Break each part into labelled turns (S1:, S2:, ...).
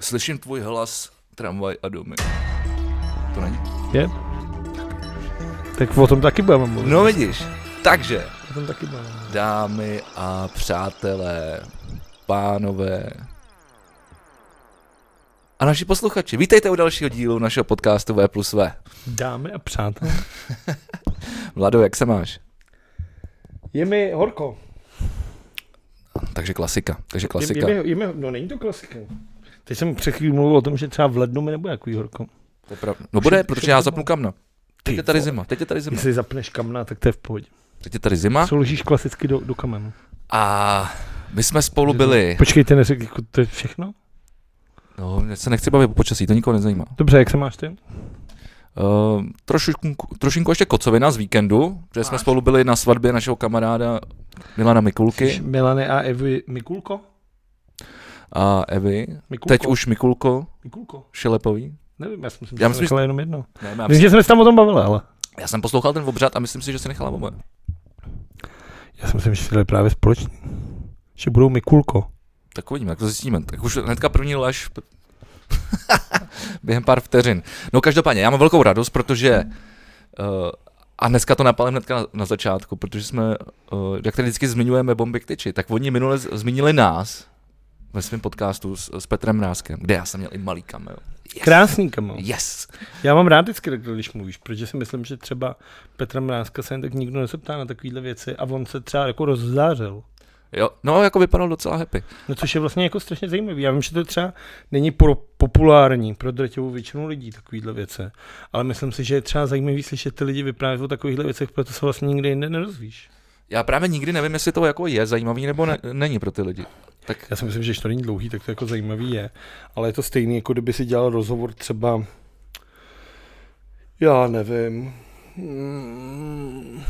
S1: Slyším tvůj hlas, tramvaj a domy. To není?
S2: Je? Tak o tom taky budeme mluvit.
S1: No vidíš, takže,
S2: O tom taky budeme mluvit.
S1: dámy a přátelé, pánové a naši posluchači, vítejte u dalšího dílu našeho podcastu V plus V.
S2: Dámy a přátelé.
S1: Vlado, jak se máš?
S2: Je mi horko.
S1: Takže klasika, takže
S2: Je,
S1: klasika.
S2: je, mi, je mi, no není to klasika. Teď jsem před chvílí mluvil o tom, že třeba v lednu mi nebude takový horko.
S1: To je pravda. No bude,
S2: Všem-
S1: protože
S2: všem
S1: já
S2: to
S1: zapnu
S2: mám.
S1: kamna. Teď je tady zima, teď je tady zima.
S2: Jestli zapneš kamna, tak to je v pohodě.
S1: Teď je tady zima
S2: Co ložíš klasicky do, do kamenu?
S1: a my jsme spolu byli.
S2: Počkejte, neřekl, jako to je všechno?
S1: No, já se nechci bavit o počasí, to nikoho nezajímá.
S2: Dobře, jak se máš ty?
S1: Uh, trošinku, trošinku ještě kocovina z víkendu, protože jsme spolu byli na svatbě našeho kamaráda Milana
S2: Jsi
S1: Mikulky
S2: Milane a Evy Mikulko?
S1: a Evy.
S2: Mikulko?
S1: Teď už Mikulko
S2: Mikulko?
S1: Šelepový.
S2: Nevím, já jsem si
S1: Já
S2: já
S1: myslím,
S2: myslím, že... jenom jedno.
S1: Ne, já,
S2: Myslím, že jsme se tam o tom bavili, ale
S1: já jsem poslouchal ten obřad a myslím si, že si nechala oba.
S2: já si myslím, že si dali právě společný. Že budou Mikulko.
S1: Tak uvidíme, jak to zjistíme. Tak už hnedka první lež p- během pár vteřin. No každopádně, já mám velkou radost, protože uh, a dneska to napalím hnedka na, na začátku, protože jsme, uh, jak tady vždycky zmiňujeme bomby k tyči, tak oni minule z- zmínili nás ve svém podcastu s, s Petrem Ráskem, kde já jsem měl i malý cameo. Yes.
S2: Krásný kamo.
S1: Yes.
S2: Já mám rád vždycky, takhle, když mluvíš, protože si myslím, že třeba Petra Mrázka se jen tak nikdo nezeptá na takovéhle věci a on se třeba jako rozzářil.
S1: Jo, no jako vypadal docela happy.
S2: No což je vlastně jako strašně zajímavý. Já vím, že to třeba není pro populární pro drtivou většinu lidí takovýhle věci, ale myslím si, že je třeba zajímavý slyšet ty lidi vyprávět o takovýchhle věcech, protože se vlastně nikde jinde nerozvíš.
S1: Já právě nikdy nevím, jestli to jako je zajímavý nebo ne, není pro ty lidi. Tak
S2: Já si myslím, že když to není dlouhý, tak to jako zajímavý je, ale je to stejný, jako kdyby si dělal rozhovor třeba, já nevím, Mm,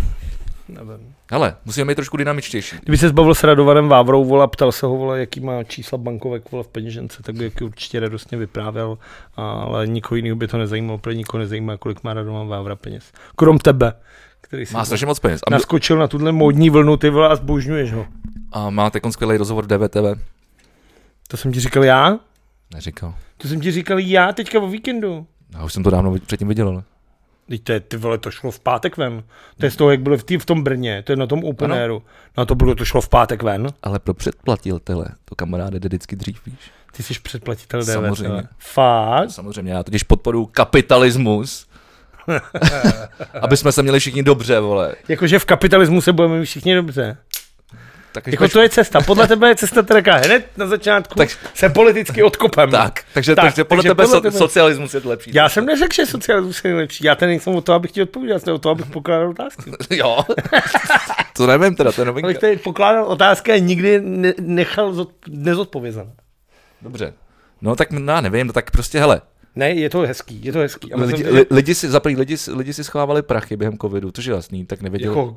S2: nevím.
S1: hele, musíme být trošku dynamičtější.
S2: Kdyby se zbavil s Radovanem Vávrou, vole, a ptal se ho, vole, jaký má čísla bankovek, vole, v peněžence, tak by jaký určitě radostně vyprávěl, ale nikoho jiného by to nezajímalo, protože nikoho nezajímá, kolik má Radovan Vávra peněz. Krom tebe, který jsi
S1: Má strašně moc peněz. A my-
S2: naskočil na tuhle módní vlnu, ty vole, a zbožňuješ ho.
S1: A máte kon skvělý rozhovor v DVTV?
S2: To jsem ti říkal já?
S1: Neříkal.
S2: To jsem ti říkal já teďka o víkendu.
S1: Já už jsem to dávno vid- předtím viděl, ale.
S2: Teď to je, ty vole, to šlo v pátek ven. To je z toho, jak bylo v, tý, v tom Brně, to je na tom open
S1: Ano.
S2: airu. No a to bylo, to šlo v pátek ven.
S1: Ale pro předplatitele to kamaráde jde vždycky dřív, víš?
S2: Ty jsi předplatitel DVTV.
S1: Samozřejmě.
S2: Fakt?
S1: Samozřejmě, já totiž podporuji kapitalismus. Aby jsme se měli všichni dobře, vole.
S2: Jakože v kapitalismu se budeme mít všichni dobře.
S1: Tak,
S2: Jako to je cesta. Podle tebe je cesta teda jaká? hned na začátku
S1: Tak-
S2: tak, se politicky odkopem.
S1: tak, takže, tak, takže podle takže tebe, podle tebe socialismus je lepší.
S2: Já jsem neřekl, že socialismus je nejlepší. Já tady nejsem o to, abych ti odpovídal, jsem o to, abych pokládal otázky.
S1: jo. to nevím teda, to je
S2: Abych
S1: novinka.
S2: tady pokládal otázky a nikdy ne- nechal zod- nezodpovězené.
S1: Dobře. No tak m- já nevím, no, tak prostě hele,
S2: Ne, je to hezký, je to hezký. A myslím,
S1: lidi,
S2: že-
S1: li, lidi, si, zaprý, lidi, si- lidi si schovávali prachy během covidu, což je jasný, tak nevěděli.
S2: jako,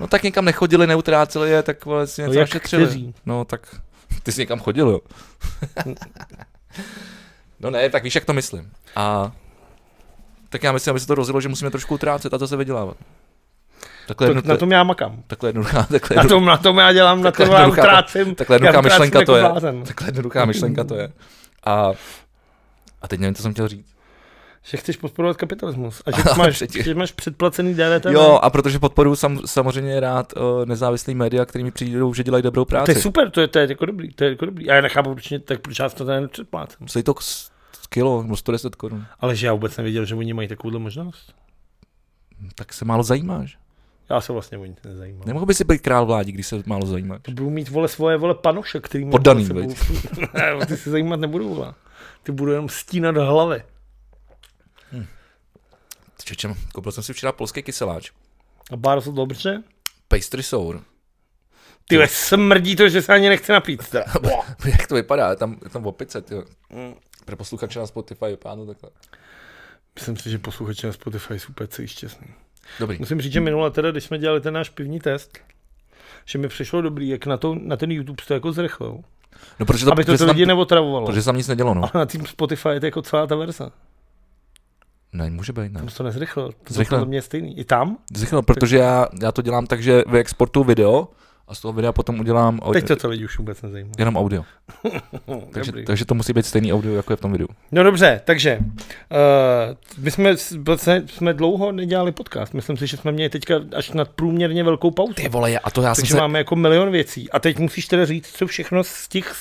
S1: No tak někam nechodili, neutráceli je, tak vole, si něco
S2: jak
S1: našetřili.
S2: kteří?
S1: No tak ty jsi někam chodil, jo. no ne, tak víš, jak to myslím. A tak já myslím, aby se to rozjelo, že musíme trošku utrácet a to se vydělávat. Takhle,
S2: to,
S1: jedno,
S2: na tom já makám.
S1: takhle jednoduchá, takhle,
S2: Na
S1: jedno,
S2: tom, na tom já dělám, na
S1: Takhle
S2: tom já
S1: jednoduchá-
S2: utrácím.
S1: takhle jednoduchá
S2: já utrácím
S1: myšlenka
S2: jako
S1: to je.
S2: blázen.
S1: takhle jednoduchá myšlenka to je. A, a teď nevím, co jsem chtěl říct.
S2: Že chceš podporovat kapitalismus. A že máš,
S1: Přeci.
S2: že máš předplacený DVTV.
S1: Jo, a protože podporuji sam, samozřejmě rád o, nezávislý média, kterými přijdou, že dělají dobrou
S2: To je
S1: práci.
S2: super, to je, to je jako dobrý, to je jako dobrý. Já nechápu určitě, tak proč já si to tady nepředplácím.
S1: Stojí to s- kilo nebo 110 korun.
S2: Ale že já vůbec nevěděl, že oni mají takovouhle možnost.
S1: Tak se málo zajímáš.
S2: Já se vlastně o nic nezajímám.
S1: Nemohl by si být král vládí, když se málo zajímá.
S2: To budu mít, vole, svoje, vole, panoše, který... mám
S1: Poddaný,
S2: za sebou.
S1: veď.
S2: ne, o ty se zajímat nebudu, vole. Ty budu jenom stínat hlavy.
S1: Čečem, koupil jsem si včera polský kyseláč.
S2: A bár jsou dobře?
S1: Pastry sour.
S2: Ty vole, smrdí to, že se ani nechce napít. Teda.
S1: Jak to vypadá? Je tam, je tam opice, ty. Pro posluchače na Spotify vypadá to takhle.
S2: Myslím si, že posluchači na Spotify jsou úplně celý šťastný.
S1: Dobrý. No,
S2: Musím říct, že minule teda, když jsme dělali ten náš pivní test, že mi přišlo dobrý, jak na, to, na ten YouTube to jako zrychlil.
S1: No, protože to,
S2: Aby to,
S1: protože
S2: to
S1: se tam,
S2: lidi neotravovalo.
S1: protože se tam nic nedělo, no.
S2: Ale na tým Spotify je to jako celá ta verze.
S1: Ne, může být, ne.
S2: Tam se to nezrychlil. To
S1: Zrychlil.
S2: zrychlil. mě je stejný. I tam?
S1: Zrychlil, protože já, já to dělám tak, že vyexportuju video a z toho videa potom udělám au-
S2: Teď to co lidi už vůbec nezajímá.
S1: jenom audio. Takže,
S2: Takže,
S1: takže to musí být stejný audio, jako je v tom videu.
S2: No dobře, takže uh, my jsme, s- vlastně jsme dlouho nedělali podcast. Myslím si, že jsme měli teďka až nadprůměrně velkou pauzu.
S1: Ty vole, já- a to já jsem
S2: takže
S1: se...
S2: máme jako milion věcí. A teď musíš teda říct, co všechno stih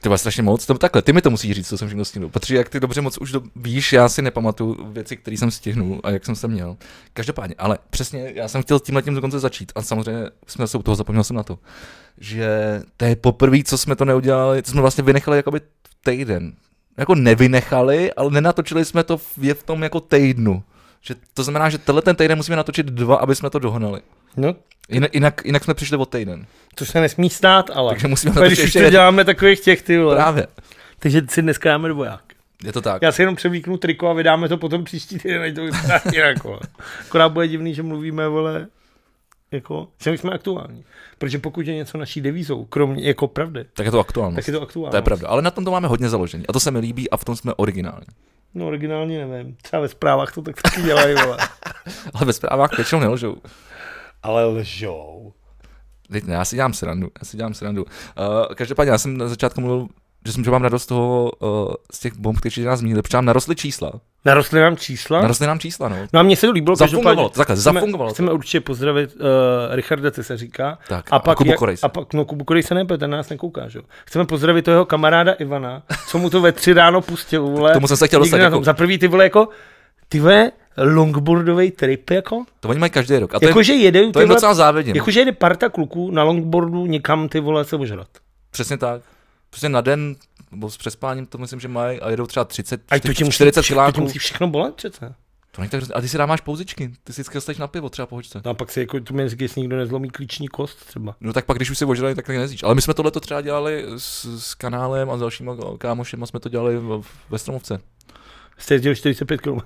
S1: Ty vás strašně moc, to takhle, ty mi to musíš říct, co jsem všechno stihnul. Protože jak ty dobře moc už do, víš, já si nepamatuju věci, které jsem stihnul a jak jsem se měl. Každopádně, ale přesně, já jsem chtěl s tímhle tím dokonce začít a samozřejmě jsme se u toho zapomněl jsem na to, že to je poprvé, co jsme to neudělali, co jsme vlastně vynechali jakoby týden. Jako nevynechali, ale nenatočili jsme to v, je v tom jako týdnu. Že to znamená, že tenhle ten týden musíme natočit dva, aby jsme to dohnali.
S2: No,
S1: Jinak, jinak, jinak jsme přišli o týden.
S2: což se nesmí stát, ale.
S1: Takže musíme
S2: Úplně, když
S1: natočit
S2: už
S1: ještě
S2: to
S1: jeden.
S2: děláme takových těch, ty vole.
S1: Právě,
S2: Takže si dneska dáme dvoják.
S1: je to tak.
S2: Já si jenom převlíknu triko a vydáme to potom příští týden, ať to vypadá jinak, vole. Akorát bude divný, že mluvíme, vole, jako, že my jsme aktuální. Protože pokud je něco naší devízou, kromě jako pravdy,
S1: Tak je to aktuální.
S2: tak je to aktuální.
S1: To je pravda, ale na tom to máme hodně založení a to se mi líbí a v tom jsme originální.
S2: No originálně nevím, třeba ve zprávách to tak taky dělají, vole.
S1: Ale ve zprávách většinou nelžou.
S2: Ale lžou.
S1: Teď ne, já si dělám srandu, já si dělám srandu. Uh, každopádně, já jsem na začátku mluvil, že jsem že mám radost z toho, uh, z těch bomb, které nás zmínili, protože nám narostly čísla.
S2: Narostly nám čísla?
S1: Narostly nám čísla, no.
S2: No a mně se to líbilo,
S1: Zafungovalo
S2: každopádně
S1: to, takhle,
S2: chceme-
S1: zafungovalo to.
S2: Chceme určitě pozdravit uh, Richarda, co se říká.
S1: Tak,
S2: A pak,
S1: Kubu
S2: jak-
S1: Korejs.
S2: a pak, no Kubu Korej se nebe, ten nás nekouká, že? jo. Chceme pozdravit toho jeho kamaráda Ivana, co mu to ve tři ráno pustil, vole.
S1: K tomu jsem se chtěl
S2: Nikdy
S1: dostat,
S2: na
S1: jako-
S2: tom. Za prvý ty vole jako, ty vole, longboardový trip, jako?
S1: To oni mají každý rok. A to, je,
S2: Jakože jede, ty
S1: to je
S2: vole,
S1: docela no. závidím.
S2: jakože jede parta kluků na longboardu někam ty vole se ožrat.
S1: Přesně tak. Přesně na den, nebo s přespáním, to myslím, že mají a jedou třeba 30,
S2: A to ti musí,
S1: 40
S2: vše- to ti
S1: kiláků.
S2: musí všechno bolet přece.
S1: To není tak, hrozný. a ty si dáváš pouzičky, ty si vždycky dostaneš na pivo třeba po hoďce.
S2: No a pak si jako, to mi říká, jestli nikdo nezlomí klíční kost třeba.
S1: No tak pak, když už si ožrali, tak nezíš. Ale my jsme tohle třeba dělali s, s kanálem a s dalšíma kámošema jsme to dělali v- v- ve Stromovce.
S2: Jste jezdil 45 km.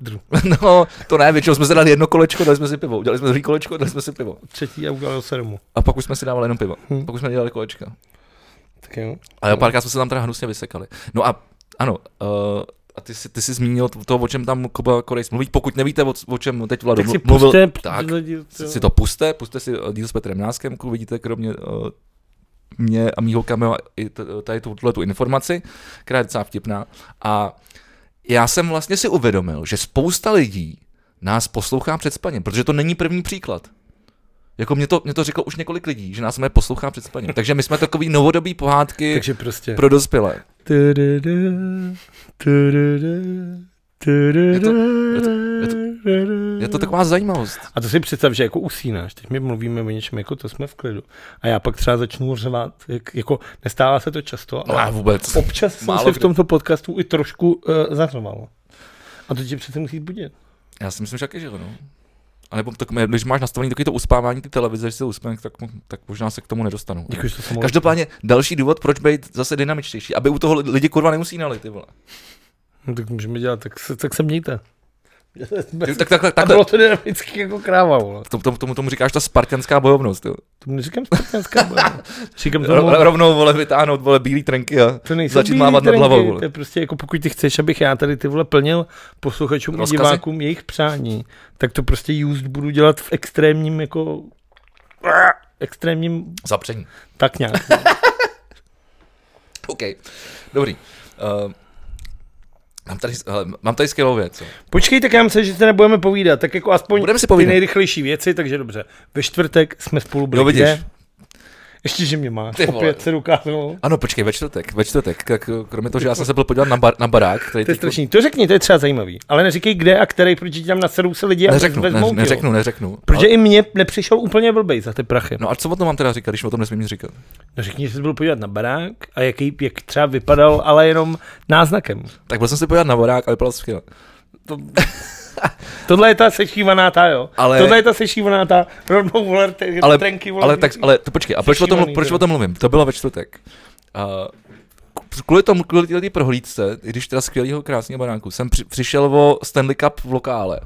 S1: No, to ne, většinou jsme si dali jedno kolečko, dali jsme si pivo. Udělali jsme druhý kolečko, dali jsme si pivo.
S2: Třetí a udělal se domů.
S1: A pak už jsme si dávali jenom pivo.
S2: Hm.
S1: Pak už jsme dělali kolečka.
S2: Tak jo.
S1: A jo, párkrát jsme se tam teda hnusně vysekali. No a ano, uh, a ty jsi, ty jsi zmínil to, to, o čem tam Kuba Korejs mluví. Pokud nevíte, o, o čem teď Vlado
S2: Tak si
S1: mluvil,
S2: puste,
S1: tak,
S2: tak, lidi,
S1: si si to puste, puste si eh, díl s Petrem Náskem, klubu vidíte kromě eh, mě a mýho kamera i t- tady tuhle tu informaci, která je docela vtipná. A já jsem vlastně si uvědomil, že spousta lidí nás poslouchá před spaním, protože to není první příklad. Jako mě to, mě to řeklo už několik lidí, že nás mé poslouchá před spaním. Takže my jsme takový novodobý pohádky Takže...
S2: Takže prostě.
S1: pro dospělé. Je to- je to- Je to taková zajímavost.
S2: A to si představ, že jako usínáš, teď my mluvíme o něčem, jako to jsme v klidu. A já pak třeba začnu řvát, jak, jako nestává se to často,
S1: No a
S2: ale
S1: vůbec.
S2: občas jsem
S1: málo
S2: se v
S1: kdy.
S2: tomto podcastu i trošku uh, zařval. A to tě přece musí budit.
S1: Já si myslím, že taky, že jo, no. A nebo tak, když máš nastavený takový to uspávání ty televize, že se uspěnek, tak, tak možná se k tomu nedostanu.
S2: Děkuji, že to jsem mohl-
S1: Každopádně další důvod, proč být zase dynamičtější, aby u toho li- lidi kurva neusínali, ty vole.
S2: No, tak můžeme dělat, tak se, tak se mějte.
S1: Ty, tak takhle,
S2: A
S1: takhle.
S2: bylo to dynamicky jako kráva, vole.
S1: Tomu, tomu, tomu, tomu říkáš ta spartianská bojovnost, jo.
S2: To neříkám spartanská bojovnost. Říkám tomu...
S1: Ro, rovnou, vole, vytáhnout, vole, bílý trenky a
S2: To nejsou
S1: začít
S2: bílý
S1: mávat nad
S2: trenky,
S1: hlavou, vole.
S2: To je prostě jako pokud ty chceš, abych já tady ty vole plnil posluchačům a
S1: Rozkazy?
S2: divákům jejich přání, tak to prostě used budu dělat v extrémním jako extrémním
S1: Zapření.
S2: tak nějak.
S1: OK, dobrý. Uh, mám tady, hele, mám tady skvělou věc, jo.
S2: Počkej, tak já myslím, že se nebudeme povídat, tak jako aspoň
S1: Budeme si
S2: ty
S1: povídat.
S2: nejrychlejší věci, takže dobře. Ve čtvrtek jsme spolu byli.
S1: Jo, vidíš.
S2: kde? Ještě, že mě má.
S1: Ty vole.
S2: Opět se dokázalo.
S1: Ano, počkej, ve čtvrtek, ve čtvrtek, tak eh, kromě toho, že já jsem se byl podívat na, bar, na barák, který
S2: To je
S1: teď-
S2: strašný. To řekni, to je třeba zajímavý. Ale neříkej kde a který, protože ti tam nasedou se lidi a
S1: neřeknu,
S2: vezmou,
S1: ne,
S2: ti ho.
S1: neřeknu, neřeknu.
S2: Protože i mně nepřišel úplně blbej za ty prachy.
S1: No a co o tom mám teda říkat, když o tom nesmím říkat?
S2: No řekni, že jsi byl podívat na barák a jaký, jak třeba vypadal, ale jenom náznakem.
S1: Tak byl jsem se podívat na barák a vypadal skvěle.
S2: To... Tohle je ta sešívaná ta, jo.
S1: Ale-
S2: Tohle je ta sešívaná ta rovnou voler,
S1: ale,
S2: trenky voler.
S1: ale, tak, ale to počkej, a proč o, tom,
S2: Zašívaný
S1: proč
S2: teda.
S1: o tom mluvím? To bylo ve čtvrtek. A k- kvůli tomu, kvůli této prohlídce, i když teda skvělého krásného baránku, jsem při, přišel o Stanley Cup v lokále.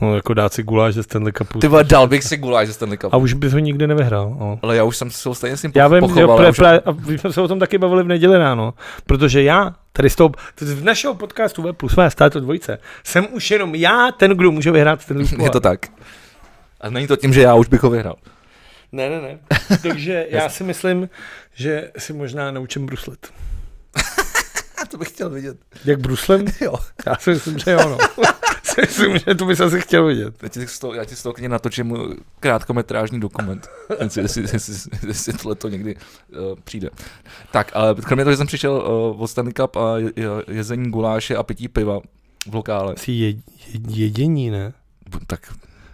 S2: No jako dát si guláš ze Stanley Cupu.
S1: Ty vole, dal bych si guláš ze Stanley Cup.
S2: A už bys ho nikdy nevyhrál. No.
S1: Ale já už jsem se ho stejně s ním
S2: Já
S1: po-
S2: vím, jo,
S1: pochoval.
S2: pra,
S1: už-
S2: pra, a my jsme se o tom taky bavili v neděli ráno, protože já tady z toho, to z našeho podcastu V plus V, stále to dvojice, jsem už jenom já ten, kdo může vyhrát ten
S1: Je to tak. A není to tím, že já už bych ho vyhrál.
S2: Ne, ne, ne. Takže já si myslím, že si možná naučím bruslet.
S1: A to bych chtěl vidět.
S2: Jak bruslem?
S1: Jo.
S2: Já si myslím, že jo, no. si myslím, že to bys asi chtěl vidět.
S1: Já ti z toho, já ti z toho klidně natočím eh, krátkometrážní dokument, jestli, jestli, jestli, jestli tohle to někdy uh, přijde. Tak, ale kromě toho, že jsem přišel uh, od Stanley Cup a je, je- jezení guláše a pití piva v lokále,
S2: Asi je, je, jedění, ne?
S1: bu- tak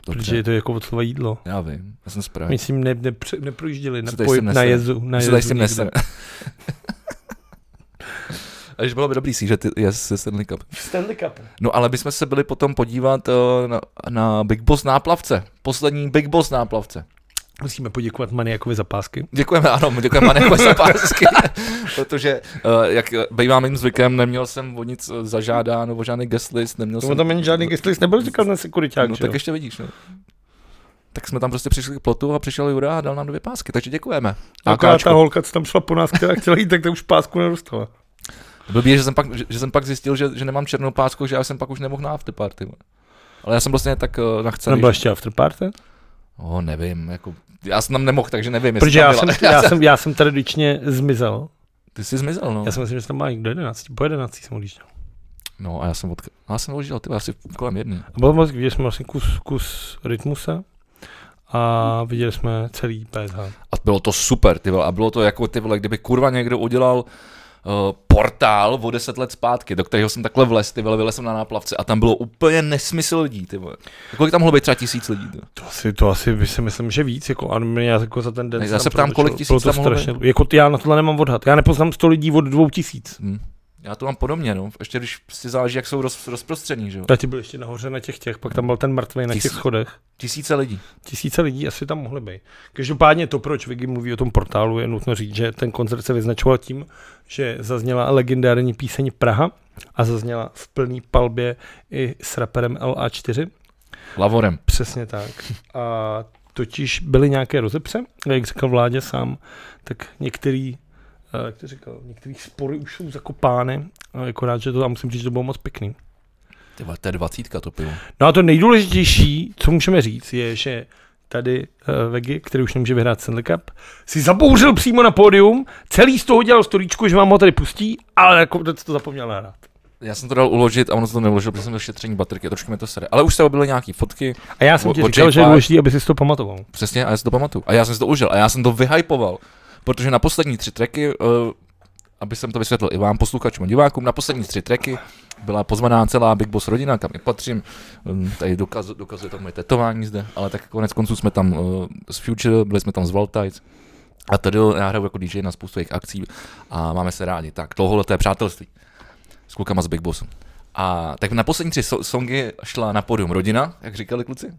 S2: Protože
S1: dobře,
S2: je to jako od slova jídlo.
S1: já vím, já jsem správně.
S2: My si ne, nepře, neprojížděli na,
S1: Co tady
S2: poj-
S1: sem
S2: na
S1: nese?
S2: jezu. Na
S1: My se
S2: jezu
S1: tady s tím
S2: nikde.
S1: nesem. A že bylo by dobrý si, že ty je se Stanley Cup.
S2: V Stanley Cupu.
S1: No ale bychom se byli potom podívat eh, na, na Big Boss náplavce. Poslední Big Boss náplavce.
S2: Musíme poděkovat Maniakovi za pásky.
S1: Děkujeme, ano, děkujeme Maneku za pásky, protože eh, jak eh, bývá mým zvykem, neměl jsem o nic eh, zažádáno, o žádný guest list, neměl
S2: No
S1: jsem...
S2: tam není žádný gestlist, nebyl říkal na sekuriták,
S1: no, tak ještě vidíš, no. Tak jsme tam prostě přišli k plotu a přišel Jura a dal nám dvě pásky, takže děkujeme. A
S2: Akorát ta
S1: káčku.
S2: holka, co tam šla po nás, která chtěla jít, tak to už pásku nedostala.
S1: Blbý je, že jsem pak, že, že jsem pak zjistil, že, že nemám černou pásku, že já jsem pak už nemohl na afterparty. vole. Ale já jsem prostě tak uh,
S2: Co
S1: nachcený.
S2: nebyla
S1: Nebyl...
S2: ještě afterparty?
S1: Oh, nevím, jako, já jsem tam nemohl, takže nevím, jestli
S2: Protože
S1: tam
S2: já
S1: byla.
S2: jsem, já, jsem, já jsem tradičně zmizel.
S1: Ty jsi zmizel, no.
S2: Já si myslím, že jsem tam má někdo 11. Po 11 jsem odjížděl.
S1: No a já jsem, od... já jsem odjížděl, ty vole, asi kolem jedný.
S2: A bylo moc, viděli jsme vlastně kus, kus rytmuse a viděli jsme celý PSH.
S1: A bylo to super, ty vole. A bylo to jako ty vole, kdyby kurva někdo udělal uh, portál o deset let zpátky, do kterého jsem takhle vlez, ty vole, vylez jsem na náplavce a tam bylo úplně nesmysl lidí, ty vole. A Kolik tam mohlo být třeba tisíc lidí, ty? vole?
S2: To asi, to asi by si myslím, že víc, jako, a mě já jako za ten den.
S1: Ne,
S2: se
S1: já
S2: tam
S1: se ptám,
S2: protočil.
S1: kolik tisíc
S2: Bylo to
S1: tam mohlo být?
S2: strašně, jako ty, já na tohle nemám odhad. Já nepoznám 100 lidí od 2000.
S1: Hm. Já to mám podobně, no. Ještě když si záleží, jak jsou roz, rozprostření, že jo.
S2: Ta ti byl ještě nahoře na těch těch, pak tam byl ten mrtvý na těch
S1: Tisíc.
S2: schodech.
S1: Tisíce lidí.
S2: Tisíce lidí asi tam mohly být. Každopádně to, proč Vicky mluví o tom portálu, je nutno říct, že ten koncert se vyznačoval tím, že zazněla legendární píseň Praha a zazněla v plný palbě i s raperem LA4.
S1: Lavorem.
S2: Přesně tak. A totiž byly nějaké rozepře, a jak říkal vládě sám, tak některý, eh, jak to říkal, některý spory už jsou zakopány, a jako rád, že to tam musím říct, že to bylo moc pěkný.
S1: Ty vole, to je dvacítka to pivo.
S2: No a to nejdůležitější, co můžeme říct, je, že tady uh, Vegi, který už nemůže vyhrát Stanley Cup, si zabouřil přímo na pódium, celý z toho dělal storíčku, že vám ho tady pustí, ale nakonec to zapomněl nahrát.
S1: Já jsem to dal uložit a ono se to neuložilo, protože jsem měl šetření baterky, trošku mi to sere. Ale už se objevily nějaký fotky,
S2: A já jsem
S1: O-
S2: ti
S1: o
S2: říkal,
S1: Jake
S2: že je
S1: Park.
S2: důležité, aby si to pamatoval.
S1: Přesně, a já si to pamatuju. A já jsem si to užil, a já jsem to vyhypoval. Protože na poslední tři tracky, uh, aby jsem to vysvětlil i vám, posluchačům a divákům, na poslední tři tracky byla pozvaná celá Big Boss rodina, kam i patřím. Ehm, Tady dokaz, dokazuje to moje tetování zde, ale tak konec konců jsme tam uh, z Future, byli jsme tam z Valtites. A tady já hraju jako DJ na spoustu jejich akcí a máme se rádi. Tak tohle to je přátelství s klukama z Big Bossu. A tak na poslední tři so- songy šla na podium rodina, jak říkali kluci.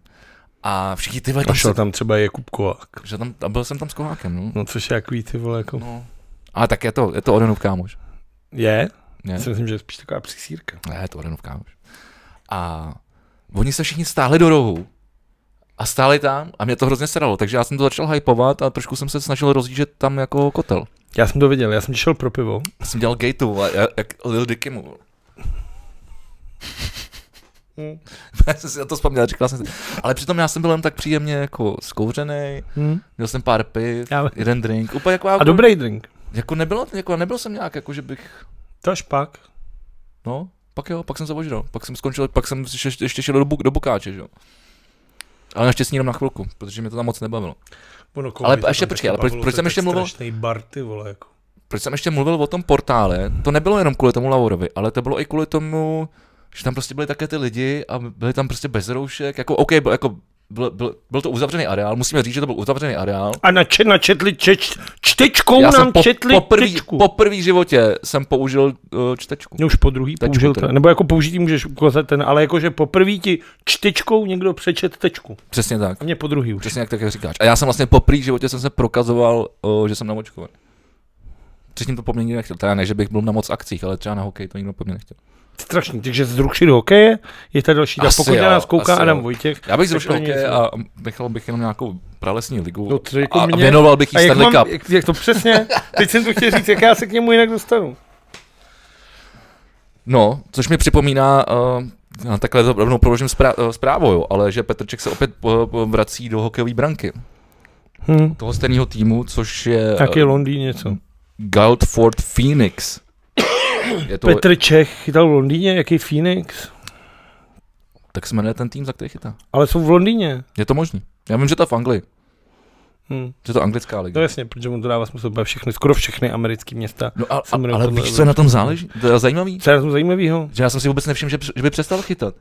S1: A všichni ty vole, tam se-
S2: tam třeba Jakub Koák.
S1: že tam, a byl jsem tam s kohákem, no.
S2: No což je jakový ty vole, jako...
S1: no. A tak je to, je to Orenův kámoš.
S2: Je?
S1: Ne,
S2: Já si myslím, že je spíš taková přísírka.
S1: ne je to Orenův kámoš. A oni se všichni stáhli do rohu a stáli tam a mě to hrozně sralo, takže já jsem to začal hypovat a trošku jsem se snažil rozjíždět tam jako kotel.
S2: Já jsem to viděl, já jsem šel pro pivo.
S1: Já jsem dělal gateu, vole, jak- jak Lil Dicky mu.
S2: Hmm.
S1: Já jsem si na to vzpomněl, říkal jsem si. Ale přitom já jsem byl jen tak příjemně jako zkouřený,
S2: Hmm.
S1: měl jsem pár piv,
S2: Já-
S1: jeden drink, úplně jako,
S2: A
S1: jako,
S2: dobrý drink.
S1: jako nebylo, jako nebyl jsem nějak, jako že bych
S2: To až pak.
S1: No, pak jo, pak jsem se ožral. Pak jsem skončil, pak jsem še- ještě šel do, bu- do Bokáče, že jo. Ale naštěstí jenom na chvilku, protože mě to tam moc nebavilo.
S2: Ono,
S1: Ale ještě počkej, ale proč- proč jsem ještě mluvil-
S2: Strašný bar, ty vole, jako.
S1: Proč jsem ještě mluvil o tom portále, to nebylo jenom kvůli tomu Laurovi, ale to bylo i kvůli tomu, že tam prostě byli také ty lidi a byli tam prostě bez roušek, jako OK, byl, jako, byl, byl, byl, to uzavřený areál, musíme říct, že to byl uzavřený areál.
S2: A nače, načetli čeč, čtečkou
S1: Já
S2: nám
S1: jsem po,
S2: četli
S1: po, prvý,
S2: čtečku.
S1: po prvý životě jsem použil uh, čtečku.
S2: No už po druhý
S1: Tečku
S2: použil
S1: teda.
S2: ten, nebo jako použití můžeš ukázat ten, ale jakože po prvý ti čtečkou někdo přečet tečku.
S1: Přesně tak.
S2: A mě po druhý už.
S1: Přesně jak tak, jak říkáš. A já jsem vlastně po první životě jsem se prokazoval, o, že jsem namočkovaný. Předtím to po mně nikdo nechtěl. Teda ne, že bych byl na moc akcích, ale třeba na hokej to nikdo po mně nechtěl.
S2: Strašný, takže zrušili hokeje, je tady další. Tak
S1: Asi
S2: pokud
S1: jo,
S2: na nás kouká
S1: asi
S2: Adam
S1: jo.
S2: Vojtěch,
S1: Já bych
S2: tak
S1: zrušil
S2: to není
S1: hokej
S2: nic.
S1: a nechal bych jenom nějakou pralesní ligu.
S2: No to jako
S1: a, a
S2: mě-
S1: věnoval bych jí
S2: a jak,
S1: Stanley
S2: mám,
S1: Cup.
S2: jak, jak, to přesně, teď jsem to chtěl říct, jak já se k němu jinak dostanu.
S1: No, což mi připomíná, uh, takhle to eh, rovnou proložím zprá- eh, zprávou, jo, ale že Petrček se opět eh, vrací do hokejové branky.
S2: Hm.
S1: toho stejného týmu, což je
S2: Taky
S1: eh,
S2: Londýn něco.
S1: Galtford Phoenix. Je to,
S2: Petr Čech chytal v Londýně, jaký Phoenix.
S1: tak se jmenuje ten tým, za který chytá.
S2: Ale jsou v Londýně.
S1: Je to možný. Já vím, že to je v Anglii.
S2: Hm.
S1: Že to je anglická
S2: No
S1: liga.
S2: jasně, protože mu to dává smysl, protože všechny, skoro všechny americké města.
S1: No a,
S2: se
S1: a,
S2: jmenuje
S1: ale
S2: podle
S1: víš, co je na tom záleží? To je zajímavý.
S2: Co je na tom zajímavého?
S1: Že já jsem si vůbec nevšiml, že, př- že by přestal chytat.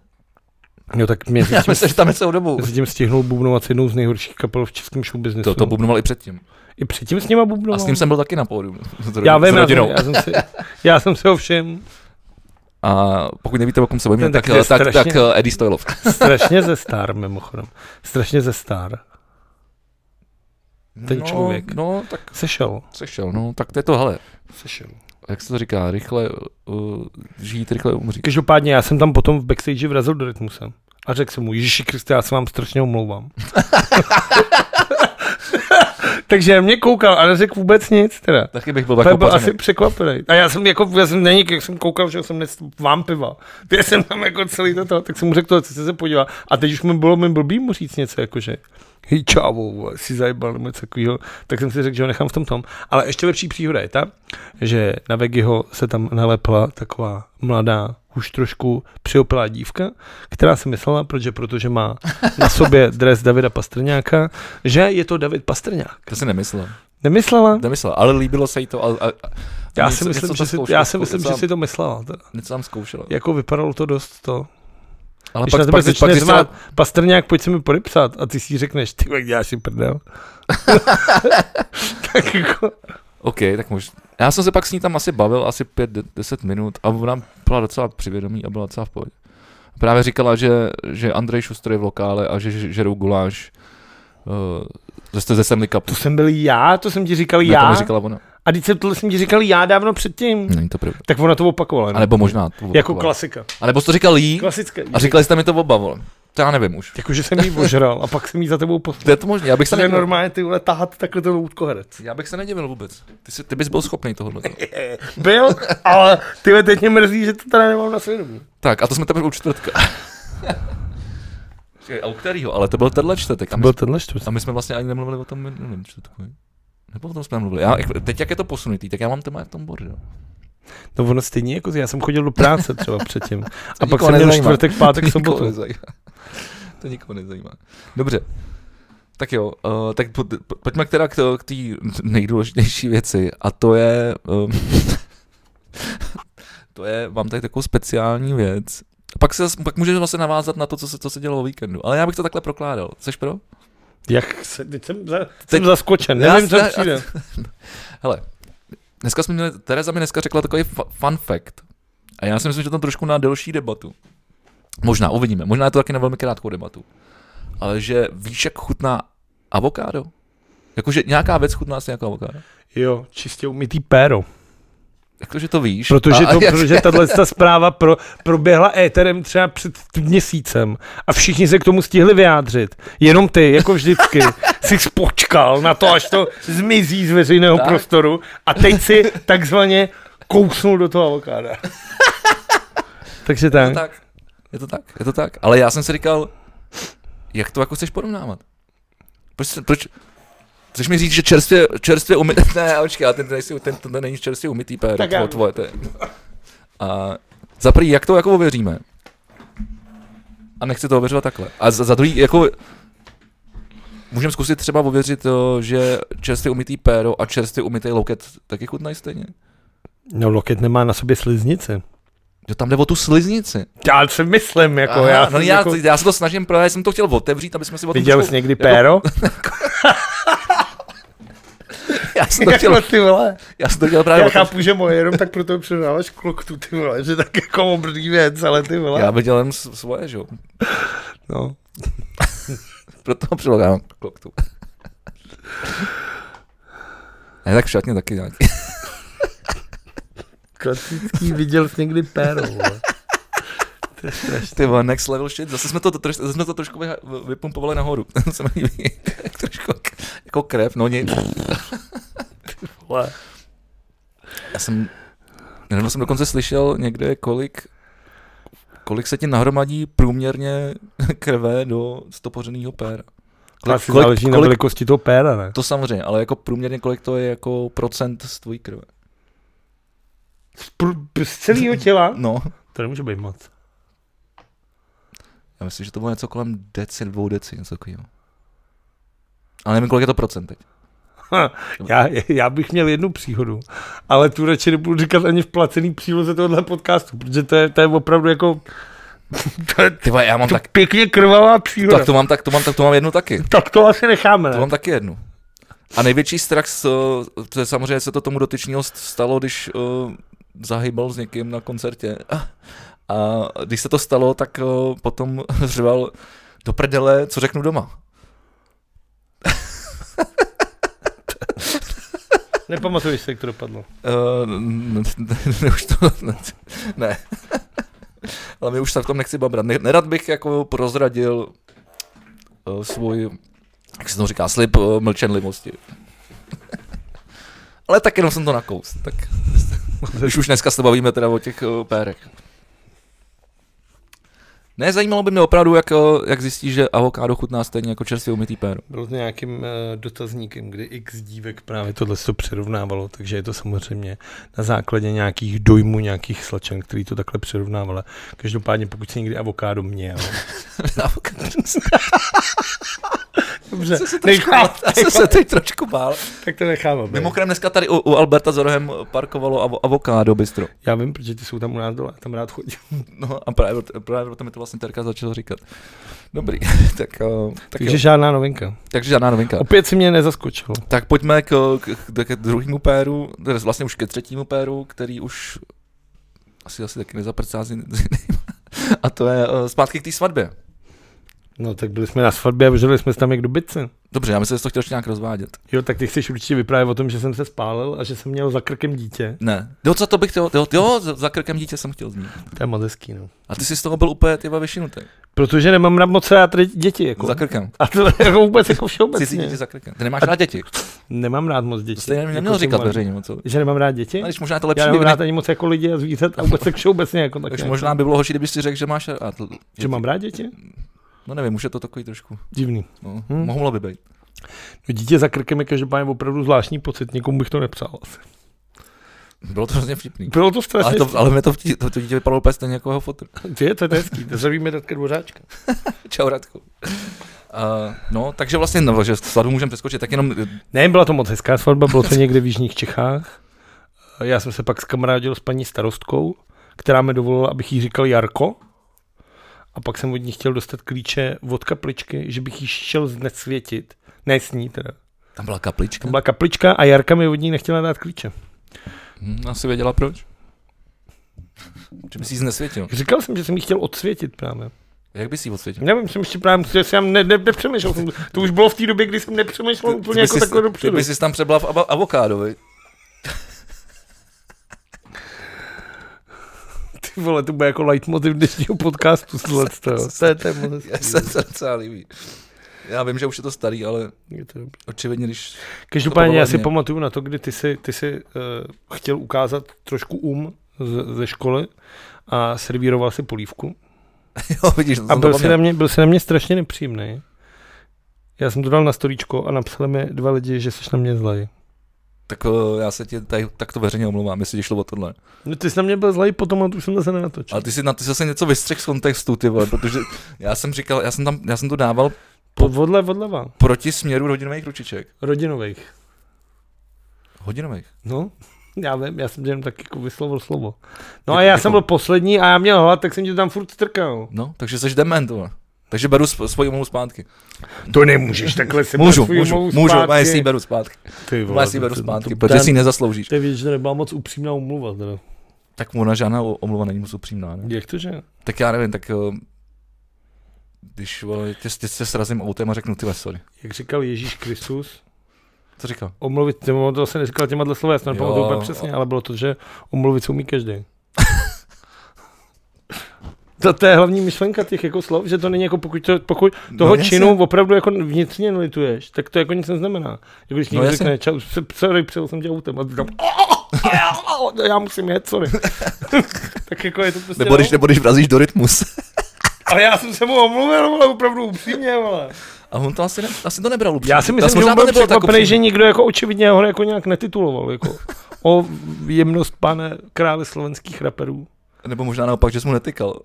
S2: Jo, tak mě
S1: Já
S2: s tím,
S1: myslím, že tam je celou dobu.
S2: s tím stihnul bubnovat jednou z nejhorších kapel v českém showbiznesu.
S1: To, to bubnoval i předtím.
S2: I předtím s něma
S1: A
S2: bubnoval.
S1: s ním jsem byl taky na pódiu. S rodi-
S2: já
S1: s
S2: vím, já
S1: rodinou.
S2: jsem, já, jsem si, já jsem si ho všem
S1: A pokud nevíte, o kom se bavíme,
S2: Ten
S1: tak,
S2: taky je
S1: tak, tak,
S2: strašně-
S1: tak eh, Eddie Stojlov.
S2: strašně ze star, mimochodem. Strašně ze star. Ten
S1: no,
S2: člověk.
S1: No, tak
S2: Sešel.
S1: sešel, no, tak to je to, hele,
S2: Sešel.
S1: jak se to říká, rychle uh, žít, rychle umřít.
S2: Každopádně já jsem tam potom v backstage vrazil do rytmuse. A řekl jsem mu, Ježíši Kriste, já se vám strašně omlouvám. Takže mě koukal a neřekl vůbec nic teda.
S1: Taky bych byl
S2: Tak
S1: tak
S2: byl asi
S1: opařený.
S2: překvapený. A já jsem jako, já jsem není, jak jsem koukal, že jsem nes vám piva. Já jsem tam jako celý toto, tak jsem mu řekl to, co se podíval. A teď už mi bylo mi blbý mu říct něco, jakože hej čávo, vole, si zajebal nebo něco takového. Tak jsem si řekl, že ho nechám v tom tom. Ale ještě lepší příhoda je ta, že na Vegiho se tam nalepla taková mladá, už trošku přiopilá dívka, která si myslela, protože, protože má na sobě dres Davida Pastrňáka, že je to David Pastrňák.
S1: To si nemyslel.
S2: Nemyslela?
S1: Nemyslel, ale líbilo se jí to. A, a, a
S2: Já
S1: něco-
S2: si myslím,
S1: něco
S2: že
S1: tam
S2: si,
S1: zkoušela,
S2: já si, myslím,
S1: něco
S2: že
S1: tam-
S2: si to myslela. Teda.
S1: Něco tam zkoušela.
S2: Jako vypadalo to dost to.
S1: Ale
S2: Když
S1: pak,
S2: na
S1: pak, pak, pak,
S2: tebe začne
S1: zjistila-
S2: zvát Pastrňák, pojď se mi podepsat a ty si jí řekneš, ty jak děláš si prdel. tak jako,
S1: OK, tak možná. Já jsem se pak s ní tam asi bavil asi 5-10 minut a ona byla docela přivědomí a byla docela v pohodě. Právě říkala, že, že Andrej Šustr je v lokále a že že- žerou guláš uh, ze, ze Stanley Cupu.
S2: to jsem byl já, to jsem ti říkal
S1: Ne, to
S2: já.
S1: mi říkala ona.
S2: A teď jsem, tohle jsem ti říkal já dávno předtím.
S1: Není to pravda.
S2: Tak ona to opakovala.
S1: A
S2: Ne?
S1: nebo možná. To
S2: Jako
S1: opakovala.
S2: klasika.
S1: A nebo jsi to říkal jí
S2: Klasická.
S1: a říkali jste mi to oba, vole. To já nevím už.
S2: Jako, že jsem jí ožral a pak jsem jí za tebou poslal.
S1: To je to možné, já bych se
S2: To je
S1: nedivil.
S2: normálně ty vole tahat takhle ten loutkoherec.
S1: Já bych se nedivil vůbec. Ty, jsi, ty bys byl schopný tohohle.
S2: Byl, ale ty vole, teď mě mrzí, že to tady nemám na svědomí.
S1: tak, a to jsme teprve u čtvrtka. Čekaj, a u kterýho? Ale to byl tenhle čtvrtek. A my,
S2: tenhle čtvrt.
S1: a my jsme vlastně ani nemluvili o tom minulém čtvrtku. ne? Nebo o tom jsme nemluvili. Já, jak- teď jak je to posunutý, tak já mám téma v tom bordu.
S2: No ono stejně jako já jsem chodil do práce třeba předtím. A pak
S1: nikoho
S2: jsem měl
S1: nezajímá.
S2: čtvrtek, pátek, sobotu.
S1: nezajímá. To nikoho nezajímá. Dobře. Tak jo, uh, tak po, po, pojďme k teda k, to- k té nejdůležitější věci a to je, um, to je, mám tady takovou speciální věc. Pak, se, zas- pak můžeš vlastně navázat na to, co se, co se dělo o víkendu. Ale já bych to takhle prokládal. Seš pro?
S2: Jak se, teď jsem, za,
S1: Teď-
S2: jsem zaskočen,
S1: Já
S2: nevím, co
S1: se-
S2: přijde.
S1: Dneska jsme měli, Tereza mi dneska řekla takový fa- fun fact. A já si myslím, že to trošku na delší debatu. Možná, uvidíme. Možná je to taky na velmi krátkou debatu. Ale že víš, jak chutná avokádo? Jakože nějaká věc chutná asi jako avokádo.
S2: Jo, čistě umytý péro.
S1: Jak to, že to víš?
S2: Protože,
S1: A-
S2: to,
S1: a-
S2: protože tahle ta zpráva pro, proběhla éterem třeba před t- měsícem a všichni se k tomu stihli vyjádřit. Jenom ty, jako vždycky, jsi počkal na to, až to zmizí z veřejného
S1: Tak.
S2: prostoru a teď si takzvaně kousnul do toho avokáda. Takže
S1: Je to
S2: No tak.
S1: tak. Je to tak, je to tak. Ale já jsem si říkal, jak to jako chceš porovnávat? Proč, se- proč Chceš mi říct, že čerstvě, čerstvě umytý, ne, očkej, ale ten, ten, ten, ten, ten není čerstvě umytý pér,
S2: Tak já-
S1: tvoje, tvoje, to je. A za prvý, jak to jako ověříme? A nechci to ověřovat takhle. A za, za druhý, jako, můžeme zkusit třeba ověřit to, že čerstvě umytý péro a čerstvě umytý loket taky chutnají stejně.
S2: No loket nemá na sobě sliznice.
S1: Jo, tam jde o tu sliznici.
S2: Já si myslím, jako
S1: Aha,
S2: já.
S1: no
S2: jsem
S1: já,
S2: jako,
S1: já se to snažím, protože jsem to chtěl otevřít, aby jsme si o tom
S2: viděl
S1: trošku-
S2: jsi někdy
S1: jako-
S2: péro?
S1: Já jsem to chtěl,
S2: Jako, ty vole.
S1: já jsem to chtěl právě
S2: Já
S1: otevřít.
S2: chápu, že moje, jenom tak proto předáváš kloktu, ty vole, že tak jako obrný věc, ale ty vole.
S1: Já viděl jen s- svoje, že jo.
S2: No.
S1: Proto přiložám kloktu. Ne, tak v šatně taky nějaký.
S2: Klasický viděl jsi někdy péro, vole. To je strašný.
S1: Ty vole, next level shit. Zase jsme to, to, troš- zase jsme to trošku vyha- vypumpovali nahoru. To se mi líbí. Tak trošku k- jako krev, no nic.
S2: Vole.
S1: Já jsem, nedávno jsem dokonce slyšel někde, kolik, kolik se ti nahromadí průměrně krve do stopořeného péra.
S2: Kolik, kolik, záleží kolik, na velikosti toho péra, ne?
S1: To samozřejmě, ale jako průměrně kolik to je jako procent z tvojí krve?
S2: Z, pr- z celého těla?
S1: No,
S2: To nemůže být moc.
S1: já myslím, že to bylo něco kolem deci, dvou deci, něco takového. Ale nevím, kolik je to procent teď.
S2: Já, já bych měl jednu příhodu, ale tu radši nebudu říkat ani v placený příloze tohohle podcastu, protože to je, to je opravdu jako... To je
S1: Ty vole, já mám
S2: to
S1: tak,
S2: pěkně krvavá příhoda.
S1: tak to mám, tak to mám, tak to mám jednu taky.
S2: tak to asi necháme,
S1: To
S2: ne?
S1: mám taky jednu. A největší strach, s, eh, to je samozřejmě se to tomu dotyčního stalo, když uh, zahybal s někým na koncertě. A když se to stalo, tak uh, potom řval do prdele, co řeknu doma.
S2: Nepamatuji si, jak to dopadlo.
S1: Uh, ne, ne, už to, ne, ne. Ale my už se v tom nechci babrat. Ne- Nerad bych jako prozradil uh, svůj, jak se to říká, slib uh, mlčenlivosti. Ale tak jenom jsem to nakous. Tak Když už dneska se bavíme teda o těch uh, pérech. Ne, zajímalo by mě opravdu, jak, eh, jak zjistí, že avokádo chutná stejně jako čerstvě umytý péro.
S2: Bylo to nějakým eh, dotazníkem, kdy x dívek právě tohle se to přerovnávalo, takže je to samozřejmě na základě nějakých dojmů, nějakých slečen, který to takhle přerovnávala. Každopádně pokud se někdy avokádo měl.
S1: Avokádo.
S2: Dobře,
S1: Já jsem se teď trošku bál.
S2: tak to necháme. být.
S1: Mimochodem dneska tady u, u Alberta za rohem parkovalo avo, avokádo bistro.
S2: Já vím, protože ty jsou tam u nás dole, já tam rád chodím.
S1: No a právě, proto- právě proto mi to vlastně Terka začala říkat. Dobrý, tak, eh, tak
S2: Takže
S1: takže,
S2: žádná novinka.
S1: takže žádná novinka.
S2: Opět si mě nezaskočil.
S1: Tak pojďme k, k, k druhému péru, tedy vlastně už ke třetímu péru, který už asi asi taky nezaprcá s jiným. A to je eh, zpátky k té svatbě.
S2: No tak byli jsme na svatbě a vyžili jsme se tam jak dobytce.
S1: Dobře, já myslím, že jsi to chtěl ještě nějak rozvádět.
S2: Jo, tak ty chceš určitě vyprávět o tom, že jsem se spálil a že jsem měl za krkem dítě.
S1: Ne. Jo, co to bych chtěl, jo, jo, za za krkem dítě jsem chtěl zmínit.
S2: To je moc hezký, no.
S1: A ty jsi z toho byl úplně tyva vyšinutý.
S2: Protože nemám rád moc rád rě- děti, jako.
S1: Za krkem.
S2: A to jako vůbec jako
S1: Cizí
S2: všeobecně.
S1: dítě za krkem. Ty nemáš rád děti.
S2: Nemám rád moc děti.
S1: To stejně neměl
S2: Jako
S1: říkat
S2: jsem-
S1: veřejně moc. co?
S2: Že nemám rád děti?
S1: A No, když možná to
S2: Já
S1: lepší, by,
S2: nemám
S1: ne,
S2: rád ani moc jako lidi a zvířat a vůbec tak všeobecně jako tak.
S1: takže
S2: nějak.
S1: možná by bylo horší, kdyby si řekl, že máš rád.
S2: Že mám rád děti?
S1: No nevím, už je to takový trošku.
S2: Divný.
S1: No,
S2: Hm.
S1: hmm. Mohlo by být.
S2: No, dítě za krkem je každopádně opravdu zvláštní pocit, nikomu bych to nepřál. asi.
S1: Bylo to hrozně vtipný.
S2: Bylo to strašně
S1: Ale, to, ale mě to, vtí- to, to dítě vypadalo úplně stejně jako jeho fotr.
S2: Je, to je hezký, to zavíme Radka Dvořáčka.
S1: Čau, Radku. Uh, no, takže vlastně, no, že svatbu můžeme přeskočit, tak jenom, eh,
S2: Ne, byla to moc hezká svatba, bylo to někde v Jižních Čechách. Já jsem se pak skamarádil s paní starostkou, která mi dovolila, abych jí říkal Jarko. A pak jsem od ní chtěl dostat klíče od kapličky, že bych jí šel znesvětit. Ne s ní teda.
S1: tam byla kaplička.
S2: Tam byla kaplička a Jarka mi od ní nechtěla dát klíče.
S1: Hm, asi věděla proč. Že bys jí znesvětil.
S2: Říkal jsem, že jsem jí chtěl odsvětit právě.
S1: Jak bys jí odsvětil?
S2: Nevím, jsem ještě právě, že jsem ne, ne, nepřemýšlel. Jsem, to už bylo v té době, kdy jsem nepřemýšlel úplně jako takhle
S1: ty
S2: dopředu.
S1: bys jsi tam přebla v avo- avokádo, viď?
S2: Ty vole, to bude jako leitmotiv dnešního podcastu. tohleto, jo. To je, to je moc hezký.
S1: Já se to docela líbí. Já vím, že už je to starý, ale
S2: Je to dobrý.
S1: očividně, když...
S2: Každopádně
S1: To
S2: já si
S1: povolení.
S2: pamatuju na to, kdy ty si, ty si uh, chtěl ukázat trošku um z, ze školy a servíroval si polívku.
S1: Jo, vidíš, to
S2: A
S1: jsem
S2: byl si,
S1: zapomněl.
S2: na mě, byl si na mě strašně nepříjemný. Já jsem to dal na storíčko a napsali mi dva lidi, že jsi na mě zlej.
S1: Tak eh, já se ti tady, tak to veřejně omlouvám, jestli ti šlo o tohle.
S2: No ty jsi na mě byl zlej potom a tu už jsem zase nenatočil.
S1: Ale ty si na ty jsi zase něco vystřih z kontextu, ty vole, protože já jsem říkal, já jsem tam, já jsem to dával
S2: Po, vodle, vodleva.
S1: proti směru hodinových ručiček.
S2: Rodinových.
S1: Hodinových.
S2: No, já vím, já jsem jenom tak jako vyslovil slovo. No
S1: Děku-
S2: a já
S1: děkuju.
S2: jsem byl poslední a já měl hlad, tak jsem ti to tam furt strkal.
S1: No, takže jsi dement, vole. Takže beru sp- svoji omluvu zpátky.
S2: To nemůžeš takhle si
S1: Můžu, můžu, můžu, a já si ji beru zpátky.
S2: Ty
S1: Já si ji beru zpátky, protože si ji nezasloužíš.
S2: To je vidět, že to nebyla moc upřímná umluva. Teda.
S1: Tak ona žádná o- omluva není moc upřímná, ne?
S2: Jak to, že?
S1: Tak já nevím, tak eh, když vole, tě, tě, tě srazím autem a řeknu ty vole, sorry.
S2: Jak říkal Ježíš Kristus,
S1: Co říkal?
S2: omluvit, nebo to se neříkal těma slova, já si to nepamatuju
S1: Jo.
S2: úplně přesně, ale bylo to, že omluvit se umí každý. To, to, je hlavní myšlenka těch jako slov, že to není jako pokud, to, pokud toho no,
S1: jasně.
S2: činu opravdu jako vnitřně nelituješ, tak to jako nic neznamená. Jako když
S1: No,
S2: někdo no,
S1: jasně.
S2: řekne, čau, se- sorry, přijel jsem tě autem a ty tam, já musím jet, sorry. tak jako je to prostě,
S1: Nebo když,
S2: no.
S1: nebo když vrazíš do rytmus.
S2: ale já jsem se mu omluvil, ale opravdu upřímně, ale.
S1: A on to asi, ne, asi to nebral upřímně.
S2: Já
S1: To
S2: si myslím, že
S1: možná to
S2: on byl
S1: nebylo tak
S2: překvapený, že
S1: upřímně.
S2: nikdo jako očividně ho jako nějak netituloval. Jako o jemnost pane krále slovenských raperů.
S1: Nebo možná naopak, že jsi mu netykal.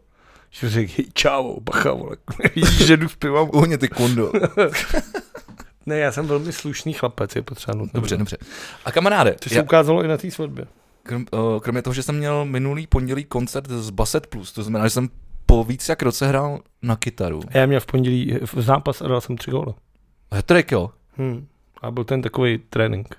S2: Že řekl, hej, čau, bacha, vole. Vidíš, že jdu s pivem.
S1: Uhně ty kundo.
S2: Ne, já jsem velmi slušný chlapec, je potřeba nutno.
S1: Dobře, dobře. A kamaráde,
S2: To se
S1: já,
S2: ukázalo i na té svatbě.
S1: krom, eh, kromě toho, že jsem měl minulý pondělí koncert z Basset Plus, to znamená, že jsem po víc jak roce hrál na kytaru.
S2: A já měl v pondělí v zápas a dal jsem tři góly.
S1: Hetrek, jo.
S2: Hmm. A byl ten takový trénink.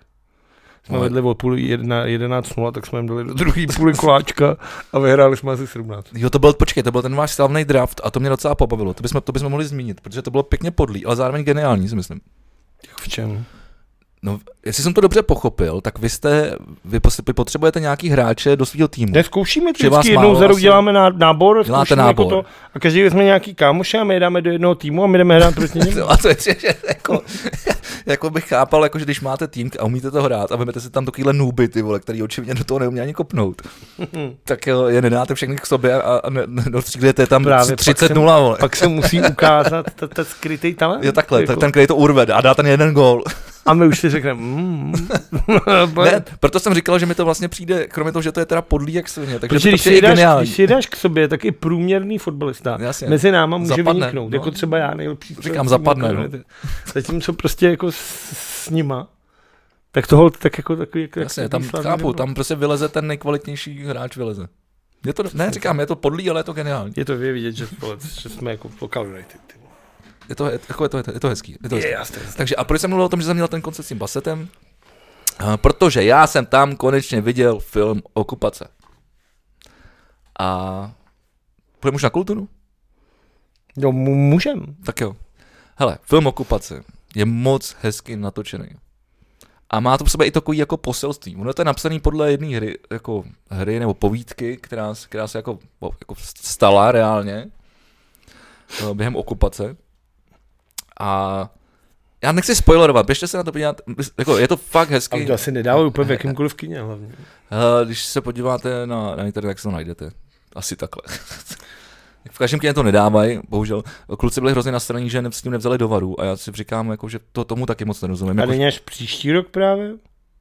S2: Jsme
S1: Ale-
S2: vedli o půl jedna, 11.0, tak jsme jim dali do druhé půly koláčka a vyhráli jsme asi 17.
S1: Jo, to byl, počkej, to byl ten váš slavný draft a to mě docela pobavilo. To bychom, to bychom mohli zmínit, protože to bylo pěkně podlý, ale zároveň geniální, si myslím.
S2: V čem?
S1: No, jestli jsem to dobře pochopil, tak vy jste, vy pos- vy potřebujete nějaký hráče do svého týmu.
S2: Ne, zkoušíme to
S1: Že vás
S2: vždycky, jednou
S1: málo
S2: za rok
S1: asi.
S2: děláme ná- nábor,
S1: Děláte
S2: zkoušíme
S1: nábor.
S2: Jako to, a každý jsme nějaký kámoše a my je dáme do jednoho týmu a my jdeme hrát proti němu.
S1: No a to je, že, že jako, jako bych chápal, jako, že když máte tým a umíte to hrát a vemete si tam takovýhle nuby, ty vole, který očividně do toho neumí ani kopnout, tak jo, je nedáte všechny k sobě a, a ne- ne- dostřílíte tam
S2: Právě, pak
S1: 30
S2: jsem-
S1: 0, vole.
S2: Pak se musí ukázat ten- ten skrytý talent.
S1: Jo, takhle,
S2: jako.
S1: tak ten, který to urve a dá ten jeden gól.
S2: A my už si řekneme, mm, No
S1: Ne, proto jsem říkal, že mi to vlastně přijde, kromě toho, že to je teda podlý jak svině, takže
S2: Protože
S1: to
S2: když
S1: přijde
S2: si,
S1: i
S2: dáš,
S1: geniální.
S2: když si dáš k sobě, tak i průměrný fotbalista
S1: Jasně.
S2: mezi náma může
S1: Zapadne,
S2: vyniknout.
S1: no.
S2: Jako třeba já nejlepší.
S1: Říkám, zapadne, no.
S2: no. Zatímco prostě jako s, s nima, tak tohle tak jako takový... Jako,
S1: Jasně,
S2: jako
S1: tam
S2: výsledný
S1: chápu,
S2: nebyl.
S1: tam prostě vyleze ten nejkvalitnější hráč vyleze. Je to, ne, říkám, je to podlý, ale je to geniální.
S2: Je to je vidět, že, vole, že jsme jako local United. ty vole.
S1: Je to, je, jako je, to, je to hezký. Je to hezký.
S2: Je, jasné.
S1: Takže a proč jsem mluvil o tom, že jsem měl ten koncert s tím Basetem? Eh, Protože já jsem tam konečně viděl film Okupace. A půjdeme už na kulturu?
S2: Jo, No, mu- můžem.
S1: Tak jo. Hele, film Okupace je moc hezky natočený. A má to v sobě i takový jako poselství. Ono to je napsaný podle jedné hry, jako hry nebo povídky, která, s- která se jako, jako stala reálně eh, během okupace. A já nechci spoilerovat, běžte se na to podívat, jako je to fakt
S2: A
S1: hezky.
S2: to asi nedávají úplně v jakýmkoliv kyně hlavně.
S1: Hele, Když se podíváte na, na internet, tak se to najdete. Asi takhle. v každém kyně to nedávají, bohužel. Kluci byli hrozně nasraní, že ne- s tím nevzali do varu a já si říkám, jako, že to tomu taky moc nerozumím.
S2: A
S1: Jako,
S2: není až příští rok právě?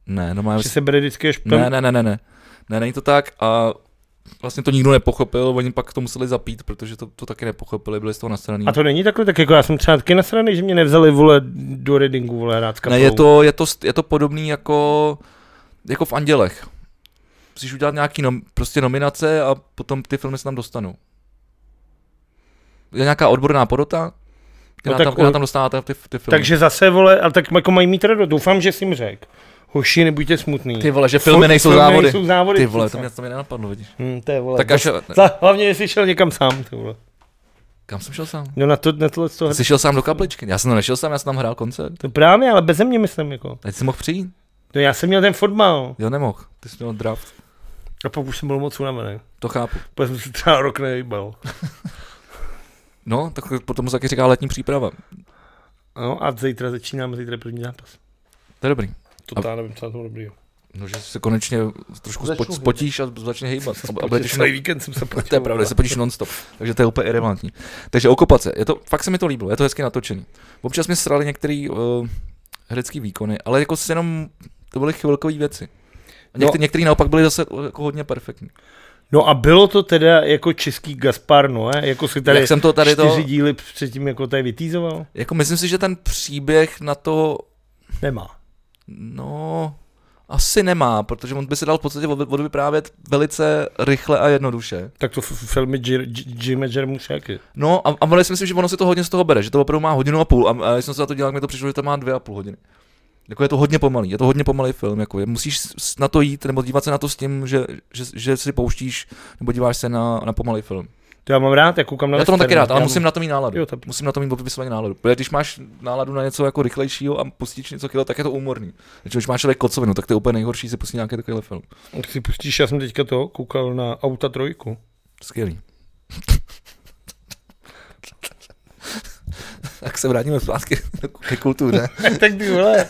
S1: ne, no mám,
S2: Že se bere vždycky až
S1: ne, ne, ne, ne, ne. Ne, není to tak a vlastně to nikdo nepochopil, oni pak to museli zapít, protože to, to taky nepochopili, byli z toho nasraní.
S2: A to není takhle, tak jako já jsem třeba taky nasraný, že mě nevzali vole do Readingu, vole hrát s
S1: ne,
S2: kapelou.
S1: je to, je to, st- je to podobný jako, jako v Andělech. Musíš udělat nějaký nom, prostě nominace a potom ty filmy se tam dostanou. Je nějaká odborná porota, která,
S2: tak
S1: tam, která
S2: o-
S1: tam dostává ta- ty, ty filmy.
S2: Takže zase, vole, ale tak jako mají mít rado, doufám, že jsi jim řek. Hoši, nebuďte smutný.
S1: ty vole, že filmy
S2: Fil-
S1: nejsou
S2: filmy
S1: závody.
S2: nejsou závody.
S1: Ty vole,
S2: přece.
S1: to mě, to mě nenapadlo, vidíš.
S2: Hm, to je vole.
S1: Tak až,
S2: Za- Hlavně, jestli šel někam sám, ty vole.
S1: kam jsem šel sám?
S2: No na, to, na tohle z toho.
S1: Jsi šel sám do kapličky? Já jsem tam nešel sám, já jsem tam hrál koncert.
S2: To právě, ale bez mě myslím, jako.
S1: Teď jsi mohl přijít?
S2: No já jsem měl ten fotbal.
S1: Jo, nemohl. Ty jsi měl draft.
S2: A pak už jsem byl moc unavený.
S1: To chápu.
S2: Pak jsem se třeba rok nejbal.
S1: No, tak potom se taky říká letní příprava.
S2: No a zítra začínáme, zítra je první zápas.
S1: To je dobrý.
S2: To já nevím, co na tom dobrýho.
S1: No, že se konečně trošku
S2: Začnu
S1: spo,
S2: hýbat.
S1: spotíš a začne hýbat. A, a
S2: Protože
S1: budeš
S2: celý Prostě víkend jsem se potil.
S1: to je pravda, se podíš nonstop, takže to je úplně irrelevantní. Takže okupace, je to, fakt se mi to líbilo, je to hezky natočený. Občas mě srali některé uh, herecké výkony, ale jako se jenom, to byly chvilkové věci. A
S2: No.
S1: některý, některý naopak byly zase eh, jako hodně perfektní.
S2: No a bylo to teda jako český Gaspar Noé, jako si tady,
S1: Jak jsem to tady to-
S2: čtyři díly předtím jako tady vytýzoval?
S1: Jako myslím si, že ten příběh na to,
S2: Nemá.
S1: no, asi nemá, protože on by se dal v podstatě od- odvyprávět velice rychle a jednoduše.
S2: Tak to f- filmy Jir- J- Jim Jermušáky.
S1: No a, a ono si myslím, že ono si to hodně z toho bere, že to opravdu má hodinu a půl a, a když jsem se na to dělal, tak mi to přišlo, že to má dvě a půl hodiny. Jako je to hodně pomalý, je to hodně pomalý film, jako je, musíš s- s- na to jít nebo dívat se na to s tím, že, že, že si pouštíš nebo díváš se na, na pomalý film.
S2: To já mám rád, já koukám na
S1: já to mám
S2: western,
S1: taky rád, ale
S2: No, já-
S1: musím na to mít náladu.
S2: Jo, to-
S1: Musím na to mít vypisovaně náladu. Protože když máš náladu na něco jako rychlejšího a pustíš něco kilo, tak je to úmorný. Takže když máš člověk kocovinu, tak to je úplně nejhorší si pustit nějaký takovýhle film.
S2: Tak si pustíš, já jsem teďka to koukal na Auta trojku.
S1: Skvělý. tak se vrátíme zpátky ke kultuře.
S2: tak ty vole,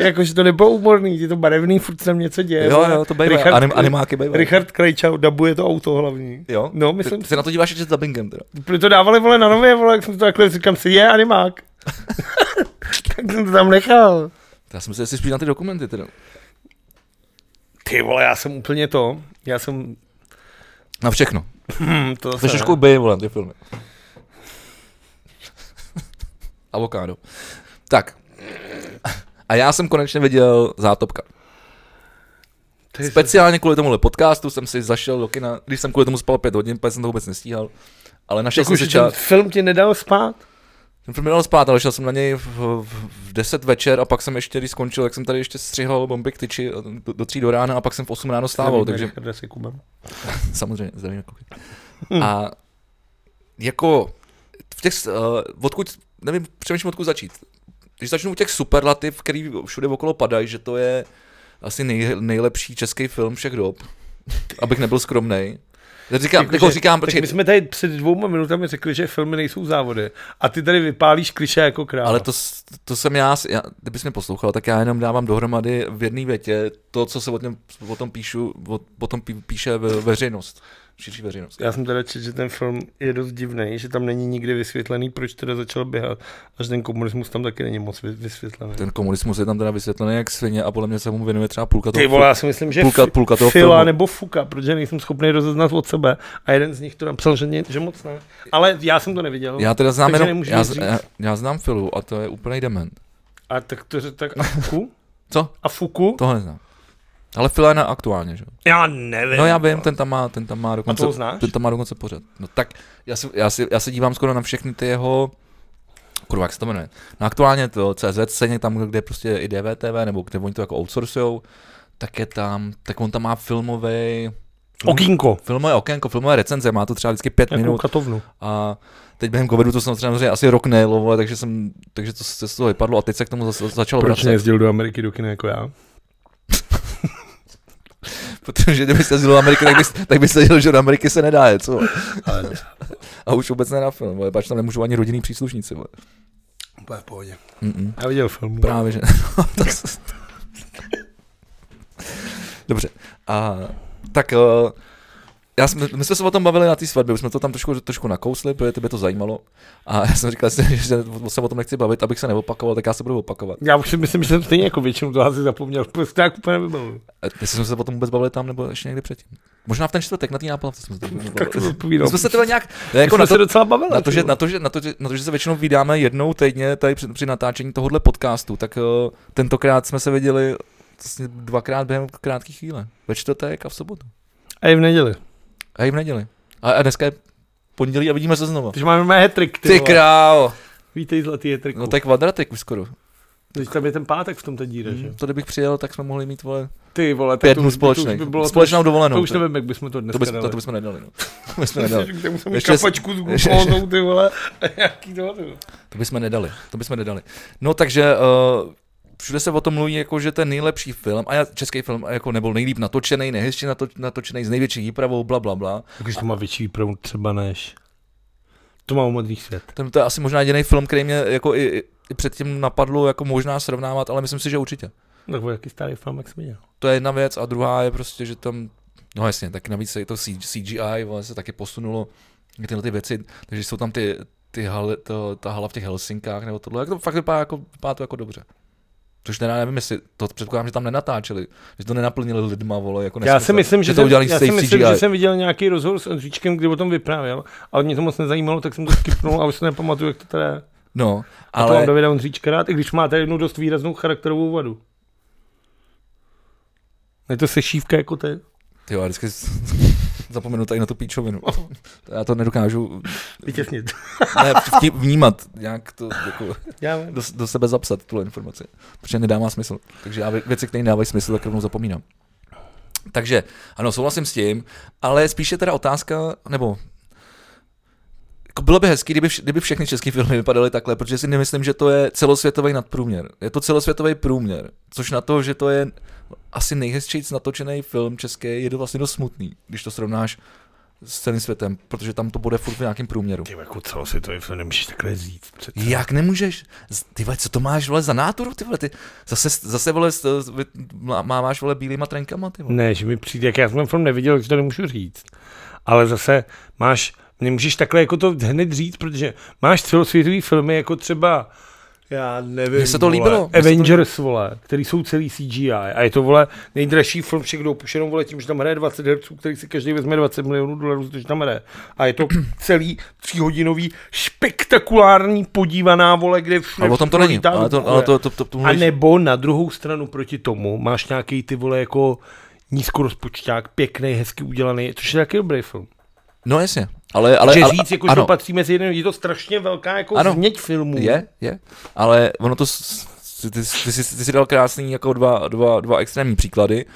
S2: jakože to nebylo úmorný, je to barevný, furt se tam něco děje.
S1: Jo,
S2: vole.
S1: jo, to bývá.
S2: Richard-
S1: Anim, animáky bývá.
S2: Richard Krejča dabuje to auto hlavní.
S1: Jo?
S2: No, myslím,
S1: Ty, ty se na to díváš ještě s dubbingem teda.
S2: to dávali vole na nové, vole, jak jsem to takhle říkám si, je animák. tak jsem to tam nechal.
S1: Já jsem si jestli spíš na ty dokumenty teda.
S2: Ty vole, já jsem úplně to, já jsem,
S1: Na všechno.
S2: hm, to
S1: Jsi
S2: zase,
S1: trošku by, volám ty filmy. Avokádo. Tak. A já jsem konečně viděl Zátopka.
S2: Ty jsi-
S1: Speciálně kvůli tomuhle podcastu jsem si zašel do kina, když jsem kvůli tomu spal pět hodin, protože jsem to vůbec nestíhal. Ale našel
S2: jako,
S1: jsem
S2: že
S1: si
S2: ten
S1: čas.
S2: film tě nedal spát?
S1: Ten film mi dal spát, ale šel jsem na něj v, v, v 10 večer a pak jsem ještě, když skončil, jak jsem tady ještě střihal bomby k tyči a do, do, tří do rána a pak jsem v 8 ráno stával,
S2: Nevím,
S1: takže
S2: Richarda se Kubem.
S1: samozřejmě, zdravím kluky. A jako v těch, uh, odkud, nevím, přemýšlím, odkud začít. Když začnu u těch superlativ, který všude okolo padají, že to je asi nej, nejlepší český film všech dob, abych nebyl skromnej. Tak Říkám, jako, jako
S2: že-
S1: říkám,
S2: tak
S1: počkej,
S2: my jsme tady před dvouma minutami řekli, že filmy nejsou závody. A ty tady vypálíš kliše jako král.
S1: Ale to, s- to jsem já, s- já, kdybys mě poslouchal, tak já jenom dávám dohromady v jedné větě to, co se o, něm, o tom píšu, o, o tom pí, píše ve, veřejnost, širší veřejnost.
S2: Já jsem teda četl, že ten film je dost divný, že tam není nikdy vysvětlený, proč teda začal běhat. A že ten komunismus tam taky není moc vy- vysvětlený.
S1: Ten komunismus je tam teda vysvětlený jak svině a podle mě se mu věnuje třeba půlka toho
S2: Ty vole, já si myslím, že
S1: No, půlka-
S2: fi-
S1: půlka toho
S2: Fila
S1: filmu.
S2: nebo Fuka, protože nejsem schopný rozeznat od sebe. A jeden z nich to napsal, že, ně, že moc ne. Ale já jsem to neviděl.
S1: Já teda znám
S2: Takže
S1: jenom,
S2: nemůžu
S1: já,
S2: nic říct.
S1: já, já, znám Filu a to je úplný dement.
S2: A tak to že tak a Fuku?
S1: Co?
S2: A Fuku?
S1: Tohle neznám. Ale Fila je na aktuálně, že? jo?
S2: Já nevím.
S1: No já vím, ten tam má, ten tam má dokonce,
S2: toho znáš?
S1: ten tam má dokonce pořad. No tak, já se, já, si, já se dívám skoro na všechny ty jeho, kurva, jak se to jmenuje, no aktuálně to CZ scéně, tam, kde je prostě i DVTV, nebo kde oni to jako outsourcujou, tak je tam, tak on tam má filmový
S2: Okýnko.
S1: filmové okénko, filmové recenze, má to třeba vždycky pět
S2: Jakou
S1: minut
S2: katovnu.
S1: a teď během covidu to jsem samozřejmě asi rok nejelo, vole, takže jsem, takže to se z toho vypadlo a teď se k tomu za, začalo
S2: Proč
S1: vracet.
S2: nejezdil do Ameriky do kina jako já?
S1: Protože kdybyste jezdil do Ameriky, tak byste, tak byste jezdil, že do Ameriky se nedá jet, co? A už vůbec ne na film, vole, pač tam nemůžou ani rodinný příslušníci, vole.
S2: Úplně v pohodě.
S1: Mm-mm.
S2: Já viděl film.
S1: Právě, že. Tak se- Dobře. A, tak eh, já jsme, my jsme se o tom bavili na té svatbě, už jsme to tam trošku, trošku nakousli, protože tebe to zajímalo. A já jsem říkal, že že se o tom nechci bavit, abych se neopakoval, tak já se budu opakovat.
S2: Já už si myslím, že jsem stejně jako většinu toho asi zapomněl. Prostě tak úplně nevybavuju.
S1: Eh, Jestli jsme se o tom vůbec bavili tam, nebo ještě někdy předtím. Možná v ten čtvrtek na té náplavce jsme se to
S2: Tak to
S1: bavili.
S2: odpovídal.
S1: My jsme se teda nějak, ne, jako
S2: jako jsme
S1: na to,
S2: se docela bavili.
S1: Na to, že,
S2: ty
S1: na, to, že, na, to, že, na to, že se většinou vydáme jednou týdně tady při, při natáčení tohohle podcastu, tak uh, tentokrát jsme se viděli vlastně dvakrát během krátké chvíle. Ve čtvrtek a v sobotu.
S2: A i v neděli.
S1: A i v neděli. A, a dneska je pondělí a vidíme se znova.
S2: Takže máme mé hetrik, ty,
S1: Ty
S2: vole.
S1: král!
S2: Vítej zlatý hetrik.
S1: No to je kvadratek už skoro.
S2: Teď tam je ten pátek v tom té díře, že?
S1: Hmm. To kdybych přijel, tak jsme mohli mít vole
S2: Ty vole, tak
S1: pět
S2: to
S1: dnů
S2: už- to už by
S1: společných.
S2: bylo-
S1: Společnou dovolenou.
S2: To už
S1: to,
S2: nevím, jak bychom to
S1: to,
S2: dneska
S1: bys,
S2: dali.
S1: to, to bychom nedali. No. to bychom nedali.
S2: Kde musím mít
S1: Ještě-
S2: kapačku s
S1: ještě-
S2: glukózou, ty vole. A jaký dohodu.
S1: To bychom nedali, to bychom nedali. No takže uh, všude se o tom mluví, jako, že ten nejlepší film, a já, český film a jako nebyl nejlíp natočený, nejhezčí nato, natočený, s největší výpravou, bla, bla, bla.
S2: Takže to má větší výpravu třeba než... To má modrý svět.
S1: Ten, to je asi možná jediný film, který mě jako i, i- i předtím napadlo jako možná srovnávat, ale myslím si, že určitě.
S2: Tak o jaký starý film, jak jsem viděl.
S1: To je jedna věc a druhá je prostě, že tam, no jasně, tak navíc je to C- CGI, vlastně se taky posunulo tyhle ty věci, takže jsou tam ty, ty haly, to, ta hala v těch Helsinkách nebo tohle, jak to fakt vypadá, jako, vypadá to jako dobře. Což teda nevím, jestli to předpokládám, že tam nenatáčeli, že to nenaplnili lidma, vole, jako
S2: Já si
S1: nesmysl.
S2: myslím, že,
S1: to
S2: jsem,
S1: udělali
S2: já
S1: s
S2: si
S1: tím
S2: myslím,
S1: CGI.
S2: že jsem viděl nějaký rozhovor s Ondříčkem, kdy o tom vyprávěl, ale mě to moc nezajímalo, tak jsem to skipnul a už se nepamatuju, jak to teda je.
S1: No,
S2: Ale... To mám
S1: ale
S2: Davida Ondříčka rád, i když má tady jednu dost výraznou charakterovou vadu. Je to sešívka jako ty.
S1: ty jo, já vždycky zapomenu tady na tu píčovinu. Já to nedokážu
S2: Vytěsnit.
S1: ne, vtip- vnímat, nějak to jako...
S2: Já vím.
S1: do, do sebe zapsat tuhle informaci, protože nedává smysl. Takže já vě- věci, které nedávají smysl, tak rovnou zapomínám. Takže ano, souhlasím s tím, ale spíše teda otázka, nebo jako bylo by hezký, kdyby, vš- kdyby všechny české filmy vypadaly takhle, protože si nemyslím, že to je celosvětový nadprůměr. Je to celosvětový průměr, což na to, že to je asi nejhezčejc natočený film český, je to vlastně dost smutný, když to srovnáš s celým světem, protože tam to bude furt v nějakém průměru.
S2: Ty jako celosvětový film nemůžeš takhle říct. Přece.
S1: Jak nemůžeš? Z- Ty vole, co to máš vole za náturu, ty vole, ty zase, zase vole, s- s- vy- má- máváš vole bílýma trenkama, ty vole.
S2: Ne, že mi přijde, jak já jsem ten film neviděl, takže to nemůžu říct. Ale zase máš, nemůžeš takhle jako to hned říct, protože máš celosvětový filmy jako třeba Já nevím. Mně
S1: se to líbilo.
S2: Vole. Avengers, vole, který jsou celý CGI. A je to, vole, nejdražší film všech dob, už jenom, vole, tím, že tam hraje 20 herců, který si každý vezme 20 milionů dolarů, což tam hraje. A je to celý tříhodinový, spektakulární podívaná, vole, kde všude
S1: Ale o tom to
S2: všechno
S1: není.
S2: lítá do
S1: Ale to,
S2: kole.
S1: ale to, to, to, to
S2: A
S1: mluvíš-
S2: nebo na druhou stranu proti tomu máš nějaký ty vole jako nízkorozpočták, pěkný, hezky udělaný, což je taky dobrý film.
S1: No jasně, ale... ale
S2: že
S1: ale,
S2: říct, jako, že to
S1: ano,
S2: patří mezi jeden, je to strašně velká jako
S1: Ano.
S2: změť filmů.
S1: Je, je, ale ono to, s- s- ty, ty, ty, jsi- ty jsi dal krásný jako dva, dva, dva extrémní příklady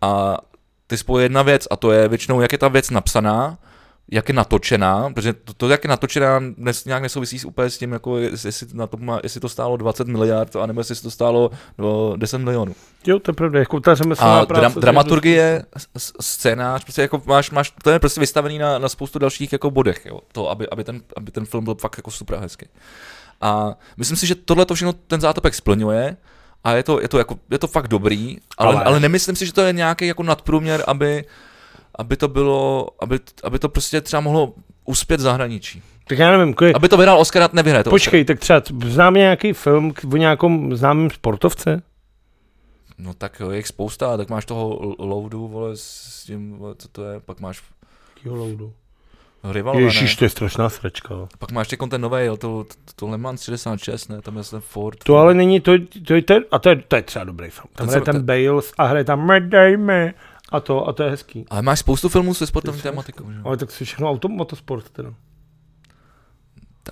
S1: a ty spojí jedna věc a to je většinou, jak je ta věc napsaná, jak je natočená, protože to, to jak je natočená, nes, nějak nesouvisí s úplně s tím, jako jest- jestli, na to má, jestli to stálo 20 miliard, anebo jestli to stálo no, 10 milionů.
S2: Jo, to je pravda, jako ta řemeslná
S1: A
S2: práce.
S1: dra- dramaturgie, s- s- scénář, prostě jako máš, máš, to je prostě vystavený na, na spoustu dalších jako bodech, jo, to, aby, aby, ten, aby ten film byl fakt jako super a hezky. A myslím si, že tohle to všechno ten zátopek splňuje a je to, je to, jako, je to fakt dobrý, ale, ale,
S2: Ale-
S1: ale nemyslím si, že to je nějaký jako nadprůměr, aby, aby to bylo, aby, aby to prostě třeba mohlo uspět v zahraničí.
S2: Tak já nevím, kolik,
S1: Aby to vydal Oscar, a nevyhraje to.
S2: počkej, tak třeba znám nějaký film k- o nějakom známém sportovce?
S1: Oscar. No tak jo, je jich spousta, tak máš toho l- Loudu, vole, s tím, vole, co to je, pak máš Rivalova, ne?
S2: Ježíš, to je strašná sračka. jo.
S1: Pak máš ještě ten nový, jo, to, to, to Le Mans 66, ne, tam je ten Ford.
S2: To ale není, to, to je ten, a to je, to je třeba dobrý film.
S1: Ten
S2: Tam hraje
S1: jsem-
S2: ten Bales a hraje tam Medejme a to, a to je hezký.
S1: Ale máš spoustu filmů se sportovní
S2: Ty se-
S1: tématikou, že? jo?
S2: Ale tak si všechno auto, motosport teda.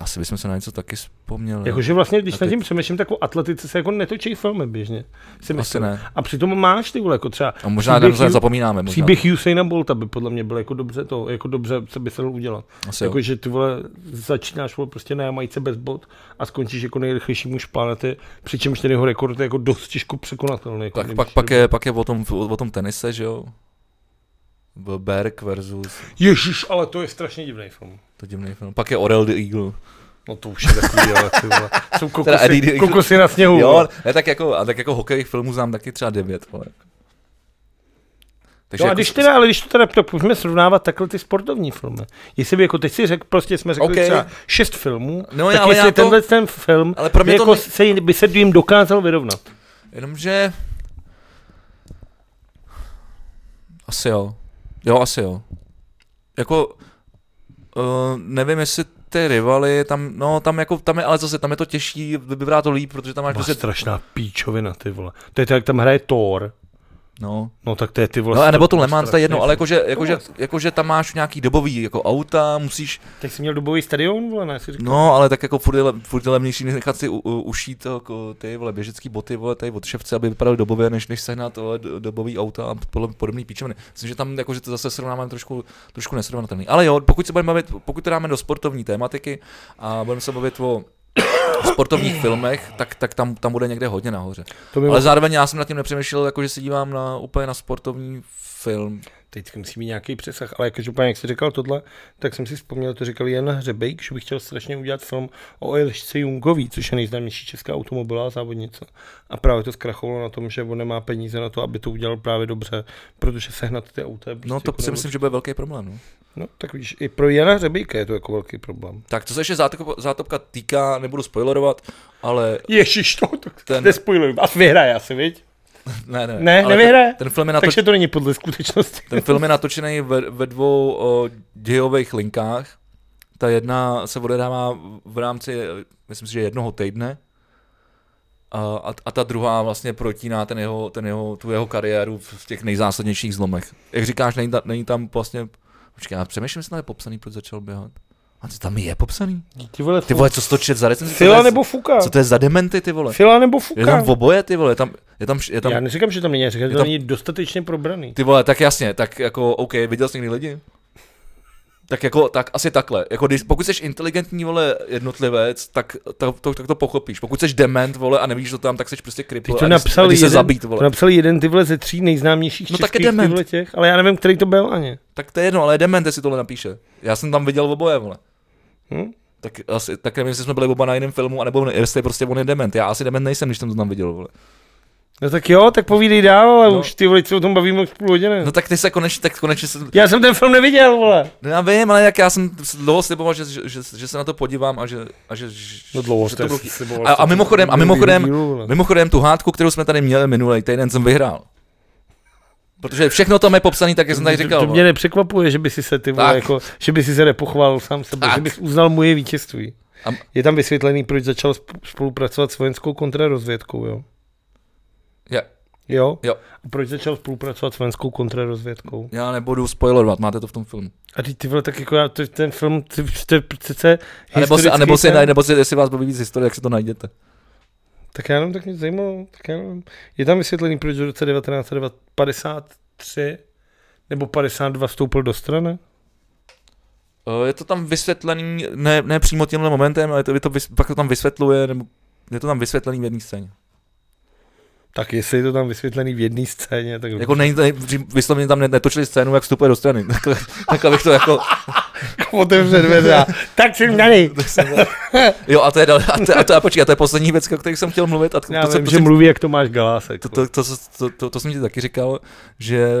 S1: Asi bychom se na něco taky vzpomněli.
S2: Jakože vlastně, když
S1: No. A
S2: nad
S1: teď-
S2: tím přemýšlím, tak o atletice se jako netočí filmy běžně. Si
S1: Asi
S2: myslím.
S1: ne.
S2: A přitom máš ty vole, jako třeba
S1: A možná tam
S2: příběh
S1: se
S2: Ju-
S1: zapomínáme. Možná.
S2: Příběh Usaina Bolta by podle mě byl jako dobře to, jako dobře se by se dal udělat.
S1: Asi jo.
S2: Jakože ty vole, začínáš vole, prostě na Jamajce bez bod a skončíš jako nejrychlejší muž planety, přičemž ten jeho rekord je jako dost těžko překonatelný. Jako
S1: tak, pak,
S2: nejvyšší
S1: pak,
S2: dobu.
S1: je, pak je o tom, o tom tenise, že jo? Byl Berg versus,
S2: Ježíš, ale to je strašně divný film.
S1: to divný film. Pak je Orel the Eagle.
S2: No to už je takový, ale ty vole. Jsou
S1: Eddie
S2: kokosy,
S1: Eagle.
S2: kokosy na sněhu.
S1: Jo,
S2: vole.
S1: ne, tak jako, a tak jako hokejových filmů znám taky třeba devět, vole. Takže
S2: No a
S1: jako
S2: když
S1: s-
S2: teda, ale když to teda, tak pojďme srovnávat takhle ty sportovní filmy. Jestli by jako teď si řekl, prostě jsme řekli
S1: OK.
S2: okay. třeba šest filmů,
S1: No,
S2: no, tak
S1: ale já
S2: jestli
S1: to-
S2: tenhle ten film
S1: Ale pro mě
S2: by
S1: to
S2: jako
S1: ne-
S2: se, jim- by se jim dokázal vyrovnat.
S1: Jenomže... Asi jo. Jo, asi jo. Jako... Uh, nevím, jestli ty rivaly, tam, no tam jako, tam je, ale zase, tam je to těžší, vy- vybrá to líp, protože tam máš
S2: Má
S1: prostě,
S2: strašná píčovina, ty vole. To je to, jak tam hraje Thor.
S1: no,
S2: No tak to je ty vole.
S1: no a nebo to
S2: strašný
S1: Le Mans, to je jedno, ale jakože, jakože,
S2: Tohle.
S1: jakože tam máš nějaký dobový jako auta, musíš,
S2: film. Tak jsi měl dobový stadion, vole, ne? Si říkal,
S1: no ale tak jako furt je, le- furt je levnější než nechat si u, u, ušít to, jako, ty vole běžecký boty, vole tady od ševce, aby vypadaly dobově, než, než sehnat vole, do- dobový auta a podle podobný píčoviny. Myslím, že tam jakože to zase srovnáváme trošku, trošku nesrovnatelný. Ale jo, pokud se budeme bavit, pokud to dáme do sportovní tématiky a budeme se bavit o sportovních filmech, tak, tak tam, tam bude někde hodně nahoře.
S2: to mi
S1: Ale zároveň já jsem nad tím nepřemýšlel, jako že se dívám na, úplně na sportovní film.
S2: Teď musí mít nějaký přesah, ale jakože úplně, jak jsi říkal tohle, tak jsem si vzpomněl, to říkal Jan Hřebejk, že bych chtěl strašně udělat film o Elišce Jungový, což je nejznámější česká automobilová závodnice. A právě to zkrachovalo na tom, že on nemá peníze na to, aby to udělal právě dobře, protože sehnat ty auta. je Prostě
S1: No to
S2: jako
S1: si myslím, že bude velký problém. No.
S2: No, tak víš, i pro Jana Hřebejka je to jako velký problém.
S1: Tak to se ještě zátopka, zátopka týká, nebudu spoilerovat, ale
S2: Ježíš, to, tak
S1: Ten-
S2: ten... nespoiluju. A vyhraje asi, viď?
S1: ne, ne,
S2: Ne,
S1: ale
S2: nevyhraje?
S1: Ten, ten film je natoč,
S2: Takže to není podle skutečnosti.
S1: Ten film je natočený ve, ve dvou o, dějových linkách. Ta jedna se odehrává v rámci, myslím si, že jednoho týdne. A, a, a ta druhá vlastně protíná ten jeho, ten jeho, tu jeho kariéru v v těch nejzásadnějších zlomech. Jak říkáš, není, ta, není tam vlastně... Počkej, já přemýšlím, jestli tam je popsaný, proč začal běhat. A co tam je popsaný?
S2: Ty vole,
S1: Ty vole, co stočet za recenzi? Co to
S2: Fila
S1: je-
S2: nebo Fuka.
S1: Co to je za dementy, ty vole?
S2: Fila nebo
S1: Je
S2: Fuka.
S1: tam oboje, ty vole, je tam, je tam, je
S2: Já
S1: tam,
S2: neříkám, že tam není, já říkám, že
S1: tam-
S2: to není dostatečně probraný.
S1: Ty vole, tak jasně, tak jako, OK, viděl jsi někdy lidi? Tak jako, tak asi takhle. Jako, když, pokud jsi inteligentní, vole, jednotlivec, tak, tak, to, tak to pochopíš. Pokud jsi dement, vole, a nevíš, co tam, tak jsi prostě
S2: Teď
S1: kripl
S2: to
S1: a jdeš- a
S2: napsal,
S1: jdeš se
S2: jeden,
S1: zabít,
S2: to
S1: vole.
S2: napsal jeden ty vole ze tří nejznámějších
S1: No
S2: no,
S1: tak je
S2: českých
S1: dement.
S2: tyhle těch, ale já nevím, který to byl ani.
S1: Tak to je jedno, ale je dement, jestli tohle napíše. Já jsem tam viděl oboje, vole.
S2: Hm?
S1: Tak, asi, tak nevím, jestli jsme byli oba na jiném filmu, anebo ne, jestli prostě on je dement. Já asi dement nejsem, když jsem to tam viděl, vole.
S2: No tak jo, tak povídej dál, ale
S1: No.
S2: no. už ty vole, se o tom bavíme už půl hodiny.
S1: No
S2: No.
S1: tak ty se konečně, tak konečně se,
S2: Já jsem ten film neviděl, vole.
S1: no já vím, ale jak já jsem dlouho sliboval, že, že, že, že se na to podívám a že, a že, že že to bylo- A, a mimochodem, a mimochodem, mimochodem tu hádku, kterou jsme tady měli minulý týden, jsem vyhrál. Protože všechno tam je popsané, No tak jak jsem tady říkal.
S2: To, to
S1: vole.
S2: mě nepřekvapuje, že by si se ty vole,
S1: Tak.
S2: jako, že by si se nepochválil sám sebe,
S1: Tak.
S2: že bys uznal moje vítězství.
S1: A-
S2: Je tam vysvětlený, proč začal sp- spolupracovat s vojenskou kontrarozvědkou, jo?
S1: Já,
S2: Jo?
S1: Jo.
S2: A proč začal spolupracovat s vojenskou kontrarozvědkou?
S1: já nebudu spoilerovat, máte to v tom filmu.
S2: A ty, ty vole, tak jako já, to, ten film, ty, to je přece
S1: A nebo si, a nebo si,
S2: historický
S1: ne, nebo si, jestli vás baví víc historie, jak se to najdete.
S2: Tak já nevím, tak mě zajímalo. Tak já nevím. Je tam vysvětlený, proč v roce 1953 nebo 52 vstoupil do strany?
S1: Eh, Je to tam vysvětlený, ne, ne přímo tímhle momentem, ale je to, je to, vys- pak to tam vysvětluje, nebo je to tam vysvětlený v jedné scéně.
S2: Tak jestli je to tam vysvětlený v jedné scéně, tak
S1: Jako nej, nej, vyslovně tam ne- netočili scénu, jak vstupuje do strany. Takhle, takhle bych to jako...
S2: otevře dveře. a tak jsem tady.
S1: Jo, a to je, dal- a to, a to, a počkej, a to je poslední věc, o které jsem chtěl mluvit. A to,
S2: Já
S1: to, se-
S2: vím,
S1: to,
S2: že
S1: se-
S2: mluví, jak Tomáš Galásek.
S1: to, to, to, to, to, to, jsem ti taky říkal, že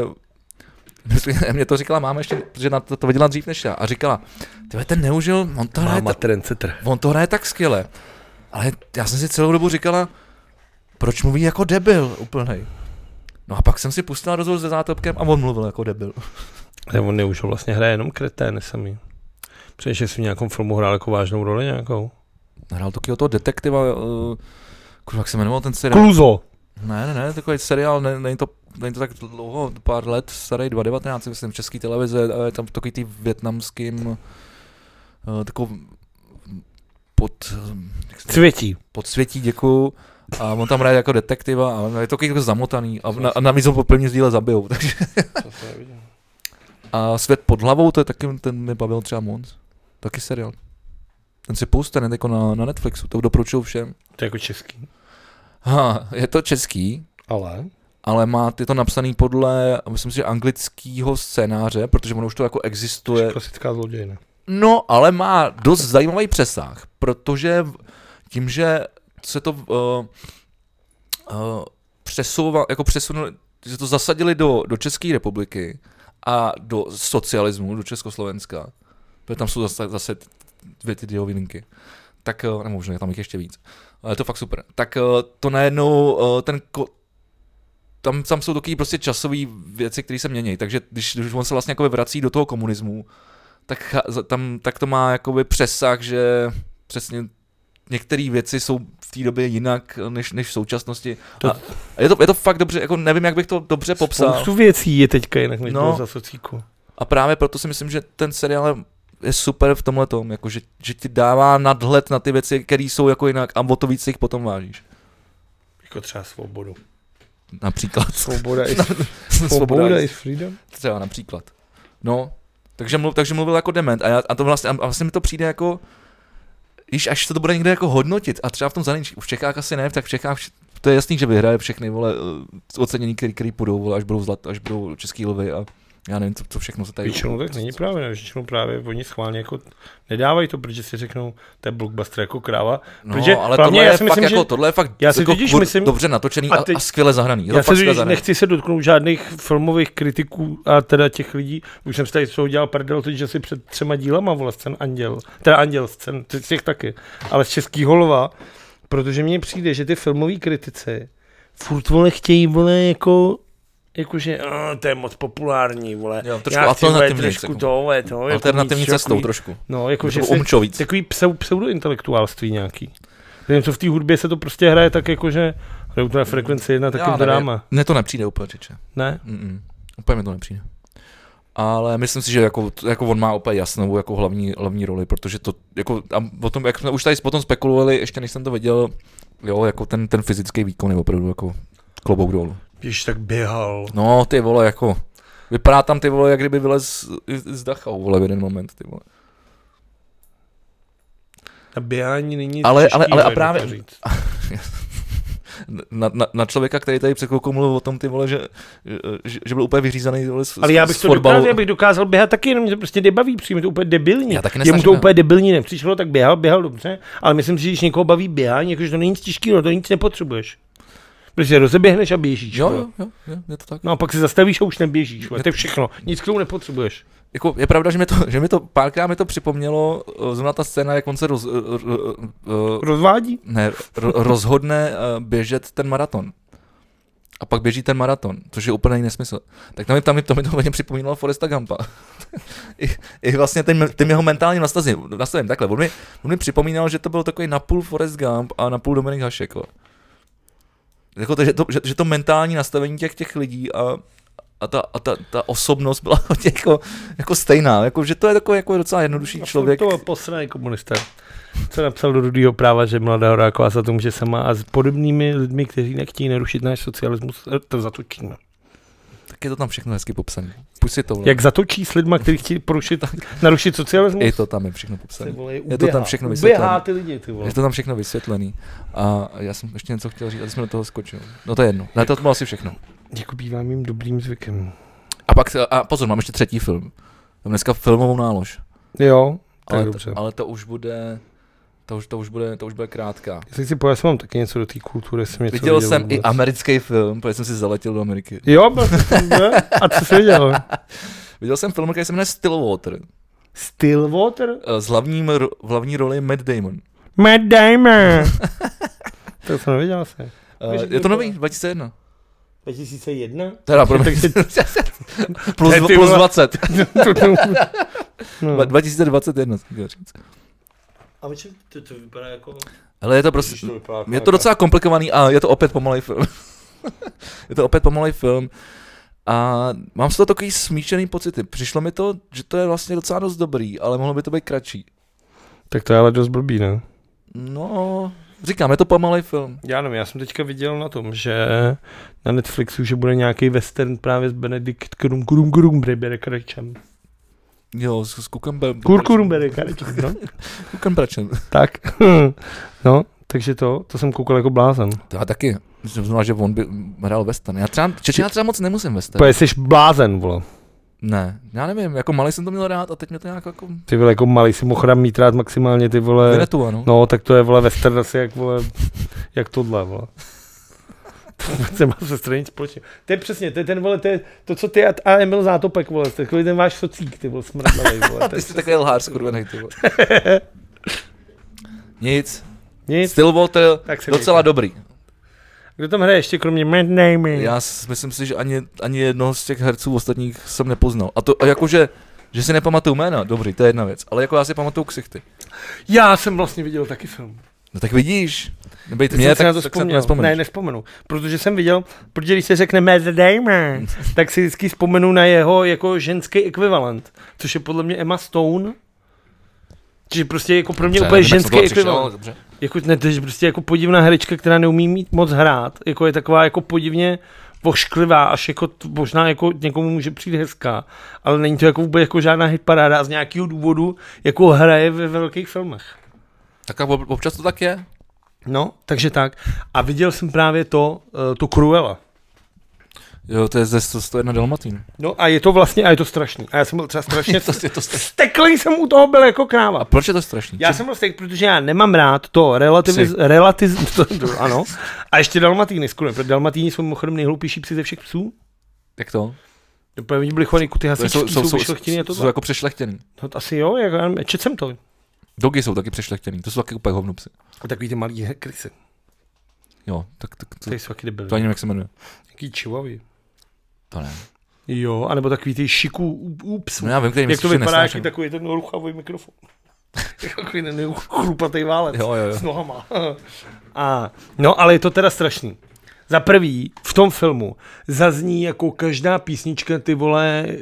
S1: mě to říkala máma ještě, protože na to, to viděla dřív než já a říkala, tyhle ten neužil, on to hraje,
S2: Máma
S1: ta,
S2: trence trh.
S1: on to hraje tak skvěle. Ale já jsem si celou dobu říkala, proč mluví jako debil úplnej. No a pak jsem si pustil rozhovor se zátopkem a on mluvil jako debil.
S2: Ne, on neužil vlastně hraje jenom kretény samý. Především si v nějakém filmu hrál jako vážnou roli nějakou.
S1: Hrál taky o toho detektiva, uh, kurva, jak se jmenoval ten seriál?
S2: Kluzo.
S1: Ne, ne, ne, takový seriál, ne, není, to, není to tak dlouho, pár let, starý 2019, myslím, český televize, a je tam takový ty větnamským, eh, takovou pod, eh, jak se to-
S2: Cvětí.
S1: podsvětí, děkuju. A on tam hraje jako detektiva a je to takový jako zamotaný a, na, a navíc ho po první díle zabijou. Takže. A Svět pod hlavou, to je taky, ten mi bavil třeba moc. Taky seriál. Ten si puste, ne, jako na, na Netflixu, to doporučuju všem.
S2: To je jako český.
S1: Ha, je to český,
S2: Ale?
S1: ale má je to napsaný podle, myslím si, že anglického scénáře, protože ono už to jako
S2: To
S1: existuje.
S2: je klasická zlodějna.
S1: No, ale má dost zajímavý přesah, protože v- tím, že se to uh, uh, přesouvá, jako přesunuli, že to zasadili do, do České republiky a do socialismu, do Československa, protože tam jsou zase, zase dvě ty diovinky, tak, eh, nebo možná je tam jich ještě víc, ale je to fakt super, tak eh, to najednou, eh, ten ko- tam, tam jsou takový prostě časové věci, které se mění, takže když, když on se vlastně jako vrací do toho komunismu, tak, cha- za- tam, tak to má jakoby přesah, že přesně některé věci jsou v té době jinak eh, než, než v současnosti.
S2: To-
S1: A, a je, to, je to fakt dobře, jako nevím, jak bych to dobře popsal.
S2: Spoustu věcí je teďka jinak než
S1: No.
S2: no. bylo za socíku.
S1: A právě proto si myslím, že ten seriál je super v tomhle tom, jako že, že ti dává nadhled na ty věci, které jsou jako jinak a o to víc si jich potom vážíš.
S2: Jako třeba svobodu.
S1: Například.
S2: Svoboda is,
S1: Svoboda.
S2: svoboda is freedom.
S1: Třeba například. No, takže, mluv, takže mluvil jako dement a, já, a to vlastně, a vlastně mi to přijde jako, když až se to bude někde jako hodnotit a třeba v tom zahraničí, v Čechách asi ne, tak v Čechách vš- to je jasný, že vyhraje všechny vole eh, ocenění, který, který půjdou, vole, až budou zlat, až budou český lvy a já nevím, co, co všechno se tady...
S2: Většinou tak není právě, ne? většinou právě oni schválně jako nedávají to, protože si řeknou, to je blockbuster jako kráva.
S1: No,
S2: Protože
S1: ale
S2: hlavně
S1: tohle,
S2: já
S1: je
S2: si
S1: fakt
S2: myslím,
S1: jako,
S2: že-
S1: tohle je fakt
S2: já si
S1: jako
S2: totiž
S1: kur-
S2: myslím-
S1: dobře natočený
S2: a
S1: a,
S2: ty-
S1: a skvěle zahraný. Je to
S2: Já se
S1: fakt skvěle
S2: totiž
S1: zahraný.
S2: nechci se dotknout žádných filmových kritiků a teda těch lidí. Už jsem si tady co udělal prdel, že si před třema dílama vole scén Anděl. Teda Anděl scén, ty- z těch taky. Ale z Českého lva, protože mně přijde, že ty filmoví kritici furt vole chtějí vole jako jakože "Ah, to je moc populární, vole.
S1: Jo, trošku
S2: Já chci, vole,
S1: alternativní,
S2: trošku
S1: jako.
S2: to, vole, to, jako
S1: Alternativní
S2: víc
S1: cestou
S2: takový-
S1: trošku.
S2: No, jakože
S1: Nebo
S2: se-
S1: umčo víc.
S2: takový pseu, pseudointelektuálství nějaký. Nevím, co v té hudbě se to prostě hraje tak jako, že hrajou to na frekvenci jedna, tak
S1: Já
S2: jim to
S1: nevím.
S2: dáme.
S1: Mně to nepřijde úplně, čiče.
S2: Ne?
S1: Mm-mm. Úplně mi to nepřijde. Ale myslím si, že jako, jako on má úplně jasnou jako hlavní, hlavní roli, protože to, jako, a o tom, jak jsme už tady potom spekulovali, ještě než jsem to viděl, jo, jako ten, ten fyzický výkon je opravdu jako klobouk dolů.
S2: Když tak běhal.
S1: No, ty vole, jako, vypadá tam ty vole, jak kdyby vylez z, z Dachau, vole, v jeden moment, ty vole.
S2: A běhání není
S1: Ale-
S2: těžký,
S1: ale- ale a
S2: nejde to
S1: právě-
S2: říct.
S1: Na, na, na, člověka, který tady před chvilkou mluvil o tom, ty vole, že, že, že byl úplně vyřízený, ty vole, z,
S2: Ale já bych
S1: z
S2: to
S1: fotbalu.
S2: dokázal, já bych dokázal běhat taky, jenom mě to prostě nebaví, přijde mi to úplně debilní.
S1: Já taky
S2: Je mu
S1: nesnažím,
S2: to
S1: ne.
S2: úplně debilní nepřišlo, tak běhal, běhal dobře, ale myslím si, že když někoho baví běhání, jakože to není nic těžkého, to nic nepotřebuješ. Protože rozeběhneš a běžíš.
S1: Jo,
S2: vole.
S1: jo, jo, jo, je to tak.
S2: No a pak se zastavíš a už neběžíš. Vole. To je všechno. Nic k tomu nepotřebuješ.
S1: Jako, je pravda, že mi to, že mi to párkrát mi to připomnělo eh, zrovna ta scéna, jak on se roz, eh, ro, ro, ro,
S2: Rozvádí?
S1: ne, ro, rozhodne eh, běžet ten maraton. A pak běží ten maraton, což je úplně nesmysl. Tak tam, mi- tam, mi- to mi to hodně připomínalo Foresta Gumpa. I, I, vlastně ten, ten jeho mentální nastavení, nastavení takhle. On mi, on mi připomínal, že to byl takový napůl Forest Gump a napůl Dominik Hašek. vole. Jako to, že, to, že, že, to mentální nastavení těch, těch lidí a, a ta, a ta, ta osobnost byla hodně jako, jako stejná, jako, že to je takový jako docela jednodušší
S2: A furt
S1: člověk.
S2: To posraný komunista. Co napsal do Rudýho práva, že mladá Horáková za to může sama a s podobnými lidmi, kteří nechtějí narušit náš socialismus, eh, to zatočíme.
S1: Tak je to tam všechno hezky popsané. Pust si to. vole.
S2: Jak zatočí s lidma, kteří chtějí porušit, narušit socialismus?
S1: I to tam je všechno popsané.
S2: Ty vole,
S1: Je to tam všechno
S2: Uběhá
S1: vysvětlené.
S2: ty lidi, ty vole.
S1: Je to tam všechno vysvětlený. A já jsem ještě něco chtěl říct, ale jsme do toho skočil. No to je jedno. Ne, to bylo asi všechno.
S2: Jako bývá mým dobrým zvykem.
S1: A pak, a pozor, mám ještě třetí film. Mám dneska filmovou nálož.
S2: Jo, tak
S1: Ale,
S2: dobře.
S1: to, ale to už bude, to už, to už bude, to už bude krátká.
S2: Jestli si pojď, mám taky něco do té kultury, jsem něco
S1: Viděl jsem
S2: vůbec.
S1: i americký film, protože jsem si zaletěl do Ameriky.
S2: Jo, byl jsi tam, ne? a co jsi viděl?
S1: Viděl jsem film, který se jmenuje Stillwater.
S2: Stillwater?
S1: eh, S hlavním, ro- v hlavní roli je Matt Damon.
S2: Matt Damon. to jsem neviděl asi.
S1: Eh,
S2: Víš, jak
S1: Je to
S2: to
S1: nový,
S2: bylo?
S1: 2001.
S2: 2001?
S1: Teda, pro
S2: Tak si-
S1: plus,
S2: ty
S1: plus
S2: vole.
S1: 20.
S2: no.
S1: 2021, jsem chtěl říct.
S2: A to, to vypadá jako...
S1: Ale je to prostě,
S2: vypadá jako
S1: Je to docela komplikovaný a je to opět pomalej film. je to opět pomalej film. A mám z toho takový smíšený pocity. Přišlo mi to, že to je vlastně docela dost dobrý, ale mohlo by to být kratší.
S2: Tak to je ale dost blbý, ne?
S1: No, říkám, je to pomalej film.
S2: Já nevím, já jsem teďka viděl na tom, že na Netflixu, že bude nějaký western právě s Benedikt Krum Krum Krum Breberekrečem.
S1: Jo, s, s Kukem
S2: Kurkurum Breberekrečem, no?
S1: Kukem Bračem.
S2: Tak. No, takže to, to jsem koukal jako blázen.
S1: To já taky. Jsem znamená, že on by hrál western. Já třeba, Čeči, já třeba moc nemusím western.
S2: Pojď, jsi blázen, vole.
S1: Ne, já nevím, jako malý jsem to měl rád a teď mě to nějak jako
S2: Ty vole, jako malý si mohl mít rád maximálně ty vole.
S1: vynetu, ano.
S2: No, tak to je vole western asi jak vole, jak tohle vole. To vůbec nemá se stranit společně. To je přesně, to je ten vole, to je to, co ty a, a Emil Zátopek vole, takový ten váš socík, ty vole, smrdlavej vole. To
S1: Ty
S2: je
S1: jsi takový lhář, skurvenej, ty vole. Nic,
S2: Nic,
S1: Stillwater,
S2: tak se
S1: docela
S2: docela...
S1: dobrý.
S2: Kdo tam hraje ještě kromě Mad Name?
S1: Já s- myslím si, že ani, ani jednoho z těch herců ostatních jsem nepoznal. A to a jakože, že si nepamatuju jména, dobrý, to je jedna věc. Ale jako já si pamatuju ksichty.
S2: já jsem vlastně viděl taky film.
S1: No tak vidíš, nebejt
S2: Teď
S1: mě,
S2: jsem si
S1: tak,
S2: na to
S1: tak se na to
S2: vzpomněl. ne,
S1: nespomeneš.
S2: nespomenu. Protože jsem viděl, protože když se řekne Matt Damon, tak si vždycky vzpomenu na jeho jako ženský ekvivalent, což je podle mě Emma Stone. Čiže prostě jako pro mě
S1: Dobře,
S2: úplně
S1: nevím, jak jsem
S2: ženský
S1: tohle přišel, ale
S2: ekvivalent.
S1: dobře.
S2: Jako, ne, to je prostě jako podivná herečka, která neumí mít moc hrát. Jako je taková jako podivně vošklivá, až jako t- možná jako někomu může přijít hezká, ale není to jako vůbec jako žádná hitparáda a z nějakého důvodu jako hraje ve velkých filmech.
S1: Tak a ob- občas to tak je.
S2: No, takže tak. A viděl jsem právě to, eh, tu Cruella.
S1: Jo, to je ze 101 Dalmatín.
S2: No a je to vlastně, a je to strašný. A já jsem byl třeba strašně...
S1: To, je to strašný.
S2: Steklý jsem u toho byl jako kráva.
S1: Proč je to strašný?
S2: Já jsem byl steklý, protože já nemám rád to relativiz... relatiz to, to, ano. A ještě dalmatíny, skoro, protože dalmatíni jsou mimochodem nejhloupější psi ze všech psů.
S1: Jak to?
S2: Dopadně oni byli chovaný kuty hasičský, jsou, jsou, jsou, a
S1: jsou
S2: to.
S1: jako přešlechtěný.
S2: No, to asi jo, jak, já nevím, čet jsem to.
S1: Dogy jsou taky přešlechtěný, to jsou taky úplně hovno psy.
S2: A takový ty malý he- krysy,
S1: Jo, tak, tak to,
S2: to jsou taky
S1: to
S2: debilní.
S1: ani nevím, jak se jmenuje.
S2: Jaký čivavy.
S1: To ne.
S2: Jo, anebo takový ty šiků u, u psů.
S1: No já vím, který
S2: Jak to
S1: myslíš, že
S2: vypadá, jak
S1: nesnáším.
S2: je takový ten ruchavý mikrofon. takový ten chrupatý válec
S1: Jo, jo, jo.
S2: s nohama. A, no, ale je to teda strašný. Za prvý, v tom filmu zazní jako každá písnička, ty vole, eh,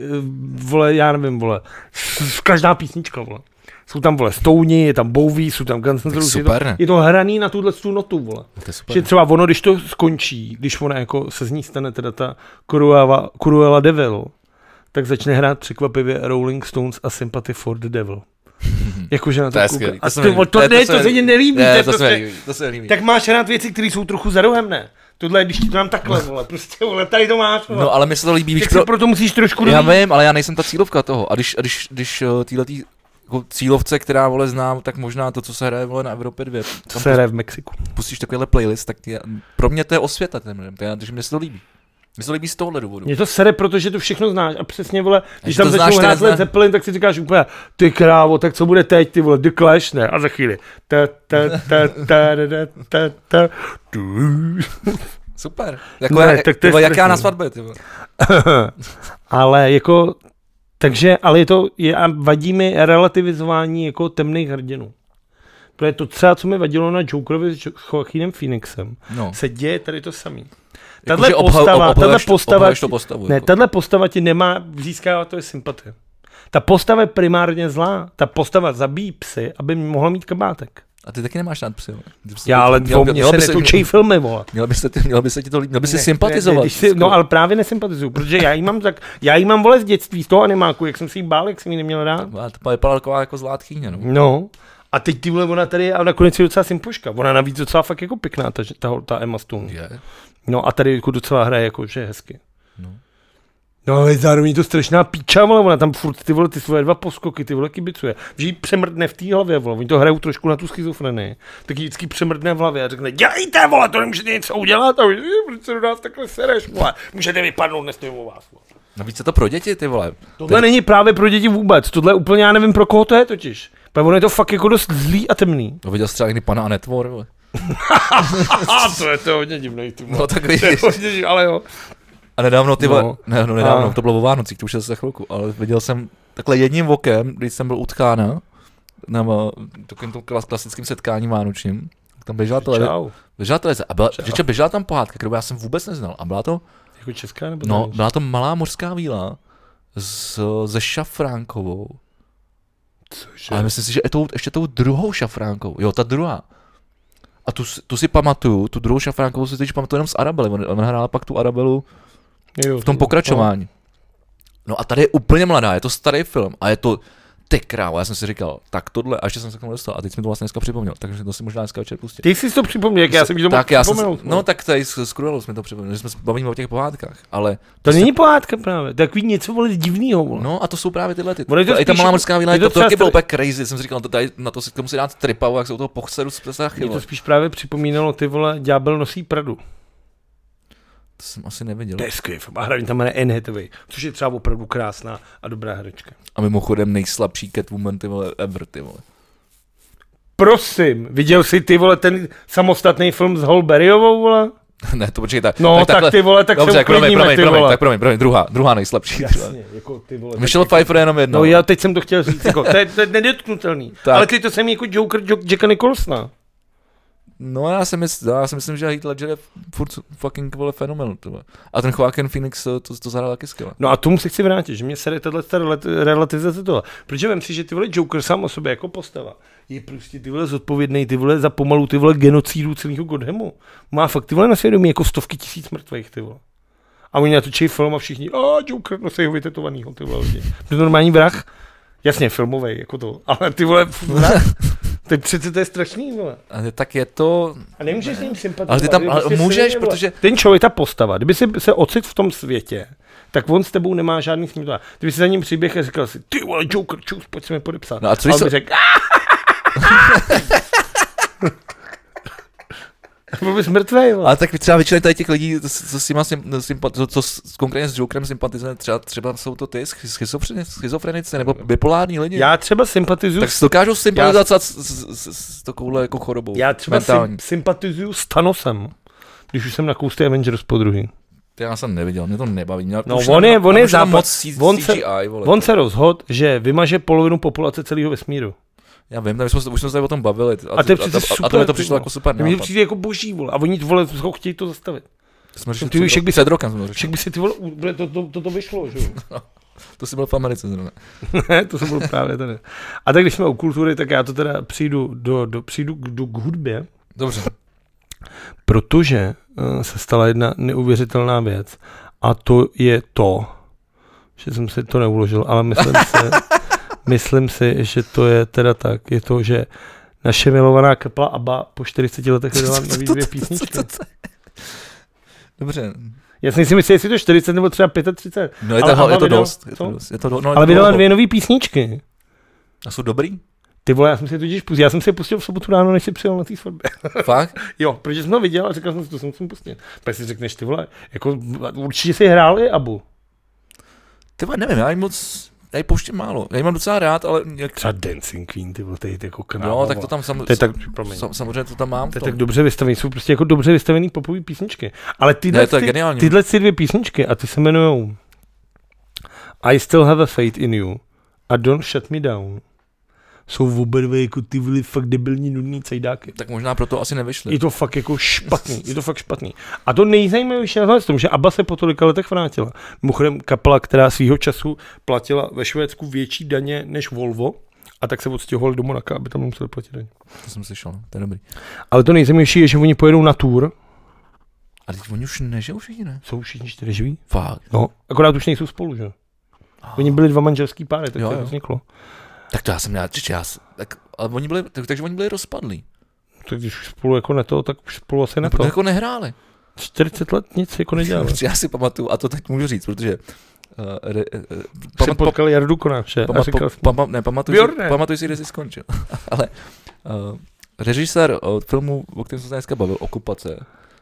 S2: vole, já nevím, vole, s- každá písnička, vole. Jsou tam, vole, Stouny, je tam Bowie, jsou tam Guns N' Roses, je to,
S1: super, ne?
S2: je to hraný na tuhle tu notu, vole.
S1: To je
S2: Že
S1: super.
S2: třeba ono, když to skončí, když ona jako se z ní stane teda ta Cruella, Cruella Devil, tak začne hrát překvapivě Rolling Stones a Sympathy for the Devil. Jakože na to,
S1: To je
S2: kouká.
S1: skvělý.
S2: A
S1: se
S2: to,
S1: mi líbí.
S2: to, to, ne, to se mi nelíbí. to
S1: to se mi
S2: je prostě-
S1: líbí, to se mi líbí.
S2: Tak máš rád věci, které jsou trochu za rohem, ne? Tohle, když ti to dám takhle, vole, prostě, vole, tady to máš, vole.
S1: No ale mi se to líbí, víš,
S2: tak se
S1: pro...
S2: proto musíš trošku
S1: Já
S2: já
S1: vím, ale já nejsem ta cílovka toho. A když, a když, když eh, týhletý jako cílovce, která vole znám, tak možná to, co se hraje vole na Evropě 2.
S2: Co se hraje v Mexiku.
S1: pustíš takovýhle playlist, tak ty, pro mě to je osvěta, ten, já, takže mě se to líbí. Mně se to líbí z tohohle důvodu.
S2: No. Mě to sere, protože to všechno znáš a přesně, vole, když
S1: to
S2: tam
S1: znáš,
S2: začnou
S1: to
S2: hrát
S1: neznáš.
S2: Led Zeppelin, tak si říkáš úplně, ty krávo, tak co bude teď, ty vole, The Clash, ne, a za chvíli. Ta, ta, ta, ta, da, da, ta, ta, tu.
S1: Super. Jako,
S2: Ne,
S1: ne,
S2: tak
S1: jak,
S2: to je
S1: tak ty, vole, jak já na
S2: strašný.
S1: svatbě, ty vole.
S2: ale jako, takže, ale je to, je, a vadí mi relativizování jako temných hrdinů. Protože to třeba, co mi vadilo na Jokerovi s Jo- Joaquinem Phoenixem,
S1: No.
S2: se děje tady to samý.
S1: Jako,
S2: Tahle
S1: že obha-
S2: postava,
S1: obhajuješ
S2: tahle
S1: to-
S2: postava,
S1: obhajuješ to postavu.
S2: ne,
S1: jako.
S2: tahle postava ti nemá, získává to je sympatie. Ta postava je primárně zlá. Ta postava zabíjí psy, aby mohla mít kabátek.
S1: A ty taky nemáš rád psy. vole. Ty bys-
S2: Já ale
S1: měl-
S2: dvou mě
S1: měl
S2: se
S1: bys-
S2: netučej filmy, vole.
S1: Měl by se, ty, měl by se ti to líbit, měl by si
S2: Ne,
S1: sympatizovat. Jako-
S2: ne, když si, no ale právě nesympatizuju, protože já jí mám, tak, já jí mám vole z dětství, z toho animáku, jak jsem si jí bál, jak jsem jí neměl rád.
S1: A to vypadá taková jako zlá tchýně, no.
S2: No. A teď ty vole, ona tady je a nakonec je docela sympoška. Ona navíc docela fakt jako pěkná, ta, ta, ta Emma Stone.
S1: Je.
S2: No a tady jako docela hraje jako, že je hezky.
S1: No.
S2: No ale zároveň je to strašná píča, vole, ona tam furt ty vole, ty svoje dva poskoky, ty vole kibicuje. Že jí přemrdne v té hlavě, vole, oni to hrajou trošku na tu schizofrenii. Tak jí vždycky přemrdne v hlavě a řekne, dělejte, vole, to nemůžete nic udělat, a vy, proč se do nás takhle sereš, vole, můžete vypadnout, nestojím u vás, vole.
S1: Navíc je to pro děti, ty vole.
S2: Tohle není právě pro děti vůbec, tohle je úplně, já nevím, pro koho to je totiž. Protože ono je to fakt jako dost zlý a temný.
S1: No viděl jsi třeba někdy pana a netvor, vole.
S2: A to je to je hodně divný, ty vole.
S1: No tak
S2: To je
S1: vidíš.
S2: hodně divný, ale jo.
S1: A nedávno ty vole,
S2: No.
S1: no. ne, no nedávno,
S2: A-
S1: a... to bylo o Vánocích, to už je za chvilku, ale viděl jsem takhle jedním okem, když jsem byl utkána, na eh, takovém tom klas- klasickém setkání vánočním, tak tam běžela televize,
S2: Čau.
S1: běžela televize a byla, že, běžela tam pohádka, kterou já jsem vůbec neznal a byla to,
S2: Jako česká nebo
S1: no,
S2: zahraniční?
S1: byla to malá mořská víla s, se Šafránkovou
S2: Cože?
S1: Ale myslím si, že je tou, ještě tou druhou šafránkou. Jo, ta druhá. A tu, s- tu si pamatuju, tu druhou šafránkovou si teď pamatuju jenom z Arabely. Ona, ona hrála pak tu Arabelu
S2: Jo,
S1: v tom pokračování. No a tady je úplně mladá, je to starý film a je to ty krávo, já jsem si říkal, tak tohle, a ještě jsem se k tomu dostal, a teď jsem to vlastně dneska připomněl, takže to si možná dneska večer pustí.
S2: Ty jsi si to připomněl, jak já jsem ti to
S1: tak
S2: mohl
S1: já jsem, si-
S2: připomenout,
S1: no
S2: vole.
S1: tak tady s Skrulou jsme to připomněli, že jsme se bavíme o těch pohádkách, ale
S2: to není pohádka právě, to je takový něco vole divnýho, vole.
S1: No a to jsou právě tyhle ty.
S2: Ono je to
S1: I ta
S2: spíš-
S1: malá morská víla,
S2: je
S1: je
S2: to
S1: to, to
S2: třeba
S1: taky bylo
S2: stra-
S1: úplně crazy, jsem si říkal, to tady, na to si to musí dát tripavu, jak se u toho pochceru z
S2: Mě
S1: přesáchy.
S2: to spíš právě připomínalo ty vole, ďábel nosí pradu.
S1: To jsem asi neviděl.
S2: To je skvělý film. A hlavně tam hraje Anne Hathaway, což je třeba opravdu krásná a dobrá herečka.
S1: A mimochodem nejslabší Catwoman, ty vole, ever, ty vole.
S2: Prosím, viděl jsi ty vole ten samostatný film s Holberryovou, vole?
S1: ne, to počkej, tak.
S2: No, tak,
S1: takhle-
S2: ty vole, tak se
S1: Dobře, promiň,
S2: uklidníme,
S1: promiň,
S2: ty
S1: promiň,
S2: vole.
S1: tak promiň, promiň, druhá, druhá nejslabší. ty vole.
S2: Jasně, jako ty vole.
S1: Michelle Pfeiffer je jenom jedno.
S2: No, já teď jsem to chtěl říct, jako, to, je, to je nedotknutelný.
S1: Tak.
S2: Ale ty to jsem jako Joker jo, Jacka Nicholsona.
S1: no já, si myslím, já si myslím, že Heath Ledger je furt fucking vole fenomen. ty vole. A ten Joaquin Phoenix eh, to, to zahrál taky skvěle.
S2: No a tomu se chci vrátit, že mě sere tahle relativizace toho. Protože vím si, že ty vole Joker sám o sobě jako postava je prostě ty vole zodpovědný, ty vole za pomalu ty vole genocídu celého Godhemu. Má fakt ty vole na svědomí jako stovky tisíc mrtvých ty vole. A oni natočí film a všichni, a Joker, no se jeho vytetovanýho, ty vole lidi. To je normální vrah. Jasně, filmový, jako to. Ale ty vole, vrah. Teď přece to je strašný, vole.
S1: A tak je to,
S2: A nemůžeš s ním sympatizovat.
S1: Ale ty tam-
S2: je
S1: ale můžeš,
S2: silný, vole.
S1: protože-
S2: Ten člověk, ta postava, kdyby si se ocit v tom světě, tak on s tebou nemá žádný smysl. Kdyby si za ním příběh a říkal si, ty vole, Joker, čus, pojď se mi podepsat.
S1: No a co
S2: a
S1: jsi-
S2: on řekl, "Ah!" Byl bys mrtvej, vole.
S1: Ale tak třeba většina tady těch lidí, co s- co s, nima sym, sympa, co, co s, konkrétně s Jokerem sympatizuje, třeba, třeba jsou to ty schi- schizofreni- schizofrenici nebo bipolární lidi.
S2: Já třeba sympatizuju
S1: tak
S2: s-
S1: si dokážou sympatizovat s, s, s, s takovouhle jako chorobou.
S2: já třeba
S1: mentální.
S2: sym, sympatizuju s Thanosem, když už jsem na kousty Avengers po druhý.
S1: Ty já jsem neviděl, mě to nebaví. Mě,
S2: No,
S1: už
S2: on
S1: tam-
S2: je- on
S1: tam
S2: je
S1: už tam
S2: západ-
S1: moc C-
S2: on se-
S1: CGI, vole.
S2: On se rozhodl, že vymaže polovinu populace celého vesmíru.
S1: Já vím, tam jsme, se- už jsme se tady o tom bavili.
S2: A to je přece
S1: a,
S2: super.
S1: a, a to mi to
S2: ty
S1: přišlo
S2: vole.
S1: jako super
S2: Mně to
S1: nápad.
S2: přijde jako boží, vole. A oni, vole, ho chtějí to zastavit.
S1: Jsme
S2: Ty
S1: řešili
S2: už,
S1: před,
S2: jak by-
S1: by... před rokem, jsme to řešili.
S2: Však by si ty vole, u- bude to, to, to, to vyšlo, že jo?
S1: To jsi byl v Americe zrovna.
S2: ne, to jsem byl právě tady. A tak když jsme u kultury, tak já to teda přijdu, do, do, přijdu k, do, k hudbě,
S1: Dobře.
S2: protože uh, se stala jedna neuvěřitelná věc a to je to, že jsem si to neuložil, ale myslím si, myslím si, že to je teda tak, je to, že naše milovaná kapela ABBA po 40 letech vydala nový dvě písničky.
S1: Dobře.
S2: Já si nejsem jistý, jestli je to 40 nebo třeba 35,
S1: No je,
S2: Ale
S1: to,
S2: Hava
S1: je to
S2: vydala-
S1: dost. Je
S2: co?
S1: to dost. Je to, do- no, je
S2: ale
S1: to
S2: vydala
S1: dlouho.
S2: dvě nové písničky.
S1: A jsou dobrý?
S2: Ty vole, já jsem si totiž pustil, já jsem si je pustil v sobotu ráno, než si přijel na té svatbě.
S1: Fakt?
S2: Jo, protože jsem to viděl a říkal jsem si, to jsem musím pustit. Pak si řekneš, ty vole, jako určitě si hráli Abu.
S1: Ty vole, nevím, já jim moc, já ji pouštím málo. Já ji mám docela rád, ale jak...
S2: Třeba Dancing Queen, ty vole, to je jako kráva.
S1: No, tak to tam sam...
S2: To je tak, promiň.
S1: sam, samozřejmě to tam mám.
S2: To je
S1: v
S2: tak
S1: tom.
S2: dobře vystavený, jsou prostě jako dobře vystavený popový písničky. Ale tyhle,
S1: Ne, to je
S2: ty,
S1: geniální.
S2: tyhle ty dvě písničky, a ty se jmenují I Still Have a Faith in You a Don't Shut Me Down, jsou oba dvě jako ty vole fakt debilní nudný cejdáky.
S1: Tak možná proto asi nevyšly.
S2: Je to fakt jako špatný, je to fakt špatný. A to nejzajímavější na tomhle tom, že ABBA se po tolika letech vrátila. Mimochodem kapela, která svýho času platila ve Švédsku větší daně než Volvo, a tak se odstěhovali do Monaka, aby tam nemuseli platit daně.
S1: To jsem slyšel, no. to je dobrý.
S2: Ale to nejzajímavější je, že oni pojedou na tour,
S1: A teď oni už nežijou všichni, ne?
S2: jsou všichni čtyři živí,
S1: Fakt.
S2: no, akorát už nejsou spolu, že? Oni byli dva manželský páry, tak
S1: Jo,
S2: to
S1: jo.
S2: vzniklo.
S1: Tak to já jsem rád, že já, s- tak, ale oni byli, tak, takže oni byli rozpadlí.
S2: Tak když už spolu jako ne to, tak už spolu asi ne
S1: Proto
S2: to.
S1: jako nehráli.
S2: 40 let nic jako nedělali.
S1: Protože já si pamatuju, a to teď můžu říct, protože uh, re, uh,
S2: Jsem
S1: pamat,
S2: potkal Jardu Konáše a
S1: pamat,
S2: říkal,
S1: pa, pama, ne, pamatuj,
S2: Bjorne.
S1: si, pamatuj si, kde jsi skončil. Ale uh, režisér uh, filmu, o kterém jsem se dneska bavil, Okupace,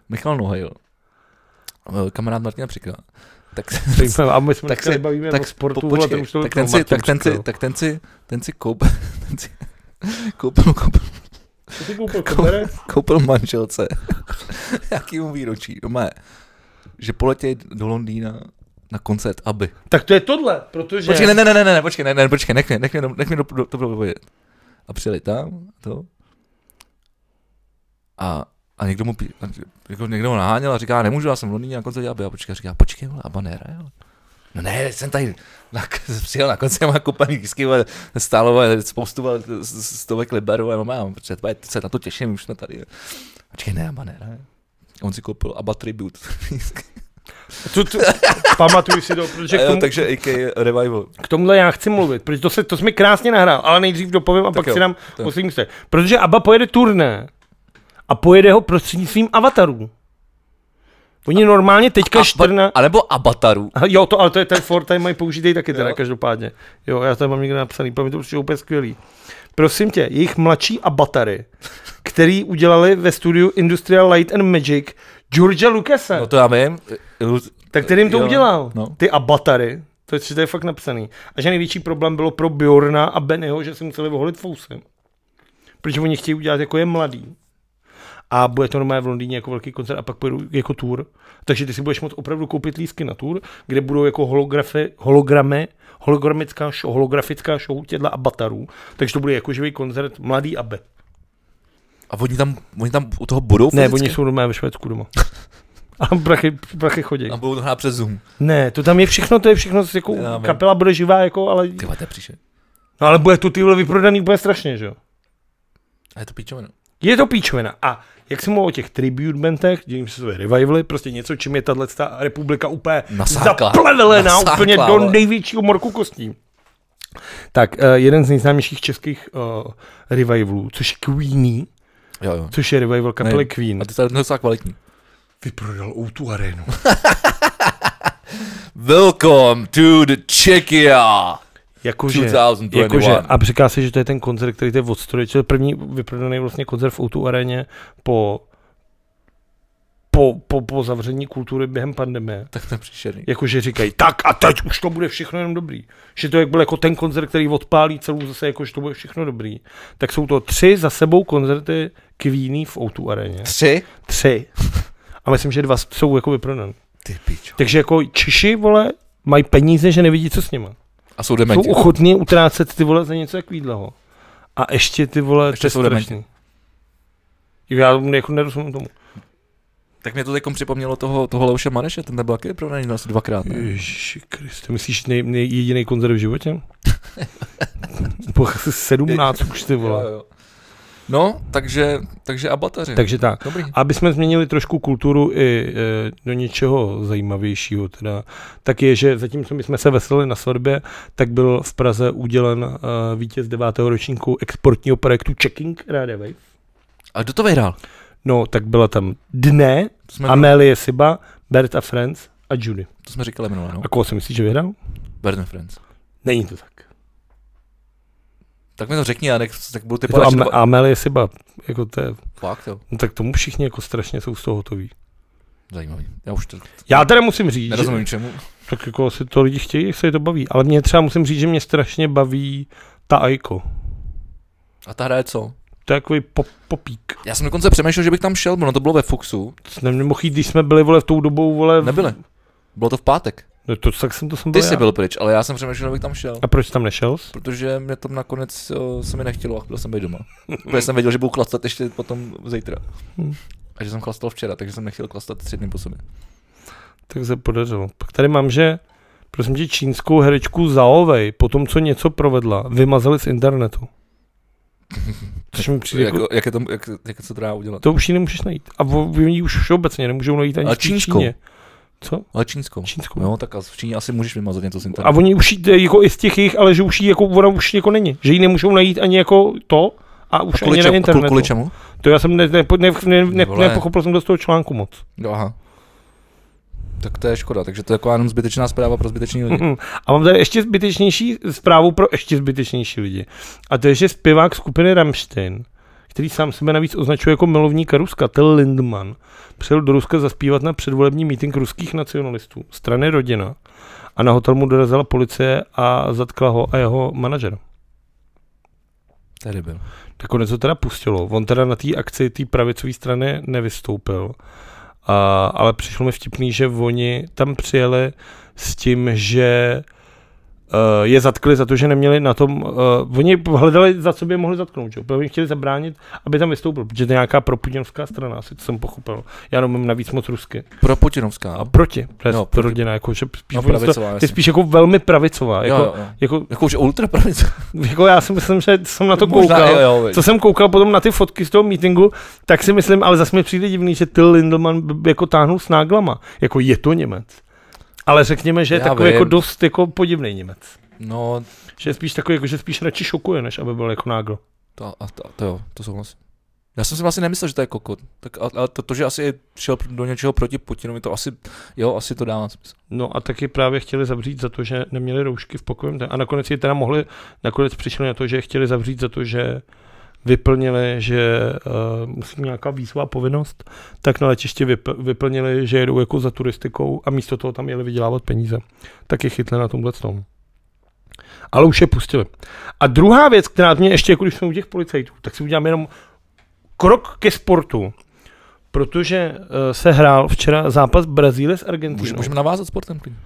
S1: Michal Nohajl, uh, kamarád Martina Přika, tak,
S2: a my jsme
S1: Tak
S2: tak
S1: se-
S2: se
S1: tak
S2: bavíme tak o
S1: se-
S2: sportu,
S1: po-
S2: vole,
S1: počkej,
S2: ten už to jako
S1: tak,
S2: vypnul,
S1: ten si,
S2: Martin
S1: tak, ten si,
S2: Škrl.
S1: tak ten si, ten si koupil, ten si koupil, koupil,
S2: Co jsi koupil
S1: Kou-
S2: koberec?
S1: koupil manželce jakýmu výročí, doma že poletěj do Londýna na koncert aby.
S2: Tak to je tohle, protože...
S1: Počkej, ne, ne, ne, ne, ne, počkej, ne, ne, počkej, nech mě, nech mě, nech mě do, do, to dopovědět. A přijeli tam, to. A, a někdo mu, pí- a, jako někdo ho naháněl a říká, nemůžu, já jsem v Londýně na koncertě Aby. A počkej, a říká, počkej, vole, Abba nehraje, vole. No ne, jsem tady, na, přijel na koncert, má koupený disky, vole, stálo vole, spoustu vole, s- s- stovek liberů, a mám, protože tvoje, se na to těším, už jsme tady. A Počkej, ne, Abba nehraje. On si koupil Abba Tribute.
S2: Tu, tu, pamatuju si to, protože
S1: A
S2: k,
S1: jo,
S2: tomu,
S1: takže AK Revival.
S2: k tomuhle já chci mluvit, protože to, se, to jsi mi krásně nahrál, ale nejdřív dopovím a pak
S1: jo,
S2: jo, si dám
S1: to jo.
S2: poslední místo. Protože ABBA pojede turné a pojede ho prostřednictvím avatarů. Oni normálně teďka 14...
S1: A nebo Abataru.
S2: Aha, Jo, to, ale to je ten Ford, tady mají použitý taky teda,
S1: Jo.
S2: každopádně. Jo, já tam mám někde napsaný, pro mě to určitě úplně skvělý. Prosím tě, jejich mladší abatary, který udělali ve studiu Industrial Light and Magic Georgia Lucasa,
S1: No
S2: no
S1: to já vím. Ilu-
S2: tak ten jim to
S1: jo,
S2: udělal,
S1: no.
S2: no. ty abatary. To je, to je fakt napsaný. A že největší problém bylo pro Bjorna a Bennyho, že si museli voholit fousy. Protože oni chtějí udělat jako je mladý. A bude to normálně v Londýně jako velký koncert a pak pojedu jako tour. Takže ty si budeš moct opravdu koupit lístky na tour, kde budou jako holografy, hologramy, hologramická show, holografická show těchto abatarů. Takže to bude jako živý koncert mladý abe.
S1: A oni tam, oni tam u toho budou
S2: Ne,
S1: fyzicky?
S2: oni jsou normálně ve Švédsku doma. A prachy, prachy chodí.
S1: A budou to hrát přes Zoom.
S2: Ne, to tam je všechno, to je všechno, jako
S1: Já vím.
S2: kapela bude živá, jako, ale,
S1: Ty vole, to je příšer.
S2: no, ale bude to tyhle vyprodaný úplně strašně, že jo.
S1: A je to píčovina.
S2: Je to píčovina. A jak jsem mluvil o těch tribute bandech, dělím se svoje revivaly, prostě něco, čím je tahle republika úplně
S1: Nasáklá.
S2: zaplevená,
S1: Nasáklá,
S2: úplně do
S1: vole.
S2: největšího morku kostí. Tak, eh, jeden z nejznámějších českých uh, revivalů, což je Queenie,
S1: Jo, jo.
S2: což je revival kapely
S1: Ne.
S2: Queen,
S1: A ty tady docela kvalitní.
S2: vyprodal o arénu.
S1: Welcome to the Czechia.
S2: Jakože,
S1: 2021.
S2: jakože, a říká se, že to je ten koncert, který to je od studia, to je první vyprodaný vlastně koncert v O2 aréně po, po, po, po zavření kultury během pandemie.
S1: Tak to je příšerný.
S2: Jakože říkají, tak a teď už to bude všechno jenom dobrý. Že to jak byl jako ten koncert, který odpálí celou zase, jakože to bude všechno dobrý. Tak jsou to tři za sebou koncerty Queeny v O2 aréně.
S1: Tři?
S2: Tři. A myslím, že dva jsou jako vyprodaný.
S1: Ty pičo.
S2: Takže jako Češi, vole, mají peníze, že nevidí, co s nima
S1: A jsou
S2: jsou
S1: dementi.
S2: ochotní utrácet ty vole za něco takového. A ještě ty vole,
S1: Ještě
S2: to je
S1: jsou dementi.
S2: strašný. Jo, Já tomu jako nerozumím tomu.
S1: Tak mě to teď připomnělo toho, toho Leoše Mareše, ten nebyl taky prodaný asi dvakrát, ne?
S2: Ježiši Kriste, myslíš nej, nej, jediný koncert v životě? po 17 už ty vole.
S1: jo. No, takže, takže abataři.
S2: Takže tak.
S1: Dobrý.
S2: Aby jsme změnili trošku kulturu i e, do něčeho zajímavějšího, teda, tak je, že zatímco my jsme se veselili na svatbě, tak byl v Praze udělen e, vítěz devátého ročníku exportního projektu Checking Radio Wave.
S1: A kdo to vyhrál?
S2: No, tak byla tam Dne,
S1: To jsme,
S2: Amélie Siba, Berta Friends a Judy.
S1: to jsme říkali minule, no.
S2: A koho si myslíš, že vyhrál?
S1: Burden Friends.
S2: Není to tak.
S1: Tak mi to řekni, já nech, tak budu
S2: Je to
S1: typovat. že
S2: Am-
S1: to-
S2: Amelie Siba, jako to je,
S1: Fakt, jo.
S2: no tak tomu všichni jako strašně jsou z toho hotoví.
S1: Zajímavý. Já už to
S2: Já teda musím říct, že,
S1: Hmm. nerozumím čemu.
S2: tak jako asi to lidi chtějí, jak se je to baví, ale mě třeba musím říct, že mě strašně baví ta Aiko.
S1: A ta hra je co?
S2: To je takový pop, popík.
S1: Já jsem dokonce přemýšlel, že bych tam šel, no to bylo ve Fuxu.
S2: To jsem nemohl jít, když jsme byli, vole, v tou dobou, vole. v-
S1: Nebyli. Bylo to v pátek.
S2: No to, tak jsem to jsem
S1: Ty
S2: byl
S1: jsi
S2: já.
S1: byl pryč, ale já jsem přemýšlel, že bych tam šel.
S2: A proč tam nešel? jsi?
S1: Protože mě tam nakonec o, se mi nechtělo a chtěl jsem být doma. Protože jsem věděl, že budu klastat ještě potom zítra.
S2: Hm.
S1: A že jsem chlastal včera, takže jsem nechtěl klastat tři dny po sobě.
S2: Tak se podařilo. Pak tady mám, že prosím tě, čínskou herečku Zaovej, po tom, co něco provedla, vymazali z internetu. Což mi přijde jako,
S1: Jako, jak, je to, jak, jak se to dá udělat?
S2: To už ji nemůžeš najít. A v- ji už všeobecně nemůžou najít ani
S1: A
S2: v té
S1: čínskou.
S2: Číně. Co?
S1: Ale čínskou.
S2: Čínskou.
S1: No, tak a v Číně asi můžeš vymazat něco z
S2: A
S1: internetu.
S2: oni už jí, jako i z těch jejich, ale že už jí, jako ona už jako není. Že ji nemůžou najít ani jako to a už
S1: Kvůli
S2: ani na
S1: čemu- kvůli-
S2: internetu.
S1: kvůli čemu?
S2: To já jsem ne, ne, ne, ne, ne,
S1: Vole.
S2: nepochopil jsem to z toho článku moc.
S1: No, aha. Tak to je škoda, takže to je jako jenom zbytečná zpráva pro zbytečný lidi.
S2: Mm-mm. A mám tady ještě zbytečnější zprávu pro ještě zbytečnější lidi. A to je, že zpěvák skupiny Rammstein, který sám sebe navíc označuje jako milovníka Ruska, Till Lindman, přijel do Ruska zaspívat na předvolební mítink ruských nacionalistů, strany rodina. A na hotel mu dorazila policie a zatkla ho a jeho manažera.
S1: Tady byl.
S2: Nakonec ho teda pustilo. On teda na té akci té pravicové strany nevystoupil. A, ale přišlo mi vtipný, že oni tam přijeli s tím, že uh, je zatkli za to, že neměli na tom, uh, oni hledali za co by je mohli zatknout, že? jo, protože oni chtěli zabránit, aby tam vystoupil, protože to je nějaká proputinovská strana, asi to jsem pochopil. Já nemám navíc moc rusky.
S1: Pro Putinovská.
S2: A proti, to je
S1: Jo,
S2: no,
S1: proti.
S2: proti. rodina, jako, že spíš,
S1: No,
S2: oni to,
S1: pravicová,
S2: je
S1: jasně.
S2: spíš jako velmi pravicová. Jako,
S1: jo, jo.
S2: Jako,
S1: Jako už ultrapravice.
S2: jako, já si myslím, že jsem na to koukal.
S1: jo, jo,
S2: Co jsem koukal potom na ty fotky z toho meetingu, tak si myslím, ale zase mi přijde divný, že Till Lindemann b- b- jako táhnul s náglama. Jako je to Němec. Ale řekněme, že je
S1: Já
S2: takový
S1: vím.
S2: jako dost jako podivný Němec.
S1: No,
S2: Že je spíš takový, jako, že spíš radši šokuje, než aby byl jako nágl.
S1: to, a, to, to jo, to souhlasím. Já jsem si vlastně nemyslel, že to je kokot. Tak, a, a to, to, že asi šel do něčeho proti Putinovi, to asi, jo, asi to dává smysl.
S2: No a taky právě chtěli zavřít za to, že neměli roušky v pokojem. A nakonec je teda mohli, nakonec přišli na to, že je chtěli zavřít za to, že vyplnili, že uh, musí mít nějaká výzva povinnost, tak na letišti vyp- vyplnili, že jedou jako za turistikou a místo toho tam jeli vydělávat peníze. Tak je chytli na tomhle tom. Ale už je pustili. A druhá věc, která mě ještě, jako když jsme u těch policajtů, tak si udělám jenom krok ke sportu. Protože uh, se hrál včera zápas Brazílie s
S1: Může,
S2: Argentinou.
S1: můžeme navázat sportem klidně.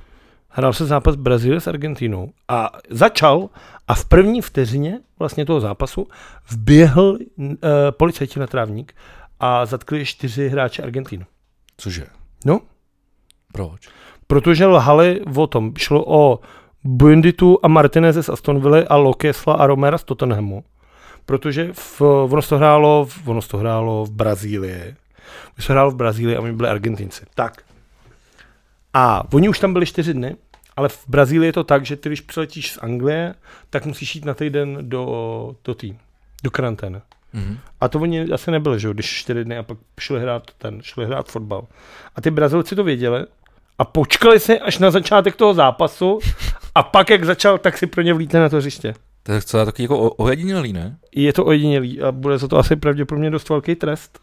S2: Hrál se zápas Brazílie s Argentínou a začal a v první vteřině vlastně toho zápasu vběhl uh, policajti na trávník a zatkli čtyři hráče Argentínu.
S1: Cože?
S2: No,
S1: Proč?
S2: protože lhali o tom. Šlo o Buenditu a Martineze z Astonville a Lokesla a Romera z Tottenhamu. Protože v, ono se to hrálo, v- ono se to hrálo v Brazílii. My jsme hráli v Brazílii a my byli Argentinci. Tak. A oni už tam byli čtyři dny, ale v Brazílii je to tak, že ty, když přiletíš z Anglie, tak musíš jít na týden do, do tý, do karantény.
S1: Mhm.
S2: A to oni asi nebyli, že jo, když čtyři dny a pak šli hrát ten, šli hrát fotbal. A ty Brazilci to věděli a počkali si až na začátek toho zápasu a pak, jak začal, tak si pro ně vlítne na to hřiště.
S1: To je celá taky jako o- ojedinělý, ne?
S2: Je to ojedinělý a bude za to asi pravděpodobně dost velký trest.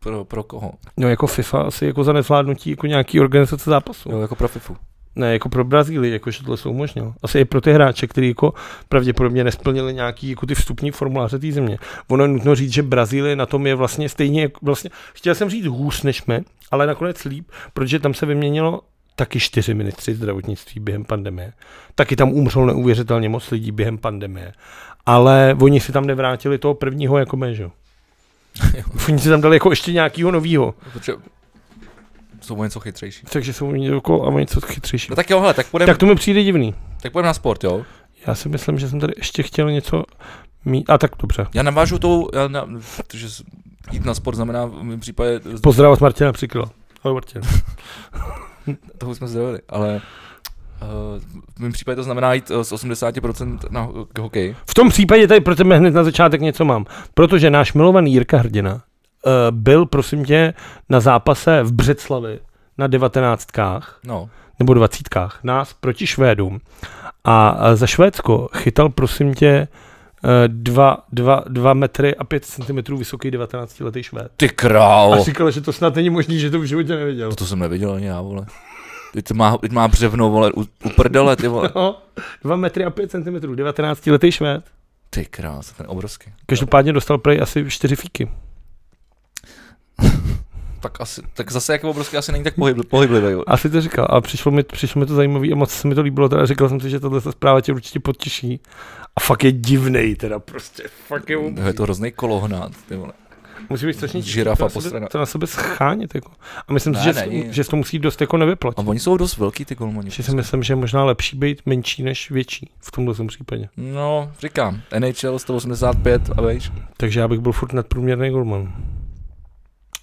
S1: Pro, pro koho?
S2: No jako FIFA asi jako za nezvládnutí jako nějaký organizace zápasu.
S1: Jo, jako pro FIFU.
S2: Ne, jako pro Brazílii, jako že tohle se umožnilo. Asi i pro ty hráče, kteří jako pravděpodobně nesplnili nějaký jako ty vstupní formuláře té země. Ono je nutno říct, že Brazílie na tom je vlastně stejně, jak- vlastně, chtěl jsem říct hůř než my, ale nakonec líp, protože tam se vyměnilo taky čtyři ministři zdravotnictví během pandemie. Taky tam umřelo neuvěřitelně moc lidí během pandemie. Ale oni si tam nevrátili toho prvního jako my, že? jo? Oni si tam dali jako ještě nějakého novýho,
S1: Protože jsou o něco chytřejší.
S2: takže jsou oni jako a něco chytřejší.
S1: No tak jo, hele, tak půjdeme
S2: Tak to mi přijde divný.
S1: tak půjdem na sport, jo?
S2: Já si myslím, že jsem tady ještě chtěl něco mít. A tak dobře.
S1: Já navážu tou, já na, protože s- jít na sport znamená v mém případě,
S2: Pozdrav od Martina Přikla. Ahoj Martin.
S1: toho jsme zdravili, ale eh, v mém případě to znamená jít eh, z 80% na ho- k hokeji.
S2: V tom případě tady pro tebe hned na začátek něco mám. Protože náš milovaný Jirka Hrdina uh, byl, prosím tě, na zápase v Břeclavi na 19.
S1: No,
S2: nebo dvacítkách nás proti Švédům. A eh, za Švédsko chytal, prosím tě, eh, 2, 2, 2 metry a 5 cm vysoký 19-letý Švéd.
S1: Ty
S2: A
S1: král.
S2: říkal, že to snad není možný, že to v životě neviděl.
S1: To, to jsem neviděl ani já, vole. Teď má, teď má břevno, vole, u, u prdele, ty vole.
S2: No, 2 metry a 5 cm, 19-letý Švéd.
S1: Ty král, ten je obrovský.
S2: Každopádně dostal prej asi 4 fíky.
S1: Tak, asi, tak zase jako obrovský asi není tak pohybl, pohyblivý. vole.
S2: Asi to říkal. A přišlo mi, přišlo mi to zajímavé a moc se mi to líbilo. Teda říkal jsem si, že tahle zpráva tě určitě potěší. A fakt je divnej teda prostě. Fakt je,
S1: No, Je to hrozný kolohnát, ty vole.
S2: musí být strašně těžký
S1: žirafa
S2: to na sebe-
S1: postrana.
S2: To na sebe schánit. Jako. A myslím
S1: Ne,
S2: si, že,
S1: není.
S2: že to musí dost jako nevyplat.
S1: A oni jsou dost velký, ty golmani.
S2: Že si myslím, že je možná lepší být menší než větší v tomhle tom případě.
S1: No, říkám, NHL 185 a vejš.
S2: Takže já bych byl furt nadprůměrný golman.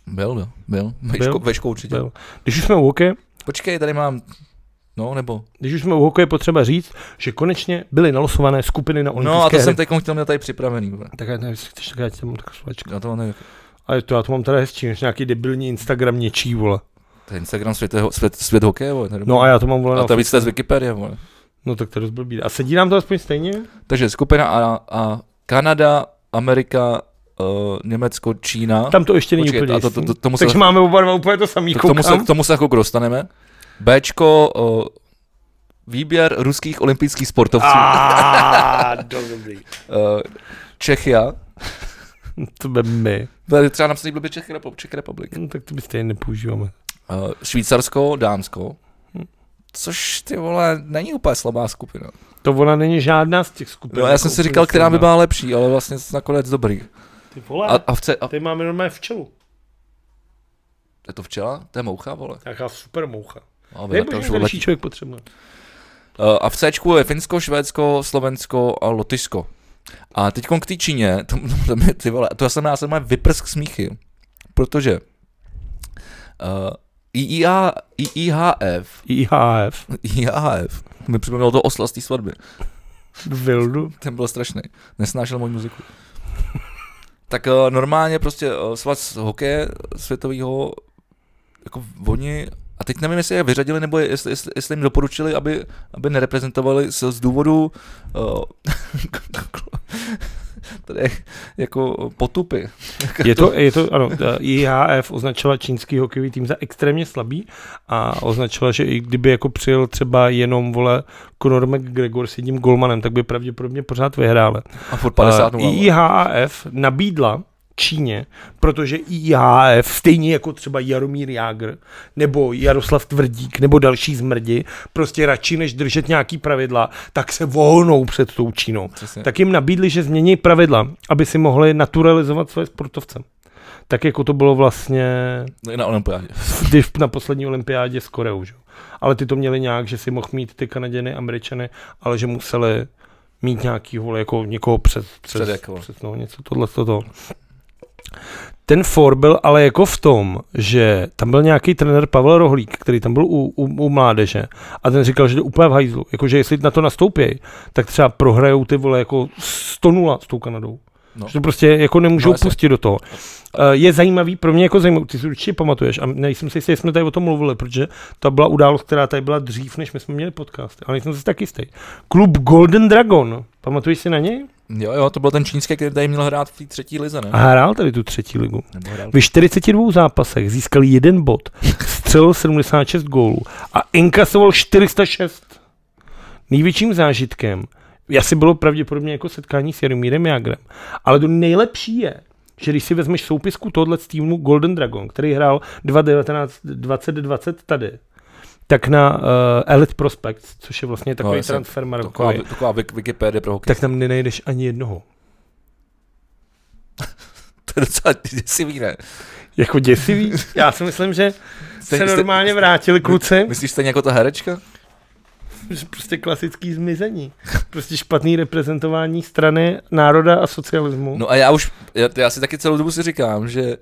S1: Byl, byl, byl.
S2: Byl?
S1: Vejško, vejško určitě.
S2: Byl. Když už jsme u hokeje,
S1: Počkej, tady mám, no nebo.
S2: když už jsme u hokeje, potřeba říct, že konečně byly nalosované skupiny na olympijské
S1: No a to
S2: hry.
S1: jsem teď chtěl měl tady připravený. vole.
S2: Tak já nevím, jestli chceš, tak já ti tam mám takovou slovačku.
S1: Já to mám tady-
S2: A je to, já to mám teda hezčí, než nějaký debilní Instagram něčí, vole.
S1: To je Instagram svět, svět, svět hokeje, vole. tady-
S2: No a já to mám, vole,
S1: a
S2: na...
S1: to je víc z Wikipedie, vole.
S2: no tak to je dost blbý. A sedí nám to aspoň stejně?
S1: Takže skupina A, a Kanada, Amerika, uh, Německo, Čína.
S2: Tam to ještě není
S1: Počkej,
S2: úplně
S1: a to- to-
S2: jistý.
S1: to- tomu se-
S2: Takže máme oba dva úplně to samý,
S1: K tomu se,
S2: koukám.
S1: k tomu se jako k dostaneme. Bčko, uh, výběr ruských olympijských sportovců.
S2: Ah, dost dobrý.
S1: Uh, Čechia.
S2: To by my.
S1: Tady třeba napsaný blbě Czech, Repu- Czech Republic.
S2: No, tak to by stejně nepoužíváme.
S1: Uh, Švýcarsko, Dánsko.
S2: Hm.
S1: Což ty vole, není úplně slabá skupina.
S2: To ona není žádná z těch skupin.
S1: No, já
S2: jako
S1: jsem si
S2: úplně
S1: říkal, která by
S2: slavná.
S1: byla lepší, ale vlastně nakonec dobrý.
S2: Ty vole,
S1: A, a, v ce, a
S2: tady máme normálně včelu.
S1: je to včela? To je moucha, vole.
S2: Nějaká super moucha.
S1: A,
S2: Nebo že další člověk potřebuje.
S1: Uh, a v C je Finsko, Švédsko, Slovensko a Lotyšsko. A teď k té Číně, to, to, to, ty vole, to já jsem, já jsem mám vyprsk smíchy, protože uh, IIA, IIHF,
S2: IHF.
S1: IIHF, mi připomnělo to osla z té svatby,
S2: Vildu.
S1: ten byl strašný, nesnášel moji muziku. tak uh, normálně prostě uh, svaz hokeje světového, jako oni, a teď nevím, jestli je vyřadili, nebo je- jestli, jestli, jestli jim doporučili, aby, aby nereprezentovali z, z důvodu uh, tady je jako potupy.
S2: Je to, je to, ano, eh, ta IHF označila čínský hokejový tým za extrémně slabý a označila, že i kdyby jako přijel třeba jenom, vole, Conor McGregor s jedním golmanem, tak by pravděpodobně pořád vyhráli.
S1: A furt 50
S2: Eh,
S1: uh,
S2: IHF nabídla Číně, protože IHF, stejně jako třeba Jaromír Jágr, nebo Jaroslav Tvrdík, nebo další zmrdi, prostě radši než držet nějaký pravidla, tak se vohnou před tou Čínou.
S1: Přesně.
S2: Tak jim nabídli, že změní pravidla, aby si mohli naturalizovat své sportovce. Tak jako to bylo vlastně
S1: No i na olympiádě.
S2: když na poslední olympiádě s Koreou. Že? jo. Ale ty to měli nějak, že si mohl mít ty Kanaděny, Američany, ale že museli mít nějaký vole, jako někoho před, přes,
S1: Před jako.
S2: před no, něco tohle, toto. Ten for byl ale jako v tom, že tam byl nějaký trenér Pavel Rohlík, který tam byl u, u, u mládeže a ten říkal, že to je úplně v hajzlu. Jakože jestli na to nastoupějí, tak třeba prohrajou ty vole jako 100 s tou Kanadou.
S1: No.
S2: Že to prostě jako nemůžou
S1: No,
S2: no,
S1: jasně.
S2: pustit do toho. Eh, Je zajímavý, pro mě jako zajímavý, ty si určitě pamatuješ, a nejsem si jistý, jestli jsme tady o tom mluvili, protože to byla událost, která tady byla dřív, než my jsme měli podcast, ale nejsem si tak jistý. Klub Golden Dragon, pamatuješ si na něj?
S1: Jo, jo, to byl ten čínský, který tady měl hrát v té třetí lize, ne?
S2: A hrál tady tu třetí ligu.
S1: Nebo hrál.
S2: Ve 42 zápasech získal jeden bod, střelil 76 gólů a inkasoval 406. Největším zážitkem asi bylo pravděpodobně jako setkání s Jaromírem Jagrem. Ale to nejlepší je, že když si vezmeš soupisku tohle z týmu Golden Dragon, který hrál 2019-2020 tady, tak na uh, Elite Prospects, což je vlastně takový no,
S1: jasně,
S2: transfer
S1: Taková,
S2: Marokový,
S1: taková Wik- Wikipedie pro hokej.
S2: tak tam nenajdeš ani jednoho.
S1: To je docela děsivý, ne?
S2: Jako děsivý. Já si myslím, že se
S1: jste-
S2: normálně vrátili kluci.
S1: Myslíš stejně jako ta herečka?
S2: Prostě klasický zmizení. Prostě špatný reprezentování strany, národa a socialismu. No.
S1: No a já už, já, já si taky celou dobu si říkám, že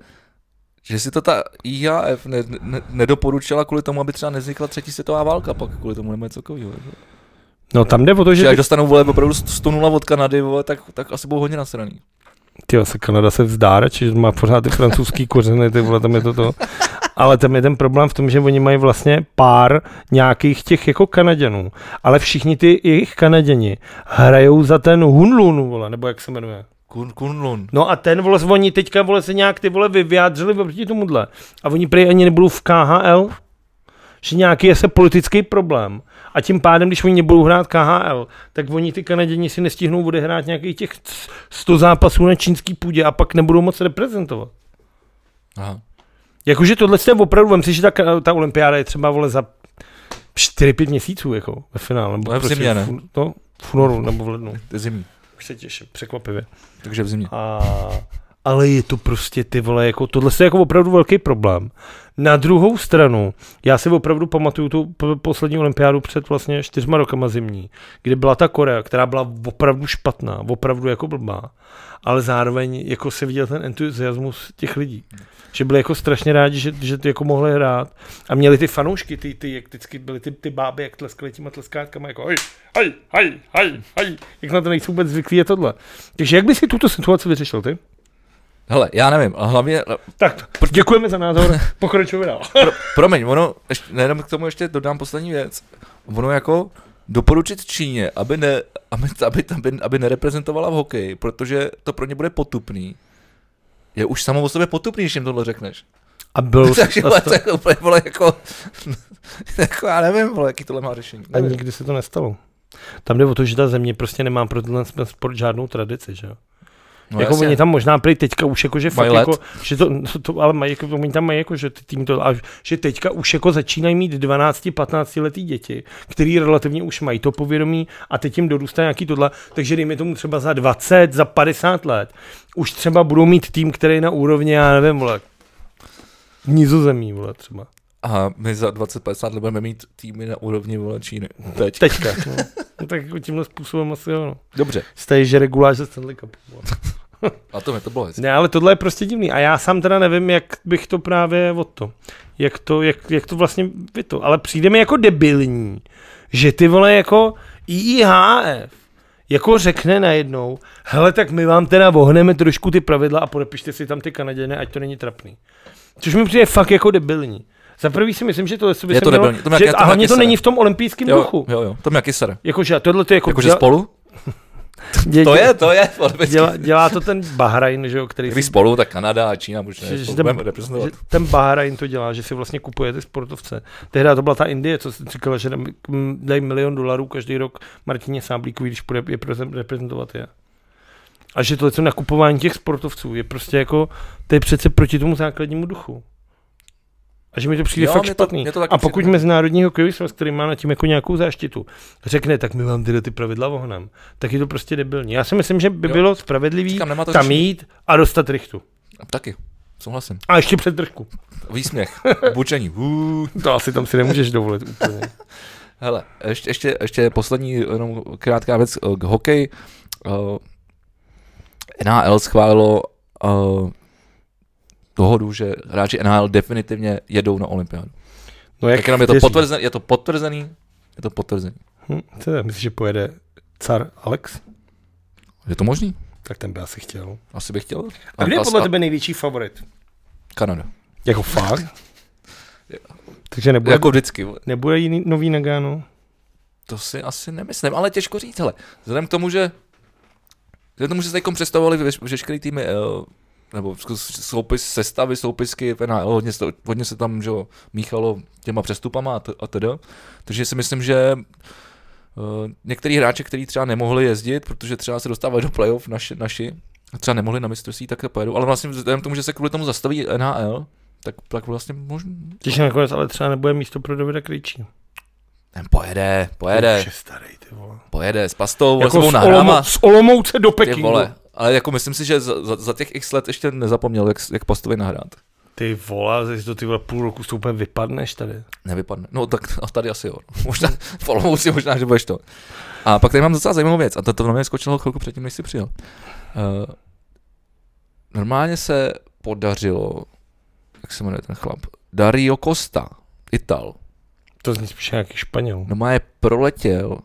S1: že si to ta IHF ne, ne, nedoporučila kvůli tomu, aby třeba nevznikla třetí světová válka, pak kvůli tomu nemáme celkovýho.
S2: no tam jde o to,
S1: Že
S2: že...
S1: až dostanou vole opravdu 100 nula od Kanady, vole, tak, tak asi budou hodně nasraný.
S2: Ty se Kanada se vzdá, čiže má pořád ty francouzský kořeny, ty vole, tam je to to. ale tam je ten problém v tom, že oni mají vlastně pár nějakých těch jako Kanaděnů, ale všichni ty jejich Kanaděni hrajou za ten Hunlun, vole, nebo jak se jmenuje.
S1: Kun, kunlun.
S2: No a ten, vole, oni teďka, vole, se nějak ty, vole, vyjádřili proti tomuhle. A oni prý ani nebudou v KHL, že nějaký je se politický problém. A tím pádem, když oni nebudou hrát KHL, tak oni ty Kanaděni si nestihnou odehrát nějakých těch 100 zápasů na čínský půdě a pak nebudou moc reprezentovat.
S1: Aha.
S2: Jakože tohle jste opravdu, vem si, že ta, ta olympiáda je třeba vole za 4-5 měsíců jako ve finále. Nebo
S1: Ale v zimě, ne?
S2: v, no, v únoru nebo v lednu.
S1: To je zimní.
S2: Už se těším, překvapivě.
S1: Takže v zimě.
S2: A, ale je to prostě ty vole, jako, tohle je jako opravdu velký problém. Na druhou stranu, já si opravdu pamatuju tu p- poslední olympiádu před vlastně čtyřma rokama zimní, kdy byla ta Korea, která byla opravdu špatná, opravdu jako blbá, ale zároveň jako se viděl ten entuziasmus těch lidí, že byli jako strašně rádi, že, že ty jako mohli hrát a měli ty fanoušky, ty, ty jak vždycky byly ty, ty báby, jak tleskaly těma tleskátkama, jako hej, hej, hej, hej, hej, jak na to nejsou vůbec zvyklí je tohle. Takže jak by si tuto situaci vyřešil ty?
S1: Hele, já nevím, a hlavně,
S2: Tak, děkujeme za názor, pokračujeme dál.
S1: pro, promiň, ono, ještě, nejenom k tomu ještě dodám poslední věc. Ono jako doporučit Číně, aby, ne, aby, aby, aby, aby nereprezentovala v hokeji, protože to pro ně bude potupný. Je už samo o sobě potupný, když jim tohle řekneš.
S2: A byl
S1: Takže vole, to je úplně, vole, jako, jako, já nevím, vole, jaký tohle má řešení.
S2: A
S1: Nevím.
S2: nikdy se to nestalo. Tam jde o to, že ta země prostě nemá pro tenhle sport žádnou tradici, že jo. No, jako
S1: jasně.
S2: oni tam možná prý teďka už jako, že fakt
S1: Mají let.
S2: jako, že to, to, ale mají, jako, oni tam mají jako, že ty tým to, a že teďka už jako začínají mít 12-15 letý děti, který relativně už mají to povědomí a teď jim dorůstá nějaký tohle, takže dejme tomu třeba za 20, za 50 let, už třeba budou mít tým, který je na úrovni, já nevím, vole, nizozemí, vole, třeba.
S1: A my za 20-50 let budeme mít týmy na úrovni vole Číny. Teď.
S2: Teďka. No. no tak jako tímhle způsobem asi jo. No.
S1: Dobře.
S2: Stejně, že regulář ze Stanley Cupu. vole.
S1: A to mi to bylo hezky.
S2: Ne, ale tohle je prostě divný. A já sám teda nevím, jak bych to právě o to. Jak to, jak, jak to vlastně vy to. Ale přijde mi jako debilní, že ty vole jako IIHF jako řekne najednou, hele, tak my vám teda vohneme trošku ty pravidla a podepište si tam ty Kanaděny, ať to není trapný. Což mi přijde fakt jako debilní. Za prvý si myslím, že tohle by
S1: Je
S2: se
S1: to
S2: mělo,
S1: debilní. To mě-
S2: že,
S1: já to
S2: a hlavně
S1: taky
S2: to
S1: se-
S2: není v tom olympijském
S1: Jo,
S2: duchu.
S1: jo, jo, to mě jaký sere.
S2: Jakože tohle to je jako...
S1: Jakože
S2: děla-
S1: spolu?
S2: dě-
S1: To
S2: dě-
S1: je, to je. vole, hezky.
S2: Dělá, dělá to ten Bahrajn, že jo, který
S1: Kdyby
S2: si,
S1: spolu, tak Kanada a Čína už ne,
S2: že, že,
S1: spolu
S2: ten,
S1: budeme reprezentovat.
S2: že ten Bahrajn to dělá, že si vlastně kupuje ty sportovce. Tehdy to byla ta Indie, co si říkala, že dám- m, dají milion dolarů každý rok Martině Sáblíkovi, když půjde je prezent- reprezentovat je. A že tohle co nakupování těch sportovců je prostě jako, to je přece proti tomu základnímu duchu. A že mi to přijde
S1: Jo,
S2: fakt
S1: mně to-
S2: špatný.
S1: mně to taky
S2: a pokud
S1: přijde.
S2: Mezinárodní hokejový svaz, který má nad tím jako nějakou záštitu, řekne, tak my vám tyhle ty pravidla vohnám, tak je to prostě debilní. Já si myslím, že by
S1: Jo.
S2: bylo spravedlivý
S1: Říkám, nemá to
S2: tam
S1: řešení.
S2: jít a dostat rychtu.
S1: No, Taky, souhlasím.
S2: A ještě před držku.
S1: Výsměch, bučení. hů.
S2: To asi tam si nemůžeš dovolit úplně.
S1: Hele, ještě, ještě, ještě poslední jenom krátká věc eh, k hokeji. Eh, NHL schválilo eh, dohodu, že hráči NHL definitivně jedou na olympiádu.
S2: No
S1: Tak jenom je to
S2: kteří?
S1: potvrzený, je to potvrzený, je to potvrzený.
S2: Hm, co je, myslíš, že pojede car Alex?
S1: Je to možný?
S2: Tak ten by asi chtěl.
S1: Asi bych chtěl.
S2: A kde je
S1: Asi-
S2: podle tebe největší favorit?
S1: Kanada.
S2: Jako fakt? Takže nebude, jako...
S1: Jako vždycky. vole.
S2: nebude jiný nový Nagano?
S1: To si asi nemyslím, ale těžko říct, hele. Vzhledem k tomu, že vzhledem k tomu, že se teďkom představovali veš- veškerý týmy, eh, nebo skou- soupis sestavy, soupisky v NHL, hodně se, to- hodně se tam že jo, míchalo těma přestupama a, t- a teda. Takže si myslím, že eh, některý hráči, kteří třeba nemohli jezdit, protože třeba se dostávají do playoff naši, naši a třeba nemohli na mistrovství, tak pojedou. Ale vlastně vzhledem k tomu, že se kvůli tomu zastaví NHL, tak, tak vlastně možná...
S2: Když nakonec ale třeba nebude místo pro Davida Krejčí.
S1: Ten pojede,
S2: To
S1: pojede,
S2: Už je starý, ty vole.
S1: pojede s pastou,
S2: Jako
S1: jako s
S2: z,
S1: nahrává.
S2: Olomou, z Olomouce do
S1: Ty
S2: Pekingu.
S1: vole, ale jako myslím si, že za, za, za těch x let ještě nezapomněl, jak, jak pastovi nahrát.
S2: Ty vole, zase do ty vole půl roku z toho úplně vypadneš tady.
S1: Nevypadne. No tak a tady asi jo. Možná, v Olomouci možná, že budeš to. A pak tady mám docela zajímavou věc. A to, to na mě skočilo chvilku předtím, než jsi přijel. Uh, normálně se podařilo, jak se jmenuje ten chlap, Dario Costa, Ital.
S2: To zní spíš nějaký Španěl.
S1: Normálně proletěl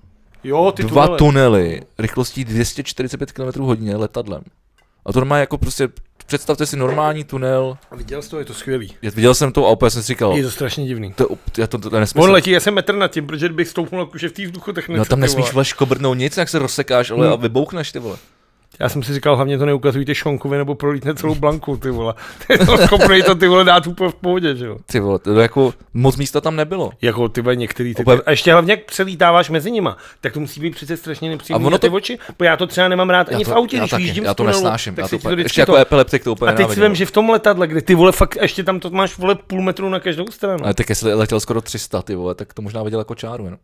S2: Jo,
S1: ty dva tunely rychlostí 245 km hodině letadlem. A to má jako prostě představte si normální tunel,
S2: Viděl jsi to, je to skvělý.
S1: já viděl jsem to a úplně jsem si říkal,
S2: Je to strašně divný.
S1: to, je up- já to, to, to je nesmysl.
S2: On letí, já jsem metr nad tím, protože bych stoupnul k v té vzduchotechnice.
S1: No tam
S2: ty
S1: nesmíš
S2: vole.
S1: vleš kobrnou nic, jak se rozsekáš, ale
S2: Hmm.
S1: a vybouchneš ty vole.
S2: Já jsem si říkal, hlavně to neukazujte Šonkovi, nebo prolítne celou blanku, ty vole. Ty to schopnej to, ty vole, dát úplně v pohodě, že jo.
S1: Ty vole, to jako moc místa tam nebylo.
S2: Jako ty vole, některý ty,
S1: Obe-
S2: A ještě hlavně, jak přelítáváš mezi nima, tak to musí být přece strašně nepříjemné.
S1: A ono
S2: ty
S1: to-
S2: oči, bo já to třeba nemám rád
S1: Já
S2: ani
S1: to,
S2: v autě,
S1: já,
S2: když
S1: taky,
S2: jíždím
S1: já
S2: z
S1: to
S2: tunelu,
S1: nesnáším,
S2: tak
S1: já
S2: se
S1: to,
S2: ti to
S1: úplně-
S2: vždycky
S1: ještě jako epileptik to úplně
S2: A teď si
S1: nenávidím,
S2: vím,
S1: no.
S2: že v tom letadle, kdy ty vole fakt ještě tam to máš vole půl metru na každou stranu.
S1: Ale tak jestli letěl skoro 300, ty vole, tak to možná viděl jako čáru jenom.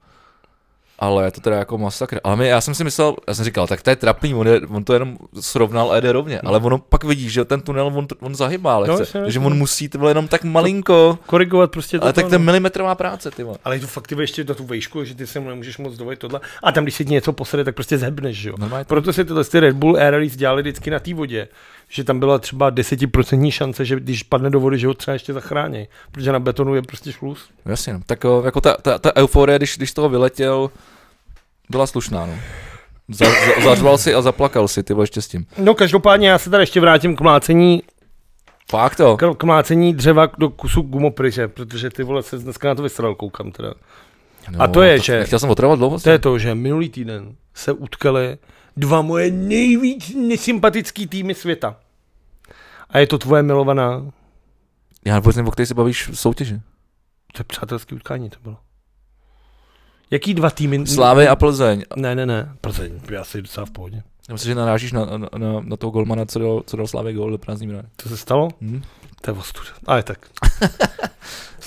S1: Ale je to teda jako masakr. Ale my, já jsem si myslel, já jsem říkal, tak to je trapný, on, je, on to jenom srovnal a jede rovně. Ale ono pak vidí, že ten tunel on, on zahybá
S2: No,
S1: lehce,
S2: jasně,
S1: že
S2: jasně.
S1: on musí ty vole, jenom tak malinko.
S2: Korigovat prostě to.
S1: Ale tak
S2: no.
S1: to je milimetrová práce, ty vole.
S2: Ale je to fakt ty vole, ještě do tu vejšku, že ty se mu nemůžeš moc dovolit tohle. A tam, když se ti něco posede, tak prostě zhebneš, že jo.
S1: Normálně to-
S2: Proto se tyhle ty Red Bull Air Release dělali vždycky na té vodě. Že tam byla třeba 10% šance, že když padne do vody, že ho třeba ještě zachrání. Protože na betonu je prostě šluz.
S1: Jasně, no. tak o, jako ta, ta, ta euforie, když, když toho vyletěl, byla slušná, no. Za, za, zařval si a zaplakal si, ty vole, ještě s tím.
S2: No každopádně já se tady ještě vrátím k mlácení,
S1: Fakt to.
S2: k, k mlácení dřeva do kusu gumopryže, protože ty vole se dneska na to vystral, koukám teda.
S1: No,
S2: a to je, že-
S1: Chtěl jsem otrvat dlouho.
S2: To je to, že minulý týden se utkali dva moje nejvíc nesympatický týmy světa. A je to tvoje milovaná
S1: Já vůbec nevím, o které se bavíš v soutěži.
S2: Mm. To je přátelské utkání to bylo. Jaký dva týmy?
S1: Slávy a Plzeň.
S2: Ne, ne, ne. Plzeň, já si docela v pohodě.
S1: Já myslím, že narážíš na, na, na, na toho golmana, co dal, co dal Slávě gol do prázdní brány.
S2: To se stalo?
S1: Hm?
S2: To je ostuda. Ale tak.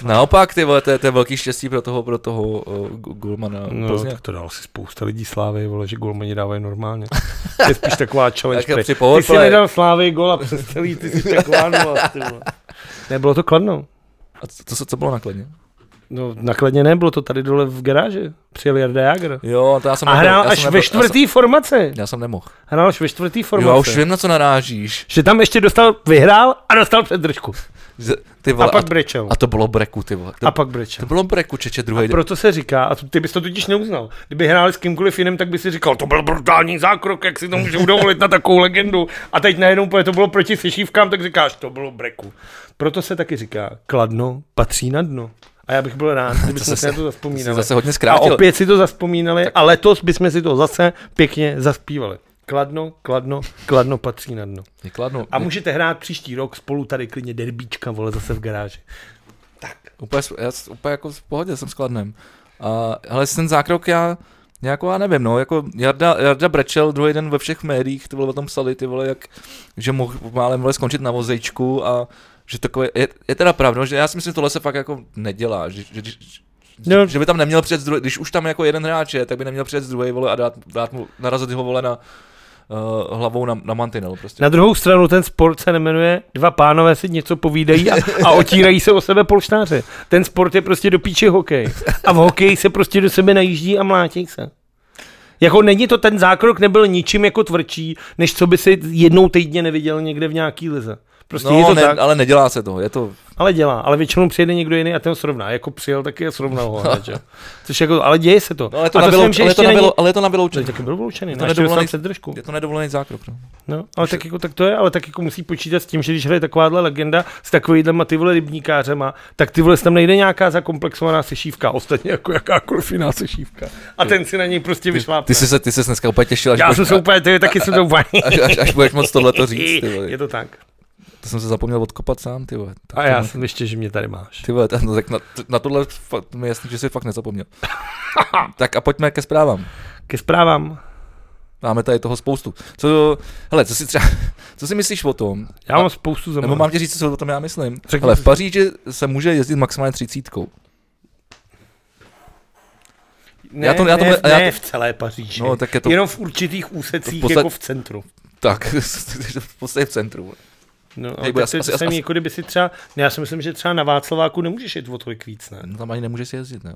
S1: Naopak, ty vole, to je, to je velký štěstí pro toho, pro toho uh, golmana
S2: No,
S1: Plzně.
S2: tak to dalo si spousta lidí slávy, vole, že golmani dávají normálně. To je spíš taková challenge.
S1: Tak jo,
S2: play.
S1: při
S2: ty si
S1: powerplay.
S2: nedal slávy gol a přes celý, ty jsi taková nula, ty vole. Ne, bylo to kladno.
S1: A co, co, se- co bylo nakladně?
S2: No, nakladně ne, bylo to tady dole v garáži. Přijel Jarda Jagr.
S1: Jo, to já jsem
S2: A
S1: nebyl-
S2: hrál
S1: já
S2: až
S1: jsem
S2: ve
S1: nebyl- Já
S2: čtvrtý formaci.
S1: jsem, já jsem nemohl.
S2: Hrál až ve čtvrtý
S1: Jo, já
S2: formaci.
S1: už vím, na co narážíš.
S2: Že tam ještě dostal, vyhrál a dostal předržku.
S1: Z- Ty
S2: A
S1: vole, a,
S2: pak brečel.
S1: a to bylo breku, ty vole. To,
S2: A pak brečel.
S1: to bylo breku, čeče, druhý den.
S2: Proto se říká, a tu- ty bys to totiž neuznal. Kdyby hráli s kýmkoliv jiným, tak by si říkal, to byl brutální zákrok, jak si to můžou dovolit na takovou legendu. A teď najednou, protože to bylo proti sešívkám, tak říkáš, to bylo breku. Proto se taky říká, kladno patří na dno. A já bych byl rád, kdyby jsme si
S1: zase-
S2: na to
S1: Jsi
S2: zaspomínali.
S1: zase hodně
S2: a
S1: zkrátil.
S2: opět si to zaspomínali a letos bychom si to zase pěkně zaspívali. Kladno, kladno, kladno patří na dno.
S1: Mě Kladno,
S2: A můžete hrát příští rok spolu tady klidně derbíčka, vole, zase v garáži.
S1: Úplně, s- já, s- úplně jako v pohodě jsem s Kladnem. A, ale ten zákrok já, já jako já nevím, no, jako Jarda, Jarda Brečel druhý den ve všech médiích, ty vole, o tom psali, ty vole, jak, že mohl málem vole skončit na vozejčku a že takové, je, je teda pravda, že já si myslím, že tohle se fakt jako nedělá, že, že, že
S2: No.
S1: No. Že by tam neměl přijet z druhé, když už tam jako jeden hráč je, tak by neměl přijet z druhé vole a dát, dát mu, narazit ho vole na uh, hlavou na, na mantinel prostě.
S2: Na druhou stranu ten sport se nemenuje dva pánové si něco povídají a, a otírají se o sebe polštáře. Ten sport je prostě do píči hokej. A v hokeji se prostě do sebe najíždí a mlátí se. Jako není to, ten zákrok nebyl ničím jako tvrdší, než co by si jednou týdně neviděl někde v nějaký lize. Prostě no, je to
S1: no, ne,
S2: tak,
S1: ale nedělá se to, je to,
S2: ale dělá. Ale většinou přijede někdo jiný a ten ho srovná. Jako přijel taky a srovnal ho. hned, že jo. Což jako, ale děje se to.
S1: no, ale je to,
S2: a
S1: na,
S2: to
S1: bylo,
S2: jsem, že
S1: ale je
S2: ještě
S1: to na,
S2: není-
S1: bylo, ale je to na vyloučení.
S2: No, taky byl vloučený,
S1: To
S2: no, ještě
S1: nedovolený-
S2: dostal předržku.
S1: Je to nedovolený zákrok. No.
S2: No, ale tak jako tak to je, ale tak jako musí počítat s tím, že když hraje takováhle legenda s takovýhlema ty vole rybníkářema, tak ty vole tam nejde nějaká zakomplexovaná sešívka, ostatně jako jakákoliv jiná sešívka. A ten si na něj prostě vyšlápne.
S1: Ty jsi, se, ty jsi se dneska úplně těšil, až,
S2: Já
S1: budeš,
S2: jsem se úplně, ty, taky jsem to úplně.
S1: až, až, až budeš moc tohleto říct. Ty
S2: Je
S1: vole.
S2: to tak.
S1: To jsem se zapomněl odkopat sám, ty vole. Tak
S2: A
S1: to
S2: já
S1: mám-
S2: jsem ještě, že mě tady máš.
S1: Ty vole, tak- no, tak na, na tohle fakt, mi je jasný, že jsi fakt nezapomněl. tak a pojďme ke zprávám.
S2: Ke zprávám.
S1: Máme tady toho spoustu. Co, hele, co si třeba, co si myslíš o tom?
S2: Já mám spoustu
S1: No, Nebo
S2: zajímavých.
S1: mám ti říct, co si o tom já myslím?
S2: Řekni,
S1: Hele,
S2: co
S1: v Paříži se může jezdit maximálně třicítkou.
S2: Ne,
S1: já to- já to-
S2: ne,
S1: já to-
S2: ne v celé Paříži.
S1: No, tak je to-
S2: Jenom v určitých úsecích,
S1: To v podstatě-
S2: jako v centru.
S1: Tak, v podstatě v centru.
S2: No, ale
S1: Hej,
S2: tak
S1: asi-
S2: to
S1: asi-
S2: je samý,
S1: asi-
S2: jako kdyby si třeba, ne, já si myslím, že třeba na Václaváku nemůžeš jít o tolik víc, ne?
S1: No, tam ani nemůžeš si jezdit, ne?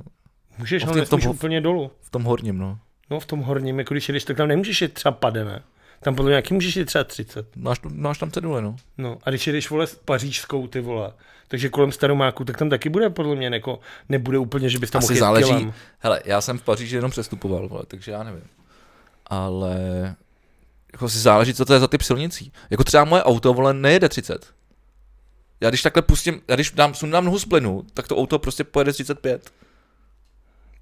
S2: Můžeš,
S1: No,
S2: ale
S1: v tom-
S2: nesmíš úplně dolů.
S1: V tom horním, no.
S2: No v tom horním, jako když jedeš, tak tam nemůžeš jít třeba padené. Tam podle mě jaký můžeš jít třeba 30.
S1: Máš, máš tam cedule, no.
S2: No a když jedeš, vole, s pařížskou, ty vole, takže kolem staromáku, tak tam taky bude podle mě, jako, nebude úplně, že bys tam mohl
S1: Asi
S2: jet
S1: záleží.
S2: kilem.
S1: Hele, já jsem v Paříži jenom přestupoval, vole, takže já nevím. Ale jako si záleží, co to je za typ silnicí. Jako třeba moje auto, vole, nejede 30. Já když takhle pustím, já když dám, sundám nohu z plynu, tak to auto prostě pojede 35.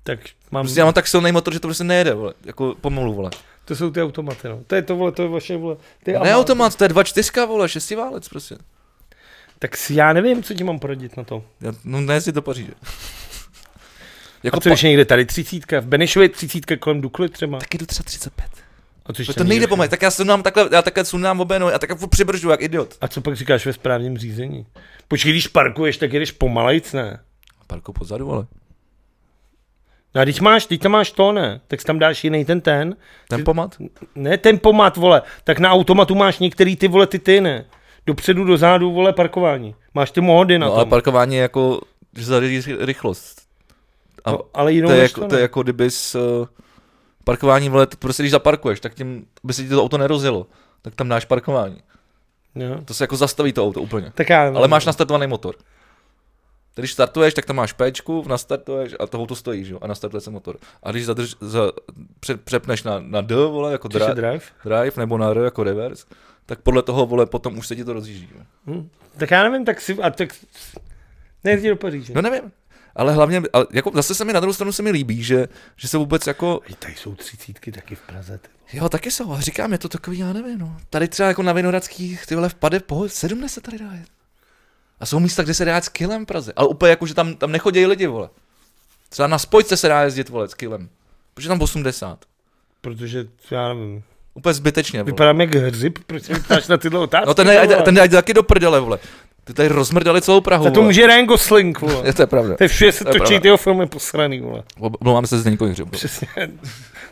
S2: Tak mám,
S1: Prostě já mám tak silný motor, že to prostě nejede, vole. Jako pomalu, vole.
S2: to jsou ty automaty, no. To je to, vole, to je vaše, vole. Ty
S1: Ne
S2: ama-
S1: automat, to je 2.4, vole, šestiválec prostě.
S2: Tak si, já nevím, co ti mám poradit na to.
S1: Já, no ne, si do Paříže.
S2: A
S1: jako pa,
S2: co ještě někde tady třicítka, v Benešově třicítka kolem Dukly třeba.
S1: tak jdu třeba 35.
S2: A co ještě
S1: No To
S2: tam
S1: nejde
S2: někde?
S1: pomalu, tak já sundám takhle, já takhle sundám obě nohy a takhle furt přibrždu, jak idiot.
S2: A co pak říkáš ve správním řízení? Počkej, když parkuješ, tak jedeš pomalejc, ne?
S1: Parku pozadu, vole.
S2: No a když máš, teď tam máš to, ne? Tak si tam dáš jiný ten ten.
S1: Tempomat?
S2: No, Ne tempomat, vole. Tak na automatu máš některý ty, vole, ty ty, ne? Dopředu, dozadu, vole, parkování. Máš ty mohody na
S1: No
S2: no,
S1: ale
S2: tom.
S1: parkování je jako, že zařídí rychlost. A
S2: no, ale jinou
S1: to, je
S2: než
S1: jako, to je
S2: ne?
S1: jako kdyby s eh, parkování, vole, to prostě když zaparkuješ, tak tím, aby se ti to auto nerozjelo, tak tam dáš parkování.
S2: No.
S1: To se jako zastaví to auto úplně.
S2: Tak já nevím.
S1: Ale máš nastartovaný motor. Když startuješ, tak tam máš péčku, nastartuješ a to auto stojí, že jo, a nastartuje se motor. A když zadrž, za, pře, přepneš na, na D, vole, jako
S2: Což
S1: dra,
S2: je drive?
S1: drive, nebo na R jako reverse, tak podle toho, vole, potom už se ti to rozjíždí. jo.
S2: Hm. Tak já nevím, tak si... A tak... Nejdi do Paříže.
S1: No nevím, ale hlavně, ale jako zase se mi na druhou stranu se mi líbí, že, že se vůbec jako
S2: Ej, Tady jsou třicítky taky v Praze. Ty.
S1: Jo, taky jsou. A říkám, je to takový, já nevím, no. Tady třeba jako na Vinohradských, ty vole, v pade po 70 tady dá jet. A jsou místa, kde se dá jet s kilem v Praze. Ale úplně jako, že tam, tam nechodí lidi, vole. Třeba na spojce se dá jezdit, vole, s kilem. Protože tam 80.
S2: Protože, já nevím,
S1: Úplně zbytečně, vole.
S2: vypadám jak hřib, proč se mě ptáš na tyhle otázky?
S1: No ten,
S2: ty
S1: ať-
S2: vole?
S1: ten, ten taky do prdele, vole. Ty tady rozmrdali celou Prahu,
S2: Za to
S1: vole.
S2: může Ryan Gosling, vole.
S1: Je to je pravda.
S2: To je všude se
S1: To je
S2: točí
S1: pravda.
S2: tyho filmy posraný, vole.
S1: Omlouvám se z Zdeňku Hřibu.
S2: Přesně.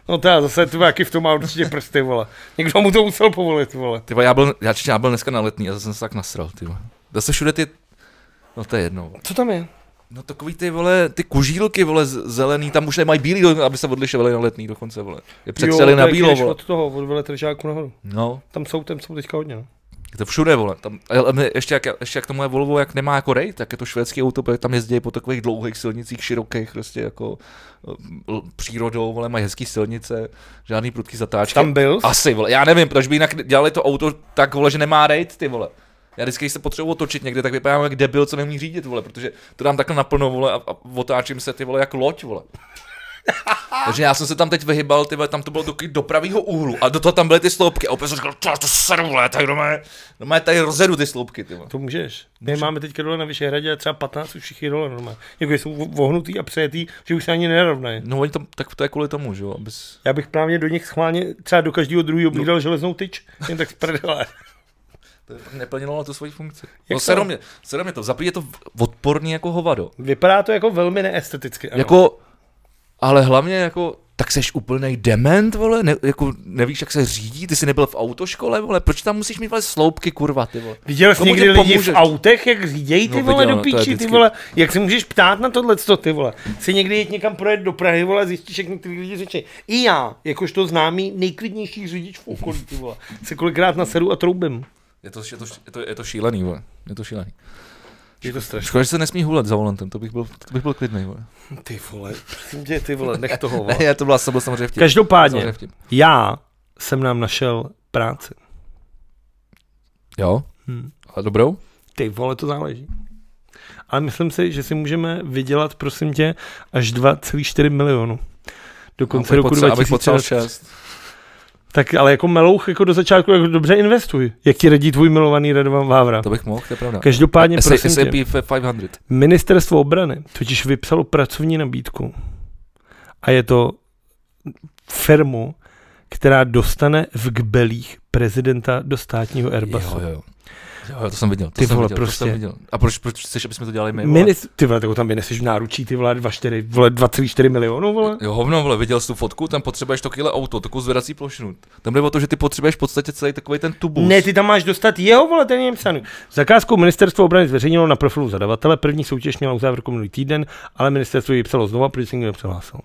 S2: No to já zase tu jaký v tom má určitě prsty, vole. Někdo mu to musel povolit, vole.
S1: Ty vole, já byl, já, já byl dneska na letní a zase jsem se tak nasral, ty vole. Zase všude ty, no to je jedno, vole.
S2: Co tam je?
S1: No takový ty vole, ty kužílky vole z- zelený, tam už nemají bílý, do- aby se odlišovali na letní dokonce vole. Je přestřeli
S2: Jo,
S1: na
S2: tak
S1: bílo
S2: jdeš
S1: vole.
S2: Od toho, od veletržáku nahoru.
S1: No,
S2: Tam jsou, tam jsou teďka hodně. no.
S1: je to všude vole. Tam, ale my- ještě, jak, ještě jak to moje Volvo, jak nemá jako rej, tak je to švédský auto, protože tam jezdí po takových dlouhých silnicích, širokých, prostě jako mm, l- přírodou, vole, mají hezký silnice, žádný prudký zatáčky.
S2: Tam byl?
S1: Asi, vole, já nevím, proč by jinak dělali to auto tak, vole, že nemá rejt, ty vole. Já vždycky, když se potřebuji otočit někde, tak vypadám jak debil, co nemí řídit, vole, protože to dám takhle naplno, vole, a, a otáčím se, ty vole, jak loď, vole. Takže já jsem se tam teď vyhybal, ty vole, tam to bylo do, do pravýho úhlu a do toho tam byly ty sloupky a opět jsem říkal, "Tyhle, to seru, vole, tady doma, doma tady rozjedu ty sloupky, ty vole.
S2: To můžeš. My Může. máme teďka dole na Vyšehradě třeba 15 už všichni dole normálně. Jako jsou vohnutý a přejetý, že už se ani nerovnají.
S1: No oni to, tak to je kvůli tomu, že jo, abys...
S2: Já bych právě do nich schválně třeba do každého druhého oblídal no. železnou tyč, jen tak z prdele.
S1: To je- neplnilo to svoji funkci.
S2: to?
S1: No seru mě, seru mě to, zaprvé je to odporný jako hovado.
S2: Vypadá to jako velmi neesteticky. Ano.
S1: Jako, ale hlavně jako, tak seš úplnej dement, vole, ne, jako nevíš, jak se řídí, ty jsi nebyl v autoškole, vole, proč tam musíš mít, vole, sloupky, kurva, ty vole.
S2: Viděl jsi
S1: Komu
S2: někdy
S1: ty
S2: lidi v
S1: pomůžeš?
S2: autech, jak řídějí ty
S1: No,
S2: vole
S1: viděl,
S2: do
S1: no, to je
S2: píči, ty
S1: vždycky.
S2: vole, jak se můžeš ptát na tohle, co ty vole. Chci někdy jít někam projet do Prahy, vole, a zjistíš, jak některý lidi řeče. I já, jakožto známý nejklidnější řidič v okolí, ty vole, se kolikrát nasedu a troubím.
S1: Je to, je to, je to, je to šílený, vole, je to šílený.
S2: Je to strašné.
S1: Škoda, že se nesmí hulet za volantem, to bych byl, to bych byl klidný, vole.
S2: Ty vole, prosím tě, ty vole, nech toho, vole.
S1: Ne, já to byla, to byl samozřejmě vtip. Samozřejmě
S2: Každopádně,
S1: vtip.
S2: já jsem nám našel práci.
S1: Jo,
S2: Hmm.
S1: ale dobrou?
S2: Ty vole, to záleží. Ale myslím si, že si můžeme vydělat, prosím tě, až 2,4 milionu. Do konce
S1: Abych
S2: roku
S1: potřeba- abych potřeboval
S2: 2020.
S1: šest.
S2: Tak ale jako melouch jako do začátku jako dobře investuj, jak ti radí tvůj milovaný Radovan Vávra.
S1: To bych mohl, to je pravda.
S2: Každopádně
S1: S-
S2: prosím tě,
S1: SAP 500.
S2: ministerstvo obrany totiž vypsalo pracovní nabídku a je to firmu, která dostane v Kbelích prezidenta do státního Airbusu.
S1: Jo, jo, jo. Jo, jo, to jsem viděl, to
S2: Ty
S1: jsem
S2: vole,
S1: viděl, to jsem
S2: prostě.
S1: viděl. A proč, proč chceš, aby jsme to dělali my? vole?
S2: Minis- ty vole, tak ho tam vyneseš v náručí, ty vole, 2,4, vole, 2,4 milionů, vole.
S1: Jo, hovno, vole, viděl jsi tu fotku, tam potřebuješ to kilo auto, takovou zvedací plošinu. Tam jde o to, že ty potřebuješ v podstatě celý takový ten tubus.
S2: Ne, ty tam máš dostat jeho, vole, ten je psaný. Zakázku ministerstvo obrany zveřejnilo na profilu zadavatele, první soutěž měla uzávěrku minulý týden, ale ministerstvo ji psalo znova, protože se nikdo nepřihlásil.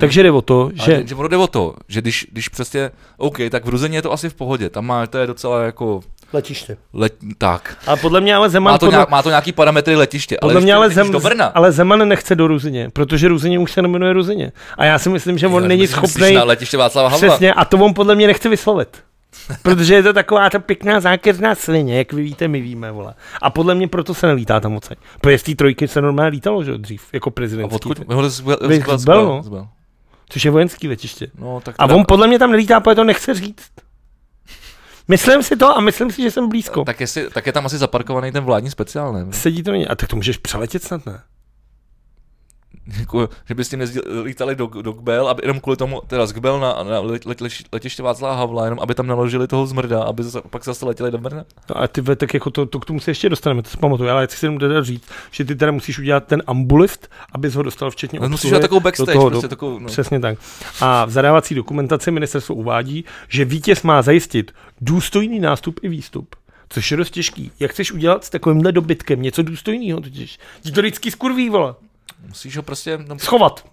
S2: Takže jde o to,
S1: že...
S2: že
S1: Ale, že ono jde o to, že když, když přesně, OK, tak v Ruzeně je to asi v pohodě, tam má, to je docela jako,
S2: letíš ty.
S1: let, tak.
S2: Ale podle mě ale Zeman,
S1: Má to,
S2: podle,
S1: nějak, má to nějaký parametry letiště, ale
S2: podle mě
S1: když
S2: ale,
S1: ty letíš
S2: Zem,
S1: do Brna.
S2: ale Zeman nechce do Ruzině, protože Ruzině už se nemenuje Ruzině. A já si myslím, že on
S1: Jo,
S2: není
S1: myslíš
S2: schopný.
S1: na letiště Václava Havla.
S2: Přesně, a to on podle mě nechce vyslovit. Protože je to taková ta pěkná zákeřná svině, jak vy víte, my víme, vole. A podle mě proto se nelítá tam moc. Protože z té trojky se normálně lítalo, že jo, dřív, jako
S1: A
S2: prezidentský.
S1: odkud?
S2: ty.
S1: Ho zbyl,
S2: Bych
S1: zbyl,
S2: zbyl,
S1: zbyl,
S2: no.
S1: zbyl.
S2: Což je vojenský letiště.
S1: No, tak
S2: A
S1: teda-
S2: on podle mě tam nelítá, protože to nechce říct. Myslím si to a myslím si, že jsem blízko. Tak.
S1: tak, jestli, tak je tam asi zaparkovaný ten vládní speciál, ne?
S2: Sedí to na ně. A tak to můžeš přeletět snad, ne?
S1: Jako, že by s tím nezdíl- lítali do, do Gbel, aby jenom kvůli tomu, teda z Gbel na, na let, let, letiště Václava Havla, jenom aby tam naložili toho zmrda, aby zase, pak zase letěli do Brna.
S2: No a ty ve, tak jako to, to, k tomu se ještě dostaneme, to si pamatuju, ale já chci jenom teda říct, že ty teda musíš udělat ten ambulift, abys ho dostal včetně
S1: No, musíš
S2: obsluhy
S1: dát takovou backstage,
S2: do toho,
S1: prostě
S2: do,
S1: takovou, no.
S2: Přesně tak. A v zadávací dokumentaci ministerstvo uvádí, že vítěz má zajistit důstojný nástup i výstup. Což je dost těžký. Jak chceš udělat s takovýmhle dobytkem něco důstojného totiž? Ti to vždycky skurví, vole.
S1: Musíš ho prostě, no,
S2: Schovat.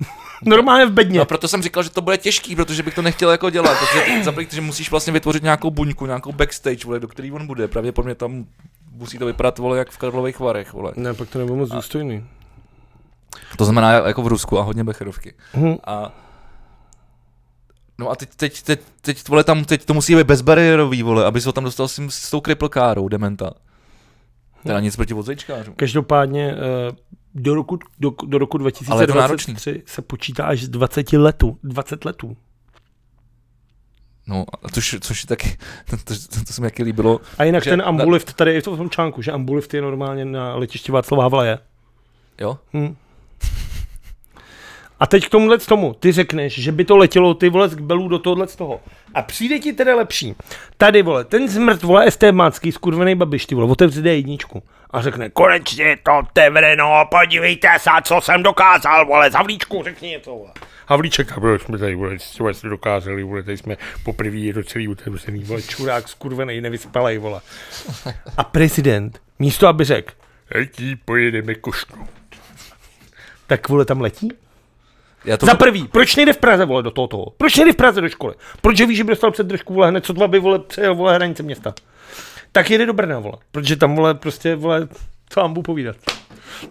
S2: Normálně v bedně.
S1: No proto jsem říkal, že to bude těžký, protože bych to nechtěl jako dělat, protože za první, že musíš vlastně vytvořit nějakou buňku, nějakou backstage, vole, do který on bude, pravděpodobně tam musí to vypadat, vole, jak v Karlových varech, vole.
S2: Ne, pak to nebylo moc důstojný.
S1: To znamená jako v Rusku a hodně becherovky.
S2: Mhm.
S1: A No a teď, teď, teď, teď, vole, tam, teď to musí být bezbariérový, vole, aby se ho tam dostal s, tím, s tou cripple károu, dementa. Teda nic proti vodzejčkářům.
S2: Každopádně eh, do roku, do, do roku
S1: Ale je to náročný.
S2: 2023 se počítá až z 20 letů. 20 letů.
S1: No, a což, což je taky, to, to, to, to se mi taky líbilo.
S2: A jinak
S1: Že-
S2: že, ten ambulift, tady je to v tom článku, že ambulift je normálně na letišti Václava Havla je.
S1: Jo?
S2: Hm. A teď k tomuhle z tomu, ty řekneš, že by to letělo ty vole z belů do tohohle z toho. A přijde ti teda lepší. Tady vole, ten zmrt vole STMácký, skurvený babiš, ty vole, otevře D1 a řekne, konečně je to otevřeno, podívejte se, co jsem dokázal, vole, zavlíčku, řekni něco, vole. Havlíček, a byli jsme tady, vole, co jsme dokázali, vole, tady jsme poprvé je docela otevřený, vole, čurák, skurvený, nevyspalej, vole. A prezident, místo aby řekl, jaký pojedeme košnou, tak vole tam letí?
S1: Já to,
S2: Za prvý, proč nejde v Praze vole do toho toho? Proč nejde v Praze do školy? Proč je víš, že by dostal předdržku vole hned co dva by vole přejel vole hranice města? Tak jede do Brna vole, protože tam vole prostě vole, co vám budu povídat.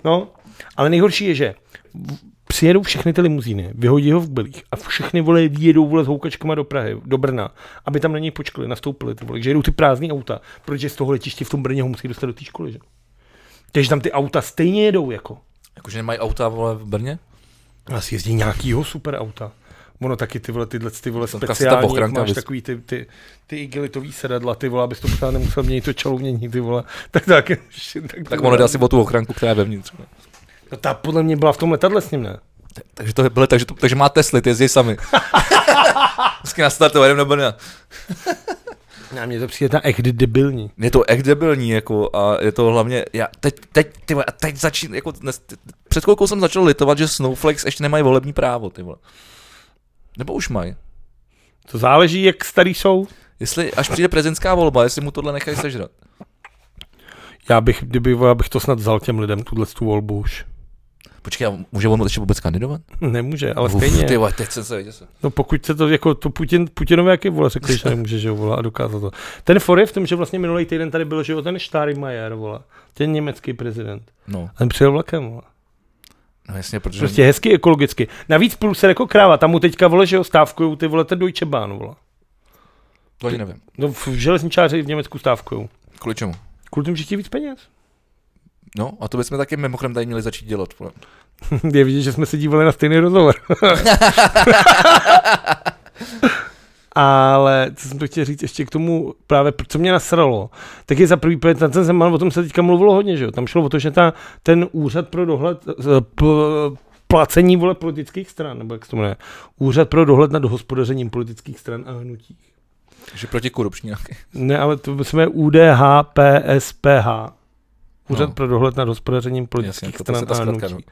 S2: No, ale nejhorší je, že v- přijedou všechny ty limuzíny, vyhodí ho v kbelích a všechny vole vyjedou vole s houkačkama do Prahy, do Brna, aby tam na něj počkali, nastoupili ty vole, že jedou ty prázdné auta, protože z toho letiště v tom Brně ho musí dostat do té školy, že? Takže tam ty auta stejně jedou jako.
S1: jakože nemají auta, vole, v Brně?
S2: Asi jezdí nějakýho super auta. Ono taky ty vole, tyhle ty vole
S1: Tam ta
S2: speciální, jak
S1: ochranka
S2: máš
S1: vys-
S2: takový ty, ty, ty igelitový sedadla, ty vole, abys to pořád nemusel měnit to čalounění, ty vole. Tak tak, tak,
S1: Tak ono jde asi o tu ochranku, která je vevnitř. Ne?
S2: No, ta podle mě byla v tom letadle s ním, ne?
S1: Takže to je, byle, takže, to, takže má Tesly, ty jezdí sami. Vždycky nastartovat, jdem do Brna.
S2: Na mě to přijde ta echt debilní.
S1: Je to echt debilní, jako, a je to hlavně, já teď, teď, ty vole, a teď začín, jako, dnes, t- před chvilkou jsem začal litovat, že Snowflakes ještě nemají volební právo, ty vole. Nebo už mají.
S2: To záleží, jak starý jsou.
S1: Jestli, až přijde prezidentská volba, jestli mu tohle nechají sežrat.
S2: Já bych, kdyby, vole, já bych to snad vzal těm lidem, tuhle tu volbu už.
S1: Počkej, a může on ještě vůbec kandidovat?
S2: Nemůže, ale stejně.
S1: Uf, ty vole, teď jsem se viděl.
S2: No pokud se to jako to Putin, Putinovi jaký vole řekli, že nemůže, že jo, vole, a dokázal to. Ten for je v tom, že vlastně minulý týden tady byl, že jo, ten Steinmeier, vole, ten německý prezident.
S1: No,
S2: A ten přijel vlakem, vole.
S1: no jasně, protože...
S2: Prostě hezky ekologicky. Navíc průser jako kráva, tam mu teďka, vole, že jo, stávkujou ty, vole, ten Deutsche Bahn, vole.
S1: To ani nevím.
S2: No v železničáři v Německu stávkujou.
S1: Kvůli čemu?
S2: Kvůli tomu, že chtějí víc peněz.
S1: No, a to bychom taky mimochodem tady měli začít dělat. Vole.
S2: Je vidět, že jsme se dívali na stejný rozhovor. Ale co jsem to chtěl říct ještě k tomu, právě co mě nasralo, tak je za prvý, protože ten ten Zeman, o tom se teďka mluvilo hodně, že jo? Tam šlo o to, že ta, ten úřad pro dohled, eh, p, placení vole politických stran, nebo jak se to jmenuje, úřad pro dohled nad hospodařením politických stran a hnutí.
S1: Že proti korupční nějaký.
S2: Ne, ale to jsme UDHPSPH. Úřad
S1: No.
S2: no. pro dohled nad hospodařením politických
S1: Jasně, to-
S2: Jasně,
S1: to se
S2: stran
S1: ta
S2: a
S1: zkratka,
S2: hnutí.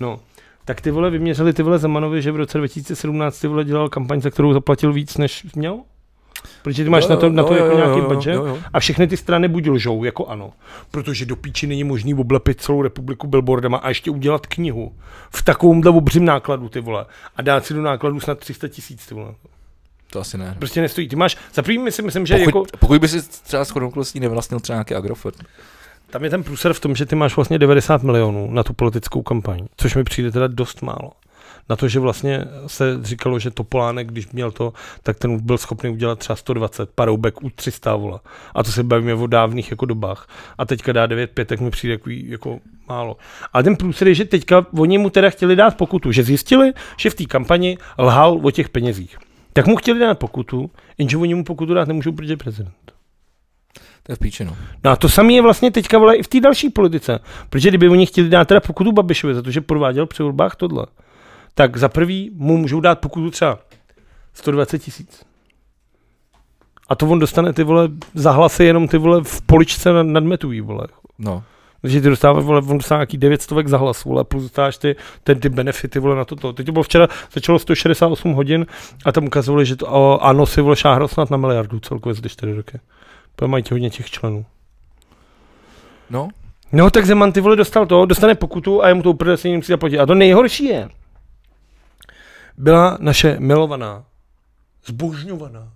S2: No. Tak ty vole vyměřili ty vole Zemanovi, že v roce 2017 ty vole dělal kampaň, za kterou zaplatil víc, než měl? Protože ty máš na to, na to jako nějaký budget?
S1: Jo, jo.
S2: A všechny ty strany buď lžou, jako ano, protože do píči není možný oblepit celou republiku billboardama a ještě udělat knihu v takovémhle obřím nákladu, ty vole, a dát si do nákladu snad 300 tisíc, ty vole.
S1: To asi ne.
S2: Prostě nestojí. Ty máš, za první si myslím, že
S1: Pokud,
S2: jako...
S1: pokud by si třeba s chodouklostí nevlastnil třeba nějaký Agrofert.
S2: Tam je ten průser v tom, že ty máš vlastně 90 milionů na tu politickou kampaň, což mi přijde teda dost málo. Na to, že vlastně se říkalo, že Topolánek, když měl to, tak ten byl schopný udělat třeba 120, paroubek u 300 vola. A to se bavíme o dávných jako dobách. A teďka dá 9 pětek mi přijde jako, jako málo. A ten průser je, že teďka oni mu teda chtěli dát pokutu, že zjistili, že v té kampani lhal o těch penězích. Tak mu chtěli dát pokutu, jenže oni mu pokutu dát nemůžou, protože je prezident.
S1: To je v píči, no.
S2: No a to samé je vlastně teďka vole i v té další politice. Protože kdyby oni chtěli dát teda pokutu Babišovi za to, že prováděl při volbách tohle, tak za prvý mu můžou dát pokutu třeba 120 tisíc. A to on dostane ty vole zahlasy jenom ty vole v poličce nad- nadmetují vole.
S1: no.
S2: Takže ty dostáváš, vole, on dostává nějaký 900 za hlas, vole, plus dostáváš ty, ten, ty benefity, vole, na toto. Teď to bylo včera, začalo 168 hodin a tam ukazovali, že to, o, ano, si, vole, šáhlo snad na miliardu celkově za ty 4 roky. Protože mají ti hodně těch členů.
S1: No,
S2: No, tak Zeman ty vole dostal to, dostane pokutu a jemu to úplně se musí zaplatit. A to nejhorší je, byla naše milovaná, zbožňovaná,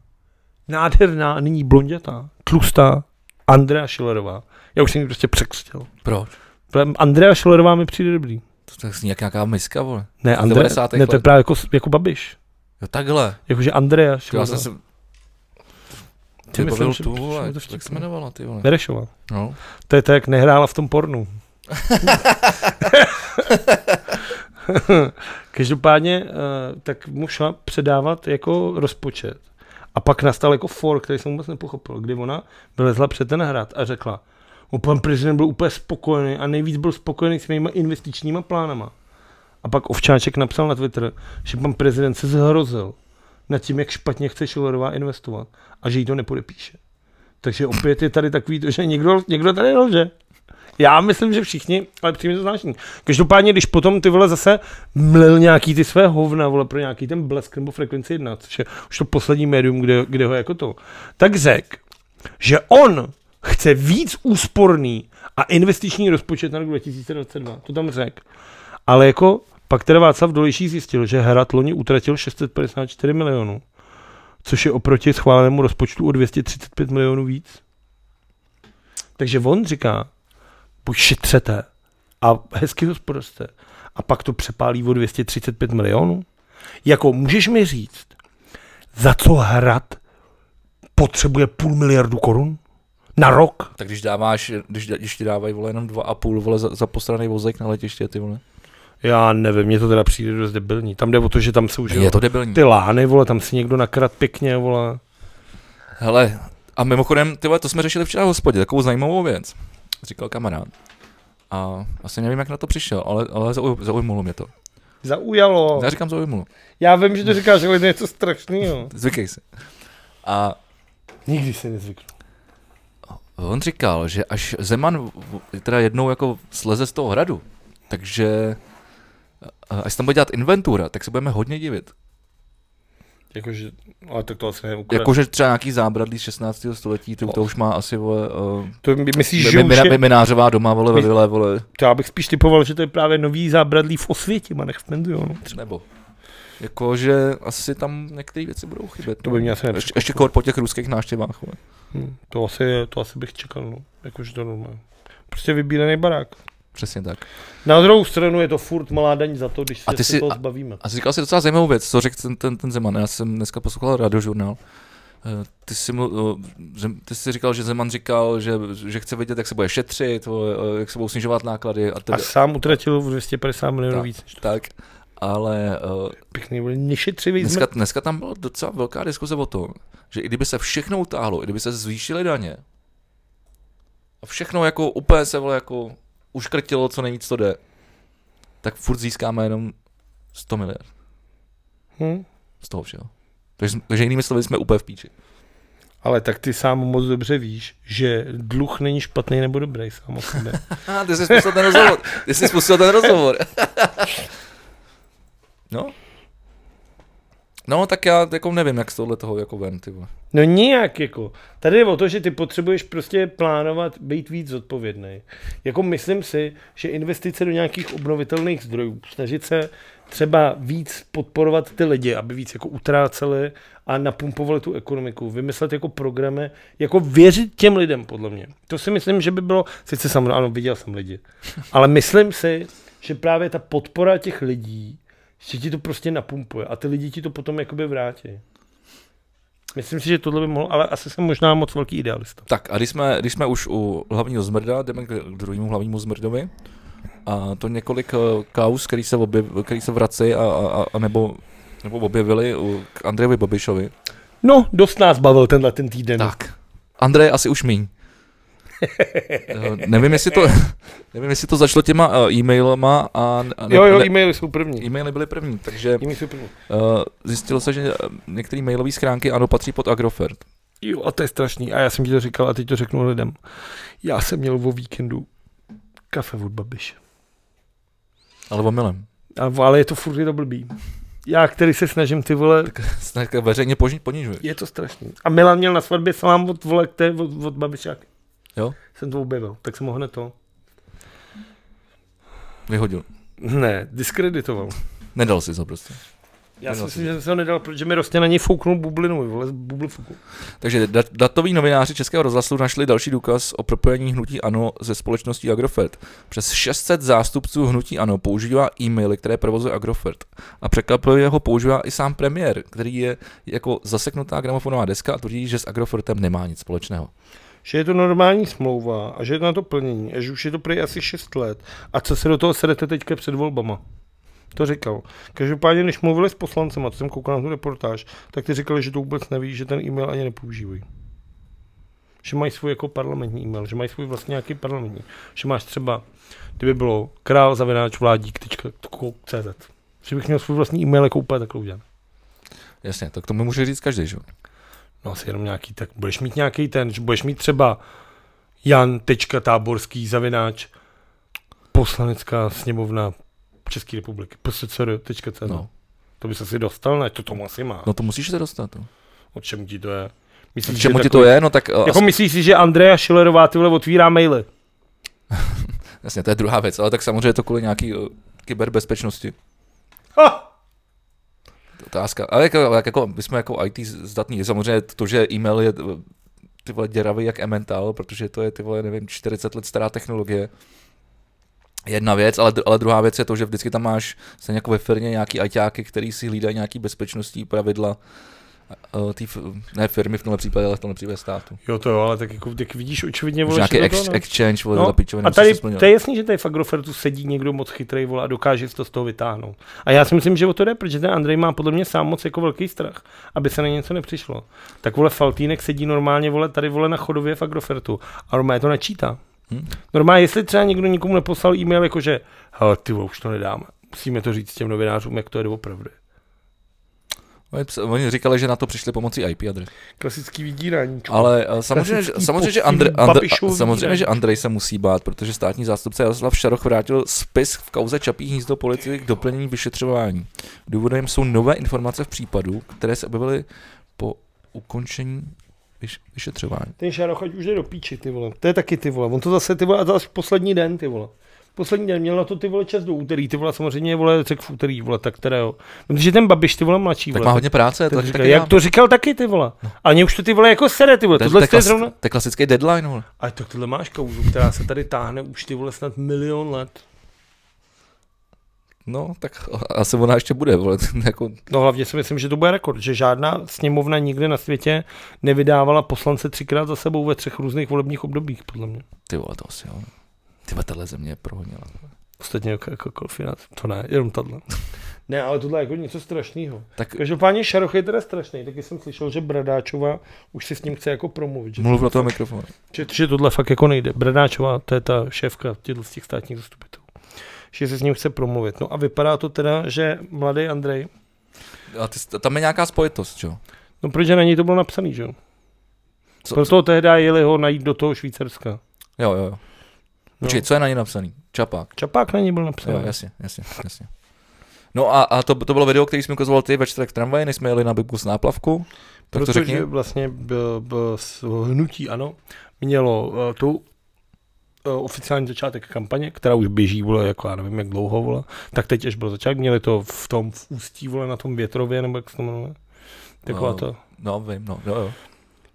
S2: nádherná, a nyní blondětá, tlustá Andrea Schillerová. Já už jsem ji prostě překřtil.
S1: proč?
S2: Protože Andrea Schillerová mi přijde dobrý.
S1: To tak zní jak nějaká miska, vole.
S2: Ne,
S1: Z
S2: Andre,
S1: 90.
S2: ne to je
S1: let.
S2: právě jako, jako Babiš.
S1: Jo, takhle.
S2: Jakože Andrea
S1: Ty, já
S2: Schillerová.
S1: jsem se... Ty
S2: myslím,
S1: bavil
S2: že-
S1: tu,
S2: že
S1: vole,
S2: mi to
S1: jak se
S2: vtipné.
S1: jmenovala, ty vole.
S2: Berešová.
S1: No.
S2: To je tak, jak nehrála v tom pornu. Každopádně, eh, tak mu šla předávat jako rozpočet. A pak nastal jako for, který jsem vůbec nepochopil, kdy ona vylezla před ten hrad a řekla, "O, pan prezident byl úplně spokojený a nejvíc byl spokojený s mými investičníma plánama. A pak Ovčáček napsal na Twitter, že pan prezident se zhrozil nad tím, jak špatně chce Šilerová investovat a že jí to nepodepíše. Takže opět je tady takový, to, že někdo, někdo tady lže. Já myslím, že všichni, ale přímě to zvláštní. Každopádně, když potom ty vole zase mlil nějaký ty své hovna, vole, pro nějaký ten blesk nebo frekvenci 1, což je už to poslední médium, kde, kde ho jako to, tak řek, že on chce víc úsporný a investiční rozpočet na rok 2022. To tam řek. Ale jako pak teda Václav Dolejší zjistil, že Hrad loni utratil 654 milionů, což je oproti schválenému rozpočtu o 235 milionů víc. Takže on říká, buď šetřete a hezky hospodařte a pak to přepálí o 235 milionů. Jako můžeš mi říct, za co Hrad potřebuje půl miliardu korun na rok?
S1: Tak když dáváš, když, když ti dávají, vole, jenom dva a půl, vole, za, za posraný vozek na letiště, ty vole.
S2: Já nevím, mně to teda přijde dost debilní. Tam jde o to, že tam jsou že
S1: Je
S2: jo,
S1: to debilní.
S2: ty lány, vole, tam si někdo nakrat pěkně, vole.
S1: Hele, a mimochodem, ty vole, to jsme řešili včera v hospodě, takovou zajímavou věc, říkal kamarád. A asi nevím, jak na to přišel, ale, ale zauj- zaujmulo mě to.
S2: Zaujalo.
S1: Já říkám zaujmulo,
S2: Já vím, že to říkáš, ale je to něco strašného.
S1: zvykej si. A
S2: Nikdy si nezvyknu.
S1: on říkal, že až Zeman v- teda jednou jako sleze z toho hradu, takže a- až se tam bude dělat inventura, tak se budeme hodně divit.
S2: Jakože, ale tak to asi nevím.
S1: Jakože třeba nějaký zábradlí z 16. století, to, to už má asi vole, uh,
S2: to my- myslíš, že
S1: mi,
S2: už
S1: mi, mi,
S2: je,
S1: minářová doma, vole, ve
S2: My-
S1: vile, vole,
S2: to já bych spíš typoval, že to je právě nový zábradlí v Osvěti, a nech v no. penzionu.
S1: nebo. Jakože asi tam některé věci budou chybět.
S2: To
S1: no.
S2: by mě asi nepřekvapilo.
S1: Ještě, ještě kor po těch ruských návštěvách. vole.
S2: Hm, to, asi, to asi bych čekal, no. Jakože to normálně. Prostě vybílený barák.
S1: Přesně tak.
S2: Na druhou stranu je to furt malá daň za to, když
S1: A ty
S2: se,
S1: si-
S2: se toho
S1: a-
S2: zbavíme.
S1: A jsi říkal si docela zajímavou věc, co řekl ten, ten, ten Zeman. Já jsem dneska poslouchal radiožurnál. Eh, Ty jsi, mlu, eh, Zem- ty jsi říkal, že Zeman říkal, že, že chce vědět, jak se bude šetřit, vole, eh, jak se budou snižovat náklady a
S2: A
S1: tak.
S2: sám utratil v 250 milionů
S1: Tak.
S2: víc. než to.
S1: tak. Ale eh,
S2: Pěkný, byl nešetřivý
S1: dneska,
S2: zmrt.
S1: dneska tam byla docela velká diskuze o tom, že i kdyby se všechno utáhlo, i kdyby se zvýšily daně, a všechno jako úplně se vole jako uškrtilo, co nejvíc to jde, tak furt získáme jenom 100 miliard.
S2: Hm?
S1: z toho všeho. Takže, takže jinými slovy jsme úplně v píči.
S2: Ale tak ty sám moc dobře víš, že dluh není špatný nebo dobrý sám o sobě.
S1: Aha, ty jsi spustil ten rozhovor. Ty jsi spustil ten rozhovor. no. No, tak já jako nevím, jak z tohle toho jako ven, ty vole.
S2: No nijak, jako. Tady je o to, že ty potřebuješ prostě plánovat, být víc zodpovědný. Jako myslím si, že investice do nějakých obnovitelných zdrojů, snažit se třeba víc podporovat ty lidi, aby víc jako utráceli a napumpovali tu ekonomiku, vymyslet jako programy, jako věřit těm lidem, podle mě. To si myslím, že by bylo, sice samozřejmě, ano, viděl jsem lidi, ale myslím si, že právě ta podpora těch lidí Že ti to prostě napumpuje a ty lidi ti to potom jakoby vrátí. Myslím si, že tohle by mohlo, ale asi jsem možná moc velký idealista.
S1: Tak a když jsme, když jsme už u hlavního zmrda, jdeme k k druhému hlavnímu zmrdovi. A to několik eh, kaus, který se, objev, který se vrací a, a, a- a nebo, nebo objevili u, k Andrejovi Babišovi.
S2: No, dost nás bavil tenhle ten týden.
S1: Tak. Andrej asi už míň. Eh, nevím, jestli to, nevím, jestli to začalo těma eh, e-mailama a, a ne,
S2: jo, jo,
S1: ne,
S2: e-maily jsou první.
S1: e-maily byly první, takže
S2: E-maily jsou první.
S1: eh, zjistilo se, že eh, některé mailové schránky ano patří pod Agrofert.
S2: Jo, a to je strašný. A já jsem ti to říkal a teď to řeknu lidem. Já jsem měl o víkendu kafe od Babiše.
S1: Ale omylem.
S2: A, ale je to furt je to blbý. Já, který se snažím ty vole,
S1: Tak veřejně poži- ponižuje.
S2: je to strašný. A Milan měl na svatbě salám od vole, který od, od Babišák.
S1: Jo?
S2: Jsem to objevil, tak jsem ho hned to.
S1: Vyhodil.
S2: Ne, diskreditoval.
S1: Nedal si to prostě.
S2: Já si
S1: Nedal
S2: myslím,
S1: si.
S2: že jsem se ho nedal, protože mi prostě na něj fouknul bublinu, vole, bubl fuku.
S1: Takže dat- datoví novináři Českého rozhlasu našli další důkaz o propojení hnutí ANO ze společností Agrofert. Přes 600 zástupců hnutí ANO používá e-maily, které provozuje Agrofert. A překvapivě ho používá i sám premiér, který je jako zaseknutá gramofonová deska a tvrdí, že s Agrofertem nemá nic společného.
S2: Že je to normální smlouva a že je to na to plnění a že už je to prý asi 6 let. A co se do toho sedete teďka před volbama? To říkal. Každopádně, když mluvili s poslancem, a co jsem koukal na tu reportáž, tak ty říkali, že to vůbec neví, že ten e-mail ani nepoužívají. Že mají svůj jako parlamentní e-mail, že mají svůj vlastně nějaký parlamentní. Že máš třeba, kdyby bylo král zavináč vládík tečka tko- CZ. Že bych měl svůj vlastní e-mail jako úplně takhle udělaný.
S1: Jasně, tak to mi může říct každý, že? jo?
S2: No asi jenom nějaký, tak budeš mít nějaký ten, že budeš mít třeba jan.táborský zavináč poslanecká sněmovna České republiky, pscr.cz.
S1: No.
S2: No. To bys asi dostal, ne? To tomu asi má. No.
S1: no to musíš se dostat. No.
S2: O čem ti to je?
S1: K
S2: Myslíš, že
S1: čemu ti to
S2: takový-
S1: je? No tak eh,
S2: Jako myslíš si, že Andrea Schillerová tyhle otvírá maily?
S1: Jasně, to je druhá věc, ale tak samozřejmě je to kvůli nějaký eh, kyberbezpečnosti.
S2: Ha!
S1: Otázka. Ale jako, ale jako, my jsme jako IT zdatní. Samozřejmě to, že e-mail je eh, ty vole děravý jak Emmental, protože to je ty vole, nevím, 40 let stará technologie. Jedna věc, ale, dru- ale druhá věc je to, že vždycky tam máš se jako ve firmě nějaký ajťáky, který si hlídají nějaký bezpečnostní pravidla eh, tý, f- ne firmy v tomhle případě, ale v tomhle případě státu.
S2: Jo to jo, ale tak jako tak vidíš očividně,
S1: Už
S2: vole,
S1: nějaký
S2: že
S1: ex,
S2: to,
S1: exchange, vole,
S2: No,
S1: no, pičoviny,
S2: a
S1: musíš
S2: tady,
S1: to splňovat.
S2: to je jasný, že tady v Agrofertu sedí někdo moc chytrý vole a dokáže si to z toho vytáhnout. A já si myslím, že o to jde, protože ten Andrej má podle mě sám moc jako velký strach, aby se na něco nepřišlo. Tak vole Faltínek sedí normálně vole tady vole na chodově v Agrofertu a normálně to načítá.
S1: Hm.
S2: Normálně, jestli třeba někdo nikomu neposlal e-mail, jakože, hele, ty vole, už to nedáme. Musíme to říct těm novinářům, jak to je doopravdy.
S1: Oni ps- Oni říkali, že na to přišli pomocí IP adres.
S2: Klasický vydírání. čku.
S1: Ale eh, samozřejmě, že-
S2: Klasický
S1: samozřejmě, že
S2: poctivý
S1: Andr, Andr,
S2: Babišův
S1: a- samozřejmě,
S2: výdaj.
S1: že Andrej se musí bát, protože státní zástupce Jaroslav Šaroch vrátil spis v kauze Čapí hnízdo policii k doplnění vyšetřování. Důvodem jsou nové informace v případu, které se objevily po ukončení vyš- vyšetřování.
S2: Ten Šaroch, ať už jde do píči, ty vole. To je taky ty vole. On to zase ty vole, a zase poslední den, ty vole. Poslední den měl na to ty vole čas do úterý, ty vole samozřejmě vole řekl v úterý, vole, tak teda jo. Protože ten Babiš, ty vole mladší,
S1: Tak
S2: vole.
S1: má hodně práce,
S2: ten
S1: tak,
S2: říkal,
S1: tak,
S2: jak to říkal taky ty vole.
S1: No.
S2: A mě už to ty vole jako sere, ty vole. Tohle
S1: to,
S2: to je
S1: klas,
S2: zrovna.
S1: to je klasický deadline. Vole.
S2: A tak tohle máš kauzu, která se tady táhne už ty vole snad milion let.
S1: No, tak asi ona ještě bude. Vole. jako,
S2: No hlavně si myslím, že to bude rekord, že žádná sněmovna nikdy na světě nevydávala poslance třikrát za sebou ve třech různých volebních obdobích, podle mě.
S1: ty vole, to asi jo. Ty vole, tahle země je prohonila.
S2: Ostatně jako, jako konfinát. To ne, jenom tato. Ne, ale tohle je jako něco strašného.
S1: Tak
S2: Každopádně Šaroch je teda strašný, taky jsem slyšel, že Bradáčová už si s ním chce jako promluvit, že,
S1: mluv do toho mikrofonu.
S2: že, že tohle fakt jako nejde. Bradáčová, to je ta šéfka těchto z těch státních zastupitelů že se s ním chce promluvit. No a vypadá to teda, že mladý Andrej,
S1: A ty, tam je nějaká spojitost, jo?
S2: no protože na něj to bylo napsaný, že jo?
S1: Co-
S2: Proto tehdy jeli ho najít do toho Švýcarska.
S1: Jo, jo, jo. Počkej,
S2: No.
S1: co je na ní napsaný? Čapák.
S2: Čapák na něj byl
S1: Jo,
S2: napsaný.
S1: jasně, jasně, jasně. No a, a to, to bylo video, který jsme ukazoval ty ve čtvrtek v tramvaji, než jsme jeli na Bigu s náplavku. Tak to
S2: Protože
S1: řekni.
S2: vlastně b, b, s- hnutí ano mělo uh, tu uh, oficiální začátek kampaně, která už běží, vole, jako já nevím, jak dlouho, vole, tak teď, až byl začátek, měli to v tom v ústí, vole, na tom větrově, nebo jak se to jmenuje, taková
S1: No.
S2: to.
S1: No, vím, no, jo, jo.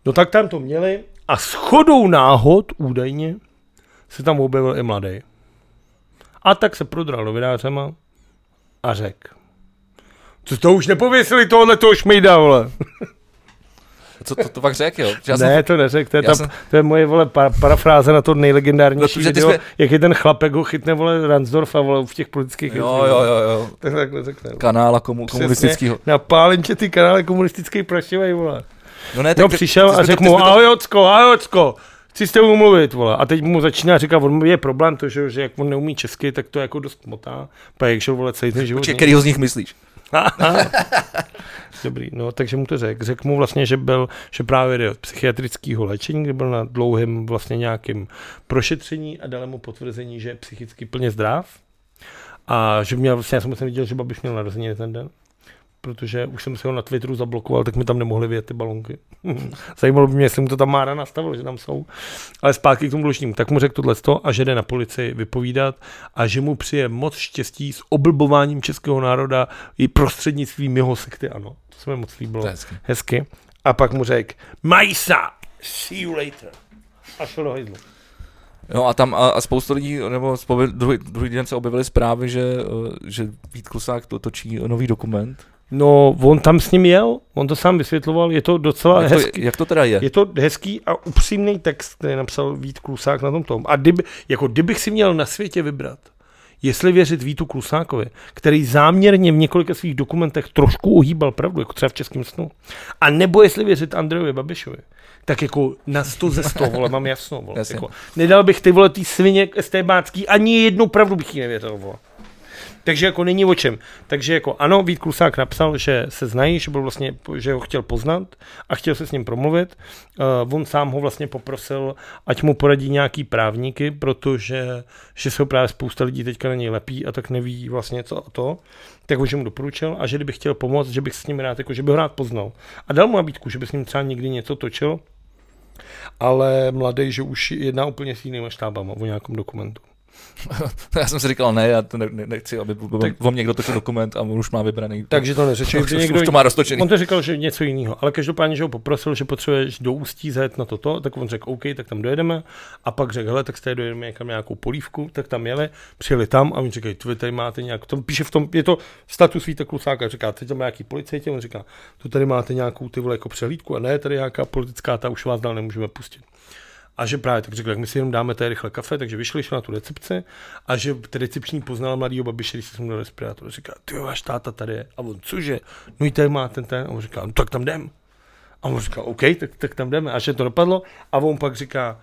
S2: No tak tam to měli a shodou náhod údajně se tam objevil i mladý. A tak se prodral novinářema a řekl, Co to už nepověsili tohle toho šmejda, vole?
S1: Co to, to pak řekl, jo? Že Já jsem,
S2: ne, to neřek, to je,
S1: já
S2: ta,
S1: jsem-
S2: to je moje, vole, pa, parafráze na to nejlegendárnější
S1: No, protože ty
S2: video,
S1: jsme-
S2: jak je ten chlapek ho chytne, vole, Ransdorfa, vole, v těch politických
S1: jo, jo, jo, jo.
S2: Tak takhle řekne. vole.
S1: Kanála komu, komunistického.
S2: Na pálenče ty kanály komunistický prašivej, vole.
S1: No ne,
S2: No
S1: ty-
S2: přišel
S1: ty
S2: a
S1: jsme to-
S2: řekl
S1: ty
S2: mu,
S1: jsme to-
S2: ahoj Ocko, ahoj Ocko, chci s tebou mluvit, vole. A teď mu začíná říkat, on mu- je problém to, že, že jak on neumí česky, tak to je jako dost motá. Pak jak šel, vole, celý ten život.
S1: Počkej,
S2: někde.
S1: kterýho z nich myslíš?
S2: No. Dobrý, no, takže mu to řekl. Řekl mu vlastně, že byl, že právě jde od psychiatrického léčení, kde byl na dlouhém vlastně nějakým prošetření a dali mu potvrzení, že je psychicky plně zdrav. A že měl, vlastně já jsem moc neviděl, že Babiš měl narozeniny ten den protože už jsem si ho na Twitteru zablokoval, tak mi tam nemohly vyjet ty balonky. Zajímalo by mě, jestli mu to tam Mára nastavil, že tam jsou. Ale zpátky k tomu dlužnímu. Tak mu řekl tohle a že jde na policii vypovídat a že mu přijde moc štěstí s oblbováním českého národa i prostřednictvím jeho sekty, ano. To se mi moc líbilo.
S1: To je hezky.
S2: Hezky. A pak mu řekl, Majsa, see you later. A šel do hajzlu.
S1: No a tam a, a spoustu lidí, nebo spouvi- druhý, druhý den se objevily zprávy, že, eh, že Vít Klusák to točí nový dokument.
S2: No, on tam s ním jel, on to sám vysvětloval, je to docela
S1: Jak
S2: hezky.
S1: to, jak to teda je?
S2: No, Je to hezký a upřímný text, který napsal Vít Klusák na tom tom. A kdyby, jako kdybych si měl na světě vybrat, jestli věřit Vítu Klusákovi, který záměrně v několika svých dokumentech trošku ohýbal pravdu, jako třeba v Českém snu, a nebo jestli věřit Andrejovi Babišovi, tak jako na 100 ze 100, vole, mám jasno, vole.
S1: Jasně.
S2: Jako, nedal bych ty vole tý svině estébácký, ani jednu pravdu bych jí nevěřil, vole. Takže jako není o čem. Takže jako ano, Vít Klusák napsal, že se znají, že, byl vlastně, že ho chtěl poznat a chtěl se s ním promluvit. Uh, on sám ho vlastně poprosil, ať mu poradí nějaký právníky, protože že se ho právě spousta lidí teďka na něj lepí a tak neví vlastně co a to. Tak ho, že mu doporučil a že kdyby chtěl pomoct, že bych s ním rád, jako že by ho rád poznal. A dal mu nabídku, že by s ním třeba někdy něco točil, ale mladý, že už jedná úplně s jinýma štábama o nějakém dokumentu.
S1: Já jsem si říkal, ne, já to ne, ne, nechci, aby tak... vám někdo točil dokument a on už má vybraný.
S2: Takže to neřečil.
S1: už, už, už to má roztočený.
S2: Jako On to říkal, že něco jiného, ale každopádně, že ho poprosil, že potřebuješ do ústí zajet na toto, tak on řekl OK, tak tam dojedeme. A pak řekl, hele, tak tady dojedeme někam na nějakou polívku, tak tam jeli, přijeli tam a on říkají, vy tady máte nějak, tam píše v tom, je to status Víta Klusáka, říká, teď tam nějaký policajti, on říká, tu tady máte nějakou ty vole jako přehlídku a ne, tady nějaká politická, ta už vás dál nemůžeme pustit. A že právě tak řekl, jak my si jenom dáme tady rychle kafe, takže vyšli, šli na tu recepci a že ten recepční poznal mladýho babiše, když se mu dal respirátor. Říká, ty jo, váš táta tady je. A on, cože? No i tady má ten ten. A on říká, no tak tam jdem. A on říká, OK, tak, tak tam jdeme. A že to dopadlo. A on pak říká,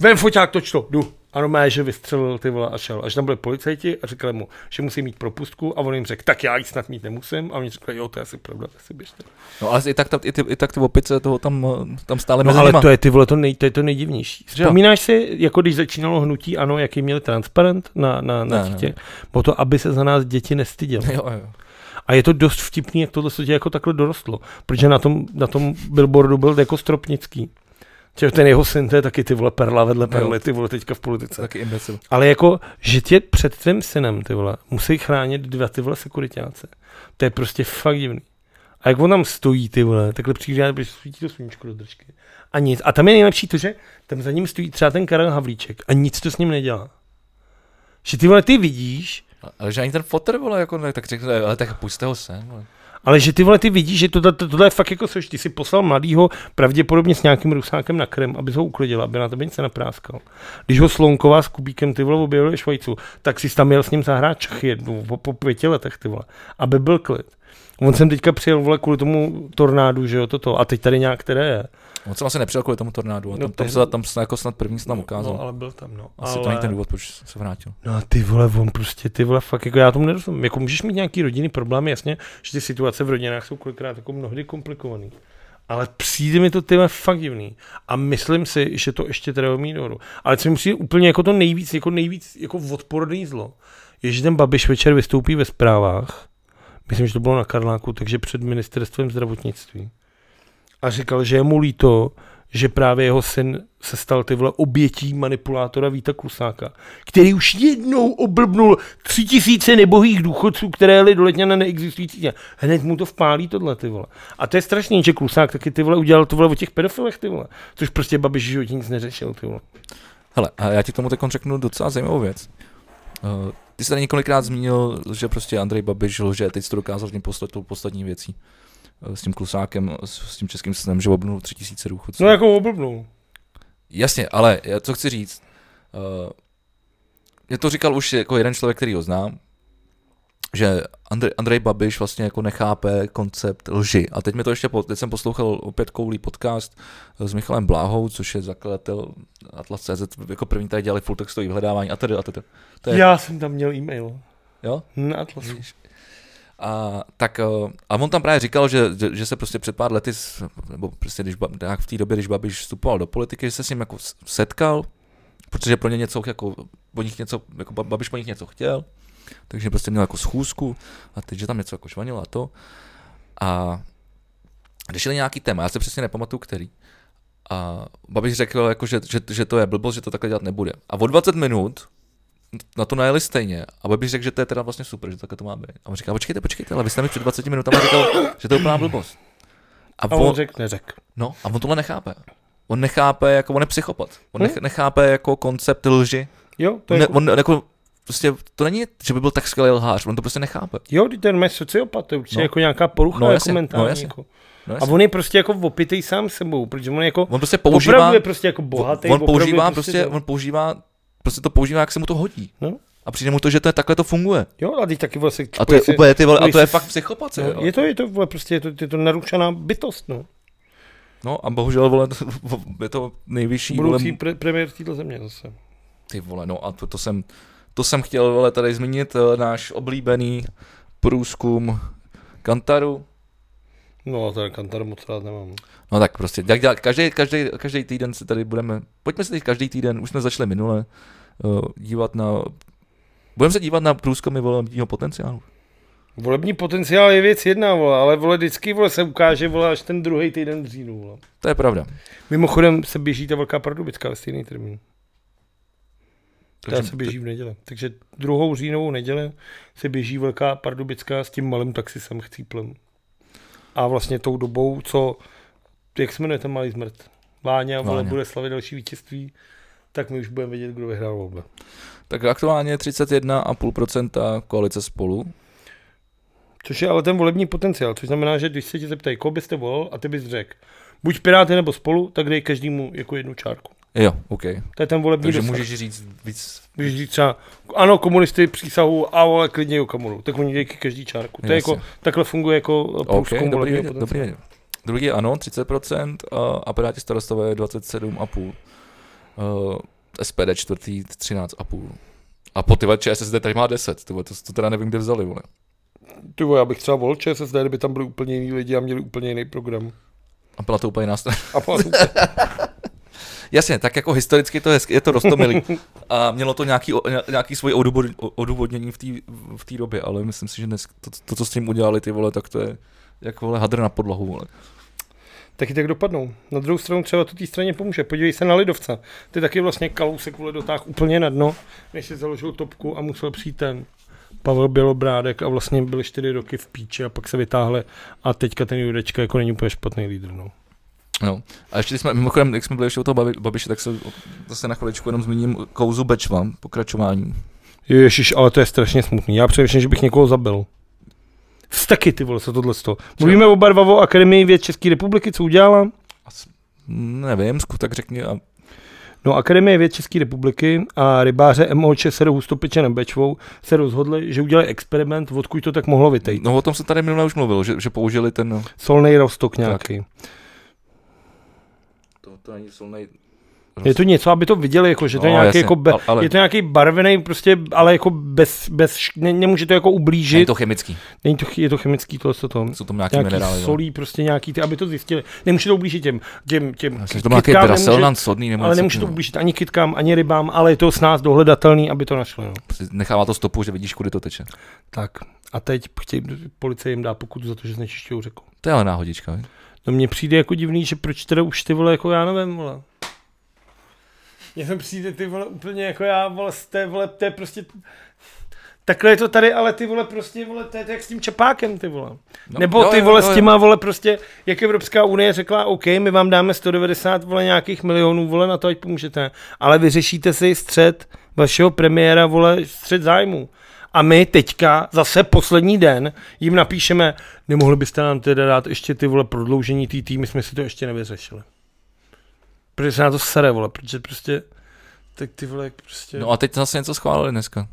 S2: vem foťák, toč to, jdu. A normálně, že vystřelil ty vole a šel. Až tam byli policajti a řekli mu, že musí mít propustku a on jim řekl, tak já ji snad mít nemusím. A oni řekli, jo, to je asi pravda, tak si běžte.
S1: No ale i tak, tam, i, ty, i tak ty opice toho tam, eh, tam stále
S2: No
S1: mezi
S2: ale
S1: nima.
S2: to je, ty vole, to, nej, to je to nejdivnější.
S1: Že jo?
S2: Vzpomínáš si, jako když začínalo hnutí, ano, jaký měli transparent na, na, na
S1: Ne, ne.
S2: dítě? Bylo to, aby se za nás děti nestyděly.
S1: Jo, jo.
S2: A je to dost vtipný, jak tohle se tě jako takhle dorostlo. Protože na tom, na tom billboardu byl jako Stropnický. Tě, ten jeho syn, to je taky ty vole perla vedle perly, ty vole teďka v politice.
S1: Taky imbecil.
S2: Ale jako, že tě před tvým synem, ty vole, musí chránit dva ty vole sekuritáce. To je prostě fakt divný. A jak on tam stojí, ty vole, takhle přijde, protože svítí to sluníčko do držky. A nic. A tam je nejlepší to, že tam za ním stojí třeba ten Karel Havlíček a nic to s ním nedělá. Že ty vole, ty vidíš,
S1: A- Ale že ani ten fotr, vole, jako ne, tak řekne, ale tak pusťte ho sem, vole.
S2: ale že ty vole, ty vidíš, že tohle, to- tohle je fakt jako což, ty si poslal mladýho pravděpodobně s nějakým rusákem na Krym, aby ho uklidil, aby na tebe nic nenapráskal. Když ho Slonková s Kubíkem ty vole objevili ve Švajcu, tak si tam jel s ním zahrát čachy jednou po, po pěti letech ty vole, aby byl klid. On jsem teďka přijel vole kvůli tomu tornádu, že jo, toto, a teď tady nějak které je.
S1: On jsem asi nepřijel kvůli tomu tornádu, a
S2: No,
S1: tam,
S2: to
S1: tam,
S2: je-
S1: se, tam se jako snad první se tam ukázal.
S2: No, ale byl tam, no.
S1: asi
S2: ale...
S1: to není ten důvod, proč se vrátil.
S2: No a ty vole, on prostě, ty vole, fakt, jako já tomu nerozumím. Jako můžeš mít nějaký rodinný problém, jasně, že ty situace v rodinách jsou kolikrát jako mnohdy komplikovaný. Ale přijde mi to ty vole, fakt divný. A myslím si, že to ještě teda mít dohodu. Ale co mi přijde úplně jako to nejvíc, jako nejvíc jako odporný zlo, je, že ten Babiš večer vystoupí ve zprávách, myslím, že to bylo na Karláku, takže před ministerstvem zdravotnictví. A říkal, že je mu líto, že právě jeho syn se stal ty vole obětí manipulátora Víta Klusáka, který už jednou oblbnul tři tisíce nebohých důchodců, které jeli do letně na neexistující dně. Hned mu to vpálí tohle, ty vole. A to je strašný, že Klusák taky ty vole udělal to vole o těch pedofilech, ty vole. Což prostě Babiš v životě nic neřešil, ty vole.
S1: Hele, a já ti k tomu teď řeknu docela zajímavou věc. Eh, Uh, ty jsi tady několikrát zmínil, že prostě Andrej Babiš lže, teď jsi to dokázal tím posled, tou poslední věcí. Eh, S tím klusákem, s, s tím českým snem, že obnul 3000 důchodců.
S2: No jako oblbnul.
S1: Jasně, ale já- co chci říct. Uh, mě to říkal už jako jeden člověk, který ho znám, že Andrej, Andrej Babiš vlastně jako nechápe koncept lži. A teď, mi to ještě, po, teď jsem poslouchal opět koulí podcast eh, s Michalem Bláhou, což je zakladatel Atlas.cz, jako první tady dělali full textový vyhledávání a tedy a tedy. To je-
S2: Já jsem tam měl e-mail.
S1: Jo?
S2: Na Atlasu.
S1: A, tak, eh, a on tam právě říkal, že, že- že se prostě před pár lety, s- nebo prostě když, Ba- nějak v té době, když Babiš vstupoval do politiky, že se s ním jako s- setkal, protože pro ně něco, jako, po nich něco, jako Ba- Babiš po nich něco chtěl, takže prostě měl jako schůzku a teď, že tam něco jako švanil a to. A řešili nějaký téma, já se přesně nepamatuju, který. A Babiš řekl, jako, že, že, že, to je blbost, že to takhle dělat nebude. A o 20 minut na to najeli stejně. A Babiš řekl, že to je teda vlastně super, že takhle to má být. A on říká, počkejte, počkejte, ale vy jste mi před 20 minutami říkal, že to je úplná blbost.
S2: A on řekl, neřekl.
S1: No, a on tohle nechápe. On nechápe, jako on je psychopat. On nech, nechápe jako koncept lži.
S2: Jo, Hm? to
S1: To
S2: je
S1: ne,
S2: jako,
S1: on jako, prostě to není, že by byl tak skvělý lhář, on to prostě nechápe.
S2: jo, ty ten je sociopat, to je určitě
S1: No.
S2: jako nějaká porucha
S1: No,
S2: no, jako
S1: jasně, no,
S2: mentální.
S1: jasně.
S2: jako.
S1: No,
S2: A
S1: jasně.
S2: on je prostě jako opitej sám sebou, protože on je jako,
S1: on prostě používá,
S2: opravdu je prostě jako bohatý.
S1: on používá prostě, on používá, prostě to používá, jak se mu to hodí.
S2: No.
S1: A přijde mu to, že to je, takhle to funguje.
S2: Jo, a teď taky vlastně...
S1: A to je
S2: se-
S1: úplně ty vole, a
S2: když
S1: to je
S2: se-
S1: fakt psychopace,
S2: No,
S1: jo.
S2: je to, je to, vole, prostě je to, je to narušená bytost, no.
S1: No a bohužel, vole, to- je to nejvyšší, vole,
S2: Budoucí pre- premiér této země zase.
S1: ty vole, no a to, to jsem, to jsem chtěl, vole, tady zmínit, eh, náš oblíbený průzkum Kantaru,
S2: No a ten Kantar moc rád nemám.
S1: No tak prostě, jak dělat, každý, každý, každý týden se tady budeme, pojďme se teď každý týden, už jsme začali minule, uh, dívat na, budeme se dívat na průzkumy volebního potenciálu.
S2: Volební potenciál je věc jedna, vole, ale vole, vždycky vole, se ukáže vole, až ten druhý týden v říjnu. Vole.
S1: To je pravda.
S2: Mimochodem se běží ta velká pardubická ve stejný termín. Ta
S1: Takže-
S2: se běží v neděli. Takže druhou říjnovou neděli se běží velká pardubická s tím malým taxisem chcíplem. A vlastně tou dobou, co, jak se jmenuje ten malý zmrt? Váňa, vole,
S1: Váňa.
S2: bude slavit další vítězství, tak my už budeme vědět, kdo vyhrál volby.
S1: Tak aktuálně 31,5% koalice spolu.
S2: Což je ale ten volební potenciál, což znamená, že když se tě zeptají, koho byste volil a ty bys řekl, buď Piráty nebo spolu, tak dej každému jako jednu čárku.
S1: Jo, OK.
S2: To je ten volební
S1: Takže
S2: dosah.
S1: můžeš říct víc.
S2: Můžeš říct třeba, ano, komunisty přísahu a vole, klidně Okamuru. Tak oni dějí každý čárku. To je
S1: Jasně.
S2: jako, takhle funguje jako eh,
S1: OK,
S2: průzkum
S1: dobrý,
S2: okay, volebního
S1: vědět, dobrý
S2: potenciálu.
S1: vědět. Druhý je ano, 30% a, a Piráti starostové 27,5%. Uh, SPD čtvrtý 13,5%. A po ty vole, ČSSD tady má 10, ty vole, to, to teda nevím, kde vzali, vole.
S2: Ty vole, já bych třeba volil ČSSD, kdyby tam byli úplně jiní lidi a měli úplně jiný program.
S1: A byla to úplně jiná strana.
S2: A pak-
S1: Jasně, tak jako historicky to je, je to rostomilý. A mělo to nějaký, o- ně- nějaký svoje odůvod- o- odůvodnění v té v té době, ale myslím si, že dnes to, to, co s tím udělali ty vole, tak to je jak vole hadr na podlahu, vole.
S2: taky tak dopadnou. Na druhou stranu třeba to té straně pomůže. Podívej se na Lidovce. Ty taky vlastně kalousek vole dotáhl úplně na dno, než si založil topku a musel přijít ten Pavel Bělobrádek a vlastně byly čtyři roky v píči a pak se vytáhle a teďka ten Jurečka jako není úplně špatný lídr. No.
S1: No. A ještě když jsme, mimochodem, jak jsme byli ještě u toho Babi- Babiše, tak se o- zase na chviličku jenom zmíním kouzu Bečva, pokračování.
S2: Ježíš, ale to je strašně smutný. Já přemýšlím, že bych někoho zabil. Vztaky ty vole, co tohle sto. Mluvíme oba dva o Akademii věd České republiky, co udělala?
S1: As, nevím, zku, tak řekni. A,
S2: No, Akademie věd České republiky a rybáře MOČ Seru Hustopiče Nebečvou se rozhodli, že udělají experiment, odkud to tak mohlo vytejt.
S1: no o tom se tady minule už mluvil, že, že použili ten...
S2: Solnej rostok
S1: no.
S2: nějaký.
S1: To, to není silnej...
S2: Je to něco, aby to viděli, jako, že to je
S1: No,
S2: nějaký,
S1: jasně,
S2: jako be,
S1: ale- ale-
S2: je to nějaký barvený, prostě, ale jako bez, bez š- ne, nemůže to jako ublížit.
S1: Je to chemický,
S2: Není to, ch- je to chemický to, co to.
S1: jsou tam nějaký,
S2: Nějaký
S1: minerály. jo.
S2: solí, prostě nějaký ty, aby to zjistili. Nemůže to ublížit těm, těm, těm
S1: Myslím, že to má nějaký
S2: kytkám
S1: draselnan sodný, nebo
S2: ale
S1: něco no.
S2: nemůže to
S1: takového.
S2: ublížit ani kytkám, ani rybám, ale je to s nás dohledatelný, aby to našli. No.
S1: Prostě Nechává to stopu, že vidíš, kudy to teče.
S2: Tak. A teď chtějí, policie jim dá pokutu za to, že znečišťují řeku.
S1: To je ale náhodička, vi?
S2: No mně přijde jako divný, že proč teda už ty vole, jako já nevím, vole. Mně to přijde ty vole úplně jako já, vole, z té vole, to je prostě... Takhle je to tady, ale ty vole prostě, vole, to je to jak s tím čepákem, ty vole. No, Nebo
S1: jo,
S2: ty
S1: jo,
S2: vole
S1: jo,
S2: s
S1: jo.
S2: těma, vole, prostě, jak Evropská unie řekla, OK, my vám dáme 190, vole, nějakých milionů, vole, na to, ať pomůžete, ale vyřešíte si střed vašeho premiéra, vole, střed zájmu. A my teďka, zase poslední den, jim napíšeme, nemohli byste nám teda dát ještě ty vole prodloužení té týmy, jsme si to ještě nevyřešili. Protože se na to sere, vole, protože prostě, tak ty vole, prostě...
S1: No a teď zase něco schválili dneska.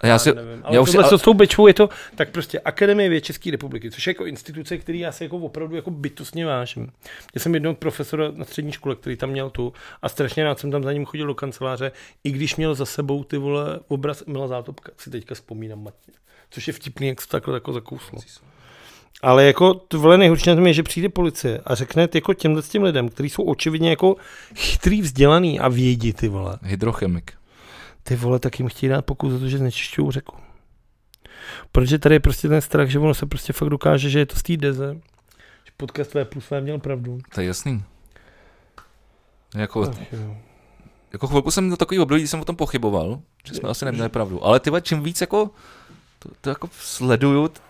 S1: A já, si,
S2: nevím.
S1: já
S2: Ale
S1: už si,
S2: tohle
S1: ale,
S2: co s tou bečvou je to, tak prostě Akademie věd České republiky, což je jako instituce, který já si jako opravdu jako bytostně vážím. Já jsem jednoho profesora na střední škole, který tam měl tu a strašně rád jsem tam za ním chodil do kanceláře, i když měl za sebou ty vole obraz Emila Zátopka, si teďka vzpomínám matně. Což je vtipný, jak se to takhle jako zakouslo. Ale jako to vole nejhorší na tom je, že přijde policie a řekne ty jako těmhle s těm lidem, kteří jsou očividně jako chytrý, vzdělaný a vědí ty vole.
S1: hydrochemik.
S2: Ty vole, tak jim chtějí dát pokud za to, že znečišťují řeku. Protože tady je prostě ten strach, že ono se prostě fakt dokáže, že je to z té deze. Že podcast V plus V měl pravdu.
S1: To je jasný. Jako,
S2: Ach, jo.
S1: jako chvilku jsem do takový období, kdy jsem o tom pochyboval, že jsme asi neměli pravdu. Ale ty vole, čím víc jako, to, to jako sleduju, t-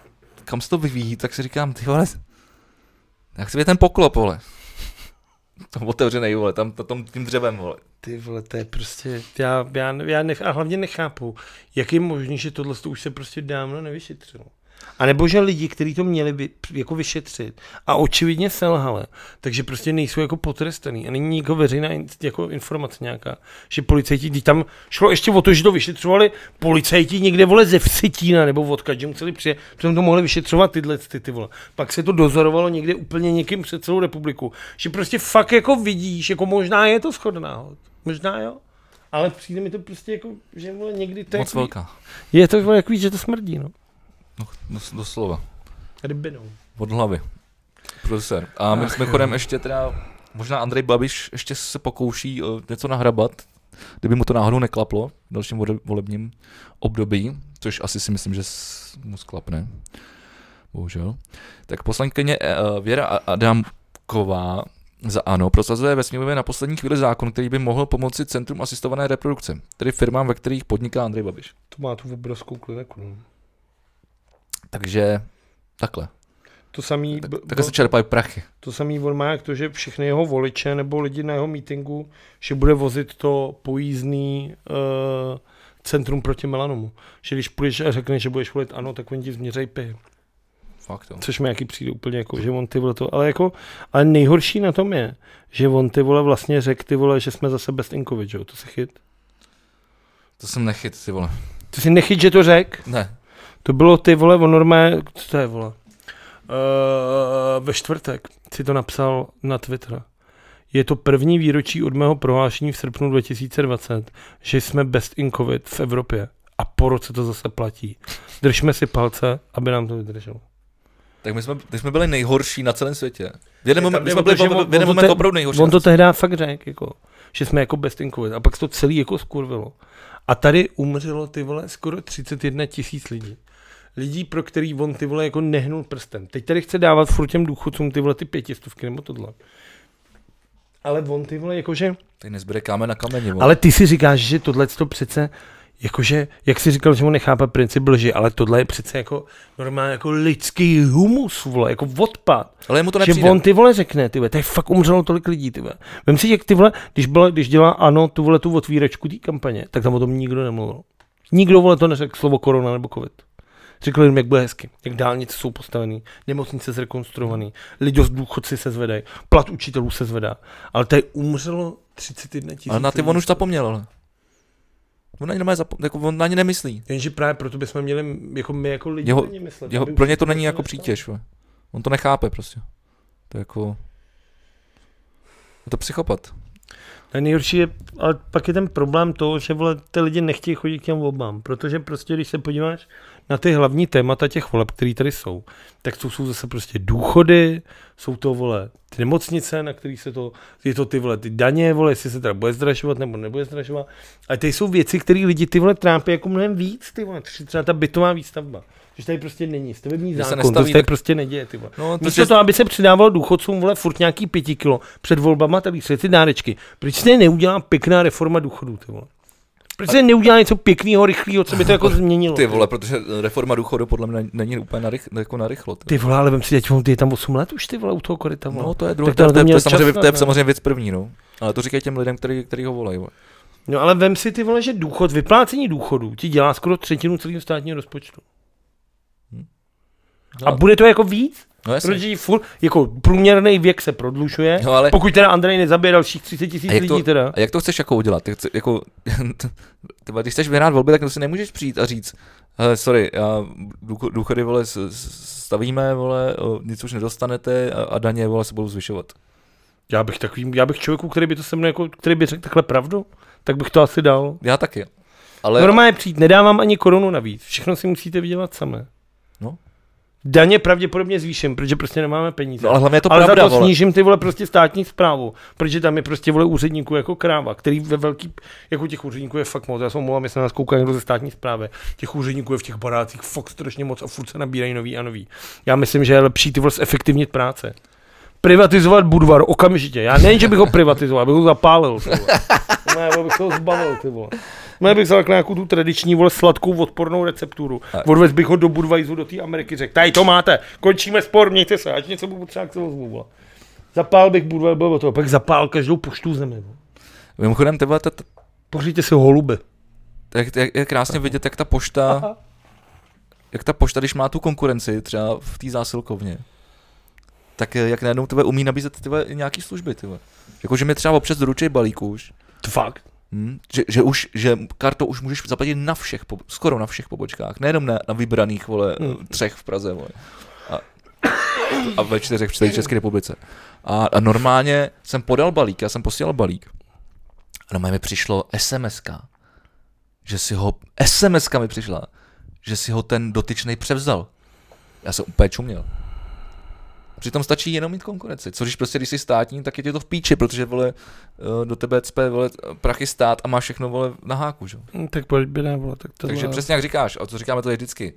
S1: kam se to vyvíjí, tak si říkám, ty vole, jak se ten poklop, vole. Tam otevřenej, vole, tam, tam tím dřevem, vole.
S2: Ty vole, to je prostě, já, já, já nech, a hlavně nechápu, jak je možné, že tohle to už se prostě dávno nevyšetřilo. A nebo že lidi, kteří to měli vy, jako vyšetřit a očividně selhali, takže prostě nejsou jako potrestaný a není jako veřejná in- jako informace nějaká, že policajti, když tam šlo ještě o to, že to vyšetřovali policajti někde vole ze Vsetína nebo odkud, že museli přijet, přitom to mohli vyšetřovat tyhle ty, ty vole. Pak se to dozorovalo někde úplně někým před celou republiku, že prostě fakt jako vidíš, jako možná je to shodná, hod. možná jo, ale přijde mi to prostě jako, že vole, někdy to je,
S1: Moc
S2: takový-
S1: velká.
S2: je to jako, že to smrdí, no.
S1: No, dos- doslova.
S2: Rybinou.
S1: Od hlavy. Producer. A my jsme chodem ještě teda, možná Andrej Babiš ještě se pokouší eh, něco nahrabat, kdyby mu to náhodou neklaplo v dalším vode- volebním období, což asi si myslím, že s- mu sklapne. Bohužel. Tak poslankyně eh, Věra A- Adamková za ANO prosazuje ve sněmovně na poslední chvíli zákon, který by mohl pomoci Centrum asistované reprodukce, tedy firmám, ve kterých podniká Andrej Babiš.
S2: To má tu obrovskou kliniku. No.
S1: Takže takhle.
S2: To samý,
S1: Tak,
S2: b-
S1: takhle se čerpají prachy.
S2: to samý on má jak to, že všechny jeho voliče nebo lidi na jeho mítingu, že bude vozit to pojízdný uh, centrum proti melanomu. Že když půjdeš a řekneš, že budeš volit ano, tak oni ti změřejí pihy.
S1: Fakt jo.
S2: Což mi jaký přijde úplně jako, že on ty vole to, ale jako, ale nejhorší na tom je, že on ty vole vlastně řekl ty vole, že jsme zase bez Inkovič, jo, to se chyt.
S1: To jsem nechyt, ty vole.
S2: Ty si nechyt, že to řek?
S1: Ne,
S2: To bylo ty vole, on normálně, co to je vole? Uh, ve čtvrtek si to napsal na Twitter. Je to první výročí od mého prohlášení v srpnu 2020, že jsme best in covid v Evropě. A po roce to zase platí. Držme si palce, aby nám to vydrželo.
S1: tak my jsme, my jsme byli nejhorší na celém světě. V jeden
S2: Je
S1: moment,
S2: tam
S1: my
S2: jde
S1: jsme
S2: o to,
S1: byli
S2: že
S1: po-
S2: on-
S1: v jeden
S2: on to
S1: moment
S2: te-
S1: opravdu nejhorší.
S2: On to tehdy fakt řekl, jako, že jsme jako best in covid. A pak se to celý jako skurvilo. A tady umřelo ty vole skoro 31 tisíc lidí. Lidí, pro který on ty vole jako nehnul prstem. Teď tady chce dávat furt těm důchodcům ty vole ty pětistovky nebo tohle. Ale on ty vole jakože...
S1: Teď nezbyde kámen na kameni, vole.
S2: Ale ty si říkáš, že tohle to přece jakože, jak jsi říkal, že mu nechápe princip lži, ale tohle je přece jako normálně jako lidský humus, vole, jako odpad
S1: ale jemu to
S2: že
S1: nepřijde.
S2: on ty vole řekne, ty vole, tady fakt umřelo tolik lidí, ty vole. Vem si, jak ty vole, když, byla, když dělá ano, tu vole tu otvíračku té kampaně, tak tam o tom nikdo nemluvil. Nikdo vole to neřekl slovo korona nebo covid. Řekl jim, jak bude hezky, jak dálnice jsou postavený, nemocnice zrekonstruovaný, lidi z důchodci se zvedají, plat učitelů se zvedá. Ale tady umřelo 31 tisíc.
S1: ale na ty
S2: lidí.
S1: on už zapomněl, ale. On ani, nemá zapo- jako on ani nemyslí.
S2: Jenže právě proto bychom měli, jako my jako lidi,
S1: Jeho-
S2: na ně myslet,
S1: Jeho,
S2: aby
S1: pro
S2: už
S1: ně to není
S2: se
S1: jako
S2: nestalo.
S1: přítěž. Vole. On to nechápe prostě. To je jako... Je to psychopat.
S2: A nejhorší je, ale pak je ten problém to, že vole, ty lidi nechtějí chodit k těm volbám, protože prostě, když se podíváš na ty hlavní témata těch voleb, které tady jsou, tak to jsou zase prostě důchody, jsou to, vole, ty nemocnice, na kterých se to, je to ty, vole, ty daně, vole, jestli se teda bude zdražovat nebo nebude zdražovat. A ty jsou věci, které lidi, ty vole, trápí jako mnohem víc, ty vole, Tři- třeba ta bytová výstavba. Což tady prostě není, stavební
S1: Když se
S2: zákon,
S1: nestaví,
S2: to se tady
S1: tak-
S2: prostě neděje, ty vole.
S1: No, to,
S2: Místo
S1: že,
S2: toho, aby se přidávalo důchodcům, vole, furt nějaký pěti kilo před volbama, tak se ty dárečky. Proč se neudělá pěkná reforma důchodů, ty vole? Proč se neudělá něco pěkného, rychlého, co by to jako změnilo?
S1: ty vole, protože reforma důchodu podle mě není úplně narych, jako narychlo. ty.
S2: Ty vole, ale vem si, teď on- ty je tam 8 let už, ty vole, u toho koryta, vole.
S1: No to je druhé, to,
S2: Tak to
S1: je- to, je- to,
S2: měl
S1: je samozřejmě-
S2: čas na
S1: to je
S2: to.
S1: samozřejmě věc první, no. Ale to říkají těm lidem, který, který ho volají. vole.
S2: No ale vem si ty vole, že důchod, vyplácení důchodů ti dělá skoro třetinu celého státního rozpočtu.
S1: No,
S2: A bude to jako víc?
S1: no jasně.
S2: Protože furt, jako průměrný věk se prodlužuje,
S1: No, ale-
S2: pokud teda Andrej nezabije dalších 30 tisíc
S1: A jak,
S2: lidí
S1: to,
S2: teda.
S1: a jak to chceš jako udělat? Ty chce, jako, t- tyba, když chceš vyhrát volby, tak to si nemůžeš přijít a říct, hele, sorry, já důcho- důchody vole, s- s- stavíme, vole, o, nic už nedostanete a, a daně vole, se budou zvyšovat.
S2: Já bych takový, já bych člověku, který by to se mnou jako, který by řekl takhle pravdu, tak bych to asi dal.
S1: Já taky.
S2: Ale...
S1: Ale
S2: Normálně přijít, nedávám ani korunu navíc, všechno si musíte vydělat samé.
S1: No.
S2: Daně pravděpodobně zvýším, protože prostě nemáme peníze.
S1: No, ale hlavně je to
S2: ale
S1: pravda,
S2: za to
S1: vole.
S2: snížím ty vole prostě státní zprávu, protože tam je prostě vole úředníků jako kráva, který ve velký, jako těch úředníků je fakt moc. Já jsem omlouvám, jestli na nás kouká někdo ze státní zprávy. Těch úředníků je v těch barácích fakt strašně moc a furt se nabírají nový a nový. Já myslím, že je lepší ty vole zefektivnit práce. Privatizovat Budvar okamžitě. Já nejen, že bych ho privatizoval, abych ho zapálil. Ty vole. Ne, vole, bych se ho zbavil, ty vole. Ne, bych vzal jako nějakou tu tradiční, vole, sladkou, odpornou recepturu. Odvez bych ho do Budweisu, do té Ameriky, řekl, tady to máte, končíme spor, mějte se, ať něco budu třeba k tomu zvu, vole. Zapál bych Budweiser, byl to, pak zapál každou poštu v zemi. vole.
S1: mimochodem, tyba, ta, ta,
S2: Pořiďte si holuby.
S1: jak, jak, je krásně vidět, jak ta pošta, jak ta pošta, když má tu konkurenci třeba v té zásilkovně, tak eh, jak najednou tebe umí nabízet tyhle nějaký služby, tyhle. Jakože mi třeba občas doručej balík už,
S2: To fakt.
S1: Hmm, že, že, už, že kartou už můžeš zaplatit na všech, po, skoro na všech pobočkách, nejenom na, na vybraných, vole, třech v Praze, vole. A, a ve čtyřech, v celé České republice. A, a, normálně jsem podal balík, já jsem posílal balík. A normálně mi přišlo sms že si ho, sms mi přišla, že si ho ten dotyčný převzal. Já jsem úplně čuměl. Přitom stačí jenom mít konkurenci. Což když prostě, když jsi státní, tak je ti to v píči, protože vole, eh, do tebe cpe vole, prachy stát a má všechno vole na háku. Že?
S2: Hm, Tak pojď by ne, vole, tak to
S1: Takže
S2: Takže přes...
S1: přesně jak říkáš, a co říkáme to je vždycky.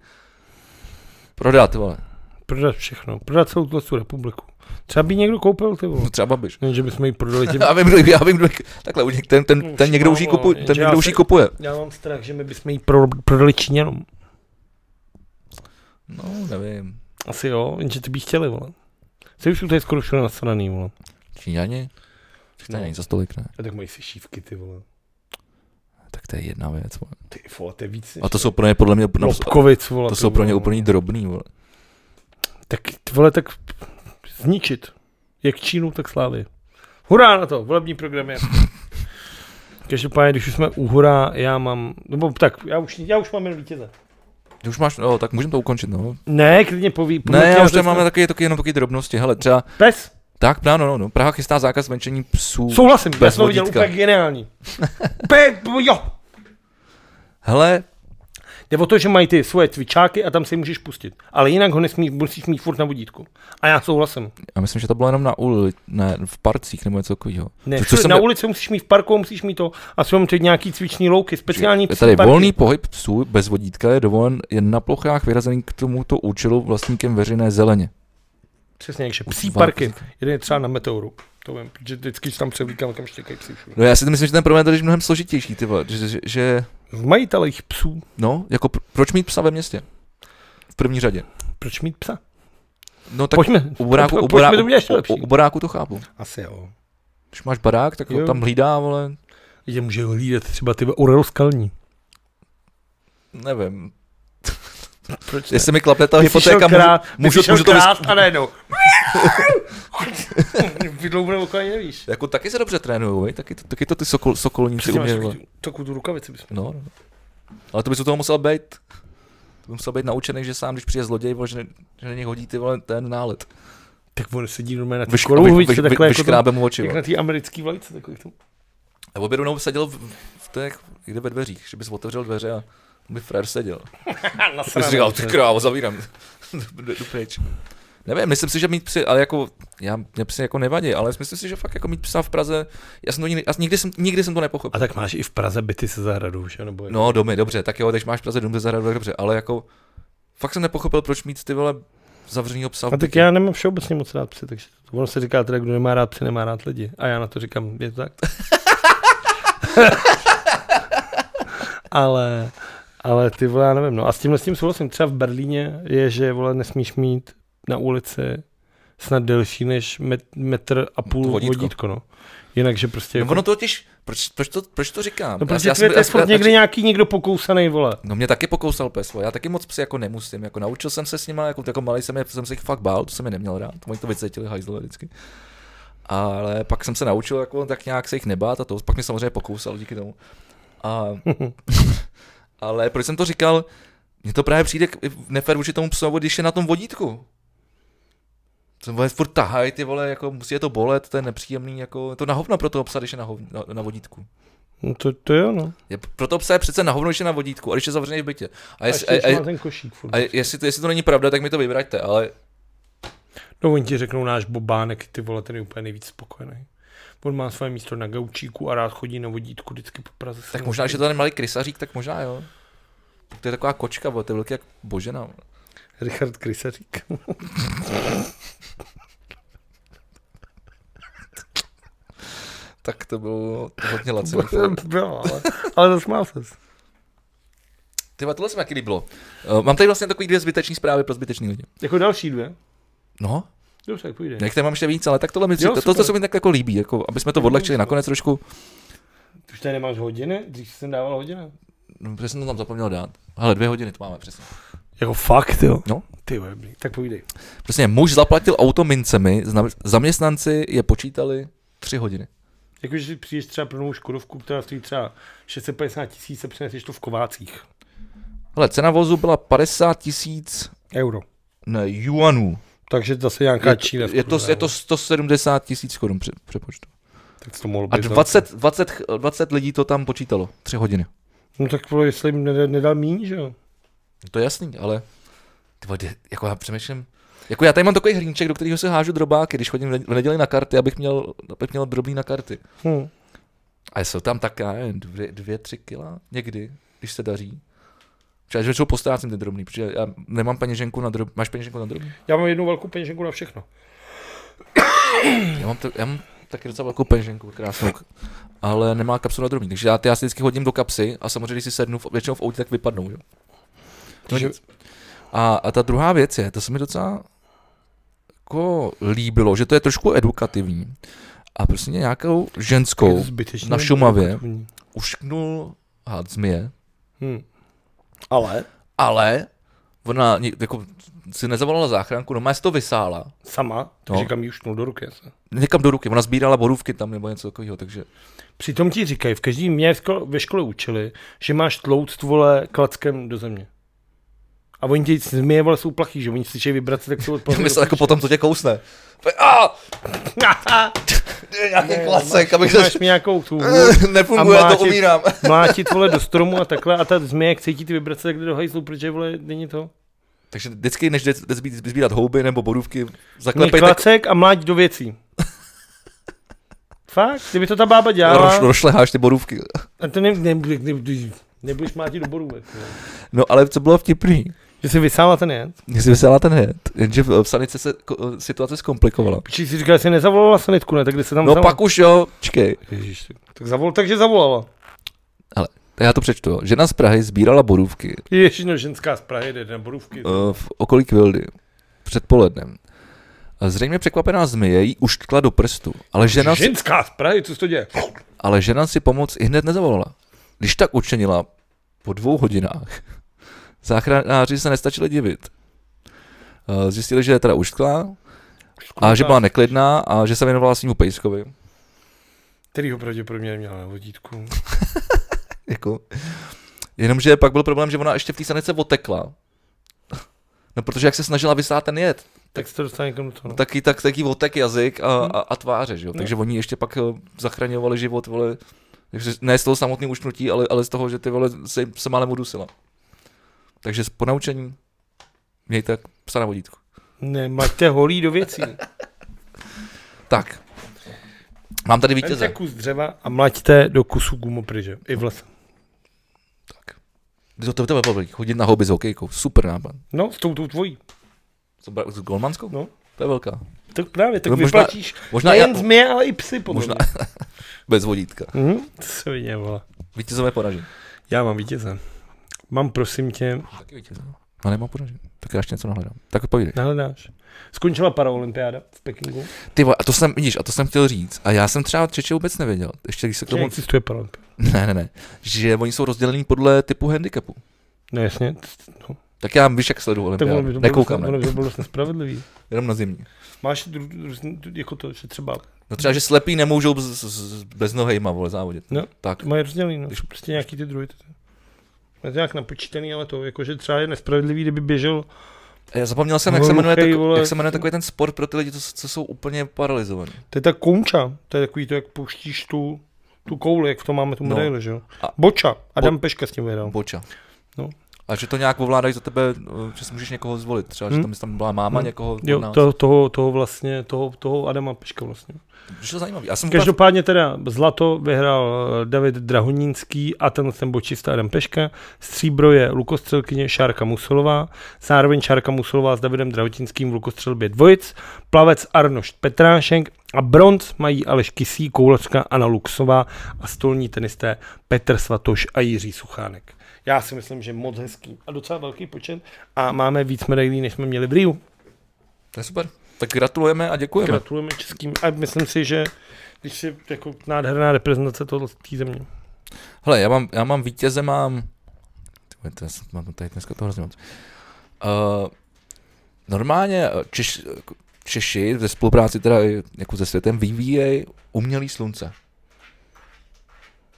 S1: Prodat, vole.
S2: prodat všechno, prodat celou tu republiku. Třeba by někdo koupil, ty vole.
S1: No třeba babiš.
S2: Ne, že bychom ji prodali těm
S1: Já vím, kdo, já vím, kdo, takhle, u něk- ten, ten, ten někdo už ji kupu, ten
S2: Jenže já
S1: někdo už
S2: se-
S1: ji kupuje.
S2: Já mám strach, že my bychom ji pro, prodali Číňanům.
S1: No, nevím.
S2: Asi jo, jenže ty by chtěli, vole. Jsi už tady skoro všude nasraný, vole.
S1: Číňani? Číňani
S2: No.
S1: no. za stolik, ne?
S2: A tak mají si šívky, ty vole.
S1: Tak to je jedna věc, vole.
S2: Ty vole, to je víc než
S1: A to jsou pro ně, podle mě, no,
S2: Lobkovic, vole.
S1: to
S2: ty
S1: jsou pro ně
S2: vole.
S1: úplně drobný, vole.
S2: Tak, ty vole, tak zničit. Jak Čínu, tak Slávy. Hurá na to, volební program je. Každopádně, když už jsme u hurá, já mám, nebo tak, já už, já už mám jenom vítěze.
S1: Ty už máš, no, tak můžeme to ukončit, no.
S2: Ne, klidně poví. poví-
S1: Ne, já už
S2: to-
S1: tady máme taky, taky, jenom taky drobnosti. Hele, třeba
S2: Pes,
S1: Tak, no, no, no. Praha chystá zákaz venčení psů.
S2: souhlasím,
S1: Bez
S2: já jsem to viděl,
S1: vodítka.
S2: úplně geniální. Pe, jo,
S1: Hele,
S2: Jde o to, že mají ty svoje cvičáky a tam si je můžeš pustit. Ale jinak ho nesmí, musíš mít furt na vodítku. A já souhlasím.
S1: já myslím, že to bylo jenom na uli, ne, v parcích nebo něco takového.
S2: Ne,
S1: Co-
S2: co,
S1: co jsem-
S2: na ulici musíš mít v parku, musíš mít to a jsou tam ty nějaký cviční louky, speciální
S1: Je
S2: psí
S1: tady
S2: parky.
S1: volný pohyb psů bez vodítka je dovolen jen na plochách vyrazených k tomuto účelu vlastníkem veřejné zeleně.
S2: Přesně, takže psí
S1: Válka.
S2: parky. Jeden je třeba na Meteoru. To vím, protože vždycky když tam převlíkám, kam štěkají psi všude.
S1: No já si to myslím, že ten problém je tady mnohem složitější, ty vole, že, že, že,
S2: Majitele jich psů,
S1: no, jako pr- proč mít psa ve městě? V první řadě.
S2: proč mít psa?
S1: No
S2: Tak
S1: tak
S2: pojďme,
S1: u baráku, u,
S2: pojďme, pojďme
S1: baráku,
S2: to udělat ještě
S1: u,
S2: lepší.
S1: u, u baráku to chápu.
S2: Asi jo.
S1: Když máš barák, tak ho
S2: Jo.
S1: tam hlídá, vole,
S2: Je může hlídat třeba ty Orel Skalní.
S1: nevím.
S2: Proč
S1: Jestli mi klapne ta
S2: Ty jsi šel
S1: hypotéka,
S2: krát,
S1: můžu, můžu, můžu to vys-
S2: krát a najednou. Vydloubenou okolí nevíš.
S1: Jako taky se dobře trénujou, vej? taky, to- taky to ty sokol, sokolníci
S2: Přesně máš
S1: umějí.
S2: takovou
S1: vole.
S2: tu- takovou tu rukavici bychom.
S1: No, no. Ale to bys u toho musel být. To by musel být naučený, že sám, když přijde zloděj, vole, že, ne, že na něj hodí ty vole ten nálet.
S2: Tak on sedí normálně na té
S1: Vyš,
S2: kolouhu,
S1: vy,
S2: víš,
S1: vy,
S2: co,
S1: vy,
S2: takhle jako to-
S1: vyškrábe mu oči.
S2: jak
S1: vole.
S2: na té americké vlajce, takový k tomu.
S1: A obě rovnou seděl v, v těch, kde ve dveřích, že bys otevřel dveře a on by frér seděl.
S2: Na
S1: Ty jsi říkal, ty krávo, zavírám. Jdu jdu pryč. Nevím, myslím si, že mít psy, ale jako, já, mě psy jako nevadí, ale myslím si, že fakt jako mít psa v Praze, já jsem to nikdy, já nikdy, jsem, nikdy jsem to nepochopil.
S2: A tak máš i v Praze byty se zahradou, že? Nebo no.
S1: No, domy, dobře, tak jo, když máš v Praze dům ze zahradu, tak dobře, ale jako fakt jsem nepochopil, proč mít ty vole zavřenýho psa. v
S2: A tak
S1: bytě.
S2: já nemám všeobecně moc rád psy, takže to- ono se říká teda, kdo nemá rád psy, nemá rád lidi. A já na to říkám, je to tak? ale, ale ty vole, já nevím, no a s tímhle s tím souhlasím, třeba v Berlíně je, že vole nesmíš mít na ulici snad delší než met, metr a půl
S1: To
S2: vodítko.
S1: vodítko.
S2: vodítko no. Jinak, že prostě...
S1: No,
S2: jako-
S1: ono totiž, proč, proč, to, proč to říkám?
S2: No
S1: Já-
S2: protože
S1: já
S2: já,
S1: jsem-
S2: já,
S1: já
S2: je
S1: jsem-
S2: furt
S1: já-
S2: někde nějaký někdo pokousaný, vole.
S1: No mě taky pokousal pes, vole. já taky moc psy jako nemusím, jako naučil jsem se s nima, jako, jako malý jsem, je, jsem se jich fakt bál, to jsem je neměl rád, oni to vycítili hajzle vždycky. Ale pak jsem se naučil jako, tak nějak se jich nebát a to, pak mě samozřejmě pokousal díky tomu. A, ale proč jsem to říkal, mně to právě přijde k- nefér vůči tomu psovi, když je na tom vodítku. To vole, furt tahaj, ty vole, jako musí je to bolet, to je nepříjemný, jako, je to na hovno pro toho psa, když je na, hovn, na, na vodítku.
S2: No to, to jo, no.
S1: Je, proto psa je přece na hovno, když je na vodítku, a když je zavřený v bytě. A,
S2: Až
S1: jest, a, a,
S2: má ten košík furt.
S1: a jestli, to, jestli to není pravda, tak mi to vybraťte, ale
S2: No oni ti řeknou náš Bobánek, ty vole, ten je úplně nejvíc spokojený. On má své místo na gaučíku a rád chodí na vodítku vždycky po Praze.
S1: tak možná, že to ten malý krysařík, tak možná jo. Tak to je taková kočka, bo, to je velký jak božena. vole.
S2: Richard Krysařík.
S1: Tak to bylo hodně laciné.
S2: Bylo, ale, ale zasmál ses.
S1: Ty vole, tohle se mi taky líbilo. Uh, mám tady vlastně takový dvě zbyteční zprávy pro zbytečný lidi.
S2: Jako další dvě?
S1: No,
S2: Dobře, tak půjde.
S1: některé mám ještě víc, ale tak tohle mi
S2: Jo,
S1: jo, to, to
S2: super.
S1: se mi tak jako líbí, jako, aby jsme to odlehčili nakonec trošku.
S2: Ty už tady nemáš hodiny? Dřív jsem dával hodiny.
S1: No, přesně to tam zapomněl dát. Ale dvě hodiny to máme přesně.
S2: Jako fakt, jo?
S1: No.
S2: Ty vole, tak půjdej.
S1: Přesně, muž zaplatil auto mincemi, zna- zaměstnanci je počítali tři hodiny.
S2: Jakože si přijdeš třeba pro novou Škodovku, která stojí třeba 650 tisíc a přineseš to v Kovácích.
S1: Hele, cena vozu byla 50 tisíc
S2: Euro.
S1: ne, juanů.
S2: Takže zase nějaká
S1: Je,
S2: Čína.
S1: je, to,
S2: kurva,
S1: je to
S2: jo.
S1: 170 tisíc korun pře, přepočtu.
S2: Tak to mohlo
S1: A
S2: být. za-
S1: 20, 20, ch- 20 lidí to tam počítalo, tři hodiny.
S2: No tak vole, jestli jim neda- nedal míň, že jo?
S1: To je jasný, ale ty vole, jako já přemýšlím, jako já tady mám takový hrníček, do kterého se hážu drobáky, když chodím v ne- v neděli na karty, abych měl, abych měl drobný na karty.
S2: Hm.
S1: A jsou tam tak, já nevím, dvě, dvě, tři kila někdy, když se daří. Třeba, že jsou postrácím ty drobný, protože já nemám peněženku na drobný. Máš peněženku na drobný?
S2: Já mám jednu velkou peněženku na všechno.
S1: Já mám, to, já mám taky docela velkou peněženku, krásnou, ale nemá kapsu na drobný. Takže já, ty já si vždycky hodím do kapsy a samozřejmě, když si sednu, v- většinou v autě, tak vypadnou. Jo? No
S2: Takže-
S1: nic. A, a ta druhá věc je, to se mi docela jako líbilo, že to je trošku edukativní. A prostě nějakou ženskou
S2: Zbytečně.
S1: na Šumavě ušknul had zmije,
S2: Hm. Ale?
S1: ale ona ni- jako, si nezavolala záchranku, no má to vysála.
S2: Sama,
S1: No.
S2: takže kam ji ušnul do ruky. Jasně.
S1: Někam do ruky, ona sbírala borůvky tam nebo něco takového, takže
S2: Přitom ti říkají, v každý mě v ško- ve škole učili, že máš tlouct vole klackem do země. A oni ti zmije, vole, jsou plachý, že oni slyší vibrace, tak jsou
S1: Já
S2: odpadnou.
S1: myslel jako potom, co tě kousne. A! Nějaký klacek, abych
S2: Máš
S1: se...
S2: mi nějakou tu
S1: Nefunguje,
S2: A
S1: to
S2: mlátit.
S1: umírám.
S2: mlátit, vole, do stromu a takhle a ta zmije, jak cítí ty vibrace, tak jde do hajzlu, protože, vole, není to.
S1: Takže vždycky, než jde jde sbí- sbírat houby nebo borůvky,
S2: Mě
S1: zaklepejte
S2: klacek a mláť do věcí. Fakt, kdyby to ta bába
S1: roš,
S2: dělala,
S1: rošleháš ty borůvky.
S2: a to ne, ne, ne, ne, nebudeš mlátit do borůvek. vole.
S1: No ale co bylo vtipný,
S2: Že si vysává ten jet.
S1: když jsi vysela ten head, jenže v v sanice se ko- situace zkomplikovala.
S2: Počkej, si říkal, že jsi nezavolala sanitku, ne? Tak kde se tam
S1: No
S2: vzala?
S1: pak už jo, čkej.
S2: Ježíš, tak- tak zavol, takže zavolala.
S1: Tak Já to přečtu. jo. Žena z Prahy sbírala borůvky
S2: Ježíš, no, ženská z Prahy jde na borůvky.
S1: eh, v okolí Kvildy předpolednem. Zřejmě překvapená zmije jí uštkla do prstu, ale žena si
S2: Ženská z Prahy, co jsi to děje?
S1: ale žena si pomoc i hned nezavolala. Když tak učinila po dvou hodinách, záchranáři se nestačili divit. Eh, Zjistili, že je teda uštkla a že byla neklidná a že se věnovala svýmu pejskovi.
S2: Který ho pravděpodobně neměla na vodítku.
S1: Jako. Jenomže pak byl problém, že ona ještě v té sanice otekla. No protože jak se snažila vysát ten jed,
S2: Tak se to dostane někam do toho. no.
S1: tak jí, tak, tak jí otek jazyk a, a, a tváře, že jo? Takže oni ještě pak eh, zachraňovali život, vole, takže ne z toho samotného ušnutí, ale, ale z toho, že ty vole se, se málem udusila. Takže s ponaučením mějte psa na vodítku.
S2: Ne, máte holí do věcí.
S1: Tak. Mám tady
S2: Vemte
S1: vítěze.
S2: kus dřeva a mlaďte do kusu gumopryže. I v lese.
S1: To, to, to, to bylo chodit na hobby s hokejkou. Super nápad.
S2: No, s tou, tou tvojí.
S1: Co, bra- S golmanskou?
S2: No.
S1: To je velká.
S2: Tak právě, tak
S1: No,
S2: no,
S1: možná-
S2: vyplatíš
S1: možná
S2: nejen
S1: já-
S2: zmije, ale i psy podle
S1: Možná-
S2: možná.
S1: Bez vodítka.
S2: Hm? To se vidí, vole.
S1: Vítězové poražení.
S2: Já mám vítěze. Mám, prosím tě,
S1: Taky vítěze. No nemám podařený. Tak já ještě něco nahledám. Tak povídej.
S2: Nehledáš. Skončila paraolympiáda v Pekingu.
S1: Ty vole, a to jsem, vidíš, a to jsem chtěl říct. A já jsem třeba Čeče vůbec nevěděl. Ještě když se k
S2: Že
S1: tomu...
S2: existuje paraolympiáda.
S1: Ne, ne, ne. Že oni jsou rozdělení podle typu handicapu.
S2: No jasně. t- No.
S1: Tak já víš, jak sleduju
S2: Tak ono
S1: olympiádu.
S2: by to bylo,
S1: Nekoukám,
S2: ono
S1: ne.
S2: by to bylo dost nespravedlivý.
S1: Jenom na zimní.
S2: Máš dru- různý, jako to, že třeba
S1: No třeba, že slepí nemůžou bez, s- s- bez nohejma, vole, závodit.
S2: No.
S1: Tak.
S2: mají rozdělený, no. Jsou prostě nějaký ty druhy. to- Je to nějak napočítaný, ale to, jakože třeba je nespravedlivý, kdyby běžel
S1: A Já zapomněl jsem, jak se,
S2: Hluchej,
S1: jmenuje, tak,
S2: vole.
S1: jak se jmenuje takový ten sport pro ty lidi, co, co jsou úplně paralizovaní.
S2: To je ta kouča, to je takový to, jak pouštíš tu, tu kouli, jak v tom máme tu
S1: No.
S2: medaili, že jo?
S1: A-
S2: Boča, Adam Peška s tím vyhrál.
S1: Boča.
S2: No.
S1: A že to nějak ovládají za tebe, eh, že si můžeš někoho zvolit. Třeba, že
S2: Hmm.
S1: tam, jestli tam byla máma
S2: Hmm.
S1: někoho od
S2: Jo,
S1: nás.
S2: to, toho, toho vlastně, toho, toho Adama Peška vlastně.
S1: Že to zajímavé. Já jsem Každou...
S2: Každopádně teda zlato vyhrál eh, David Drahonínský a ten ten bočista Adam Peška. Stříbro je lukostřelkyně Šárka Musilová. Zároveň Šárka Musilová s Davidem Drahotinským v lukostřelbě dvojic. Plavec Arnošt Petrášek a bronz mají Aleš Kisí, koulařka Anna Luxová a stolní tenisté Petr Svatoš a Jiří Suchánek. Já si myslím, že moc hezký a docela velký počet a máme víc medailí, než jsme měli v Riu.
S1: To je super. Tak gratulujeme a děkujeme.
S2: Gratulujeme českým a myslím si, že když si jako nádherná reprezentace tohle té země.
S1: Hele, já mám, já mám vítěze, mám... Ty vole, to já jsem- mám tady dneska to hrozně moc. Uh, normálně eh, Češ, Češi ve spolupráci teda i jako se světem vyvíjejí umělý slunce.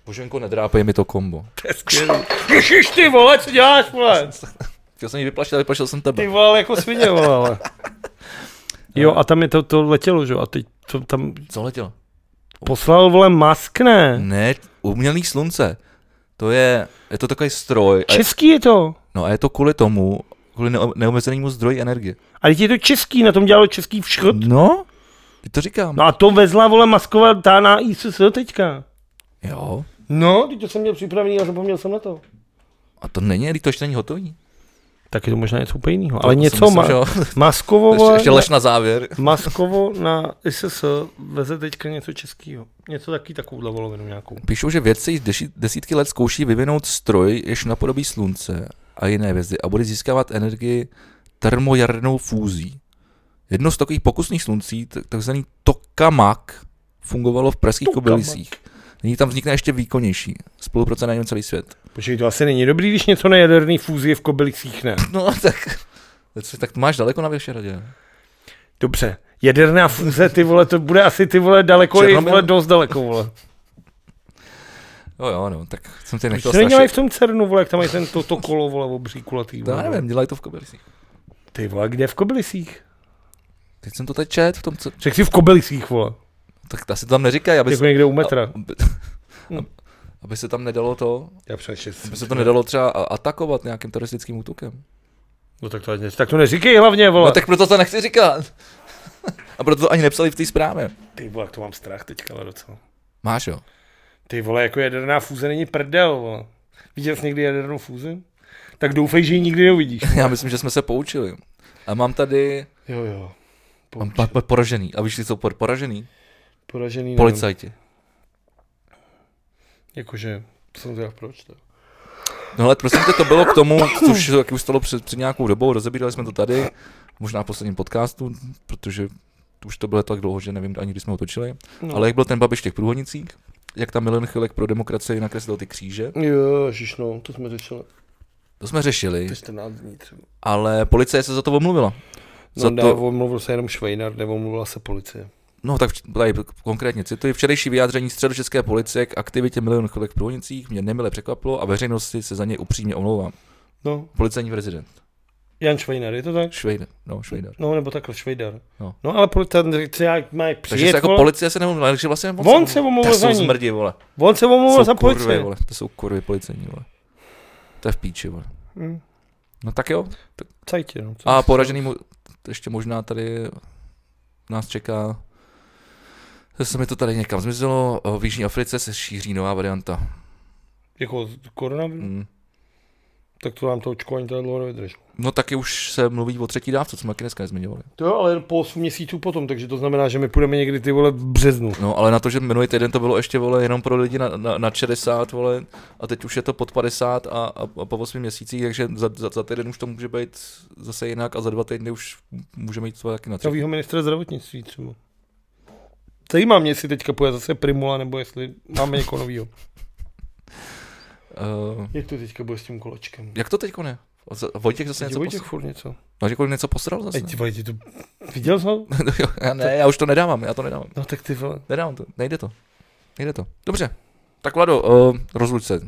S1: Boženko, nedrápej mi to kombo.
S2: To je skvělý. Ježiš, ty vole, co děláš, vole?
S1: Chtěl jsem ji vyplašit, ale vyplašil jsem
S2: Ty
S1: tebe.
S2: vole, jako svině, vole. ale. Jo, a tam je to, to letělo, že jo, a teď to tam
S1: Co letělo?
S2: poslal, vole, mask, ne?
S1: Ne, umělý slunce. To je, je to takový stroj. A je,
S2: Český je to.
S1: no a je to kvůli tomu, kvůli neo- neomezenému zdroji energie.
S2: Ale je to český, na tom dělalo český všchod.
S1: No, teď to říkám.
S2: No a to vezla, vole, masková ta na ISS teďka.
S1: Jo,
S2: No, teď to jsem měl připravený a zapomněl jsem na to.
S1: a to není, když to ještě není hotový.
S2: Tak je to možná něco úplně jiného, ale
S1: To si
S2: něco
S1: myslím,
S2: ma-
S1: že jo.
S2: maskovo,
S1: Ještě,
S2: vole,
S1: ještě lež na závěr.
S2: Maskovo na ISS veze teďka něco českého. Něco taky takovouhle volovinu nějakou.
S1: Píšou, že vědci již deši- desítky let zkouší vyvinout stroj, jež napodobí slunce a jiné hvězdy a bude získávat energii termojarnou fúzí. Jedno z takových pokusných sluncí, t- takzvaný tokamak, fungovalo v pražských
S2: Tokamak.
S1: kobylisích. Nyní tam vznikne ještě výkonnější. Spolupracuje na něm celý svět.
S2: Počkej, to asi není dobrý, když něco na jaderný fúzi je v kobylicích, ne?
S1: No tak, tak- tak to máš daleko na Vyšehradě.
S2: Dobře. Jaderná fúze, ty vole, to bude asi ty vole daleko, i,
S1: Černobyl?
S2: vole, dost daleko, vole.
S1: Jo, jo, no, tak jsem tě
S2: Proč
S1: nechtěl
S2: to nedělají
S1: strašit.
S2: v tom CERNu, vole, jak tam mají ten toto kolo, vole, obří kulatý,
S1: To
S2: vole.
S1: já nevím, dělají to v kobylisích.
S2: Ty vole, kde v kobylicích?
S1: Teď jsem to teď čet v tom, co...
S2: Řekl jsi v kobylicích, vole.
S1: Tak asi to tam neříkají, aby
S2: Jako někde u metra.
S1: Aby, Hmm. aby se tam nedalo to,
S2: Já přešel.
S1: aby se to nedalo třeba a- atakovat nějakým teroristickým útokem.
S2: No tak to, ať ne- tak to neříkej hlavně, vole.
S1: No tak proto to nechci říkat. A proto to ani nepsali v té zprávě.
S2: Ty vole, jak to mám strach teďka, ale docela.
S1: Máš jo.
S2: Ty vole, jako jaderná fúze není prdel, vole. Viděl jsi někdy jadernou fúzi? Tak doufej, že ji nikdy neuvidíš.
S1: Já myslím, že jsme se poučili. A mám tady
S2: Jo, jo.
S1: mám pa- pa- poražený. A víš, co jsou por- poražený?
S2: Poražený nevím.
S1: Policajti.
S2: Jakože, co jsem teda proč to?
S1: No ale prosím tě, to bylo k tomu, což se taky už stalo před, před nějakou dobou, rozebírali jsme to tady, možná v posledním podcastu, protože už to bylo tak dlouho, že nevím ani, kdy jsme ho točili.
S2: No.
S1: No. Ale jak byl ten Babiš v těch průhodnicích, jak tam Milan Chvilek pro demokracii nakreslil ty kříže,
S2: Jo, ježiš, no, to jsme řešili
S1: to jsme řešili,
S2: 14 dní třeba.
S1: ale policie se za to omluvila.
S2: No,
S1: Za
S2: to...
S1: to,
S2: omluvil se jenom Švejnar, neomluvila se policie.
S1: no tak vč- tady konkrétně cituji, včerejší vyjádření středočeské policie k aktivitě Milion Chvilek v průhodnicích mě nemile překvapilo a veřejnosti se za něj upřímně omlouvám.
S2: No,
S1: Policejní prezident,
S2: Jan Švejnar, je to tak?
S1: Švejder, no Švejder.
S2: No, nebo takhle Švejdar.
S1: No.
S2: no ale policie, co jak má jak
S1: Takže se
S2: přijet,
S1: jako
S2: vole,
S1: policie se neomluvila, takže vlastně on
S2: On se omluvil
S1: to
S2: za
S1: jsou
S2: ní.
S1: smrdi, vole.
S2: On se omluvil
S1: Jsou
S2: za
S1: Kurvy,
S2: policii.
S1: vole. To jsou kurvy policejní, vole. To je v píči, vole.
S2: Hm,
S1: No tak jo.
S2: Cajtě, no. co
S1: A
S2: bych
S1: poražený mu, ještě možná tady nás čeká, se mi to tady někam zmizelo, eh, v Jižní Africe se šíří nová varianta.
S2: Hmm.
S1: Hmm.
S2: Jako koronavirus?
S1: Mm.
S2: tak to nám to očkování tady dlouho nevydrží.
S1: No taky už se mluví o třetí dávce, co jsme taky dneska nezmiňovali.
S2: To jo, ale po 8 měsíců potom, takže to znamená, že my půjdeme někdy ty vole v březnu.
S1: No ale na to, že minulý týden to bylo ještě vole jenom pro lidi na, na, na 60 vole a teď už je to pod 50 a, a, a po 8 měsících, takže za, za, za týden už to může být zase jinak a za dva týdny už můžeme jít třeba taky na třetí.
S2: Novýho ministra zdravotnictví třeba. Zajímá mě, jestli teďka půjde zase Primula, nebo jestli máme někoho novýho.
S1: Uh,
S2: Jak to teďka bude s tím kolečkem?
S1: jak to teďko ne? A za- Vojtěch zase
S2: Teď
S1: něco
S2: Vojtěch
S1: posral.
S2: furt něco.
S1: No, že kolik něco posral zase?
S2: Ej, ty vole, ty to... Viděl jsi ho?
S1: No jo, já ne, já už to nedávám, já to nedávám.
S2: No tak ty vole.
S1: Nedávám to, nejde to. Nejde to. Dobře. Tak Vlado, uh, rozluč se.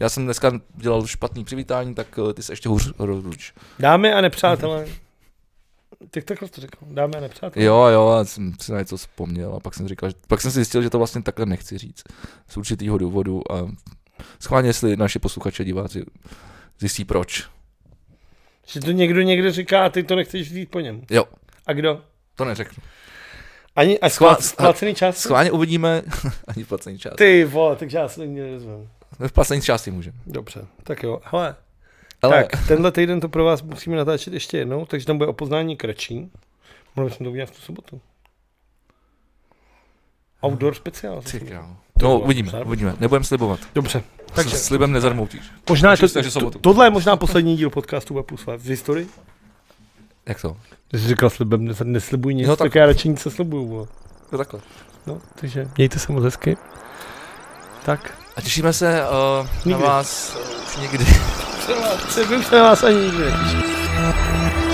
S1: Já jsem dneska dělal špatný přivítání, tak uh, ty se ještě hůř rozluč.
S2: Dámy a nepřátelé. Tak takhle jsi to řekl. Dámy a nepřátelé.
S1: Jo, jo, já jsem si na něco vzpomněl a pak jsem říkal, že, pak jsem si zjistil, že to vlastně takhle nechci říct. Z určitýho důvodu a schválně, jestli naši posluchače, diváci zjistí proč.
S2: Že to někdo někde říká a ty to nechceš říct po něm.
S1: Jo,
S2: A kdo?
S1: to neřeknu.
S2: Ani a
S1: Schvá-
S2: schvá, splacený čas?
S1: Schválně uvidíme, ani v placený části.
S2: Ty vole, takže já se to nikdy nedozvím.
S1: V placený části můžeme.
S2: Dobře, tak jo. Hele,
S1: Ale
S2: Tak, tenhle týden to pro vás musíme natáčet ještě jednou, takže tam bude opoznání kratší. Mohli jsme to udělat v tu sobotu. Outdoor speciál.
S1: Ty králo. No, uvidíme, uvidíme. Nebudem slibovat.
S2: Dobře,
S1: Takže.
S2: takže
S1: Slibem nezarmoutíš.
S2: možná
S1: takže-
S2: to,
S1: takže sobotu.
S2: to, tohle je možná poslední díl podcastu Web plus Live v historii.
S1: Jak to?
S2: Ty jsi říkal slibem, nes- neslibuj nic,
S1: No
S2: no,
S1: tak-
S2: tak. tak já radši nic neslibuju. vole.
S1: No takhle.
S2: No, takže mějte se moc hezky. Tak.
S1: A těšíme se uh, na
S2: Nikdy.
S1: vás eh, už někdy.
S2: Třeba, třeba, už na vás ani nikdy netěším.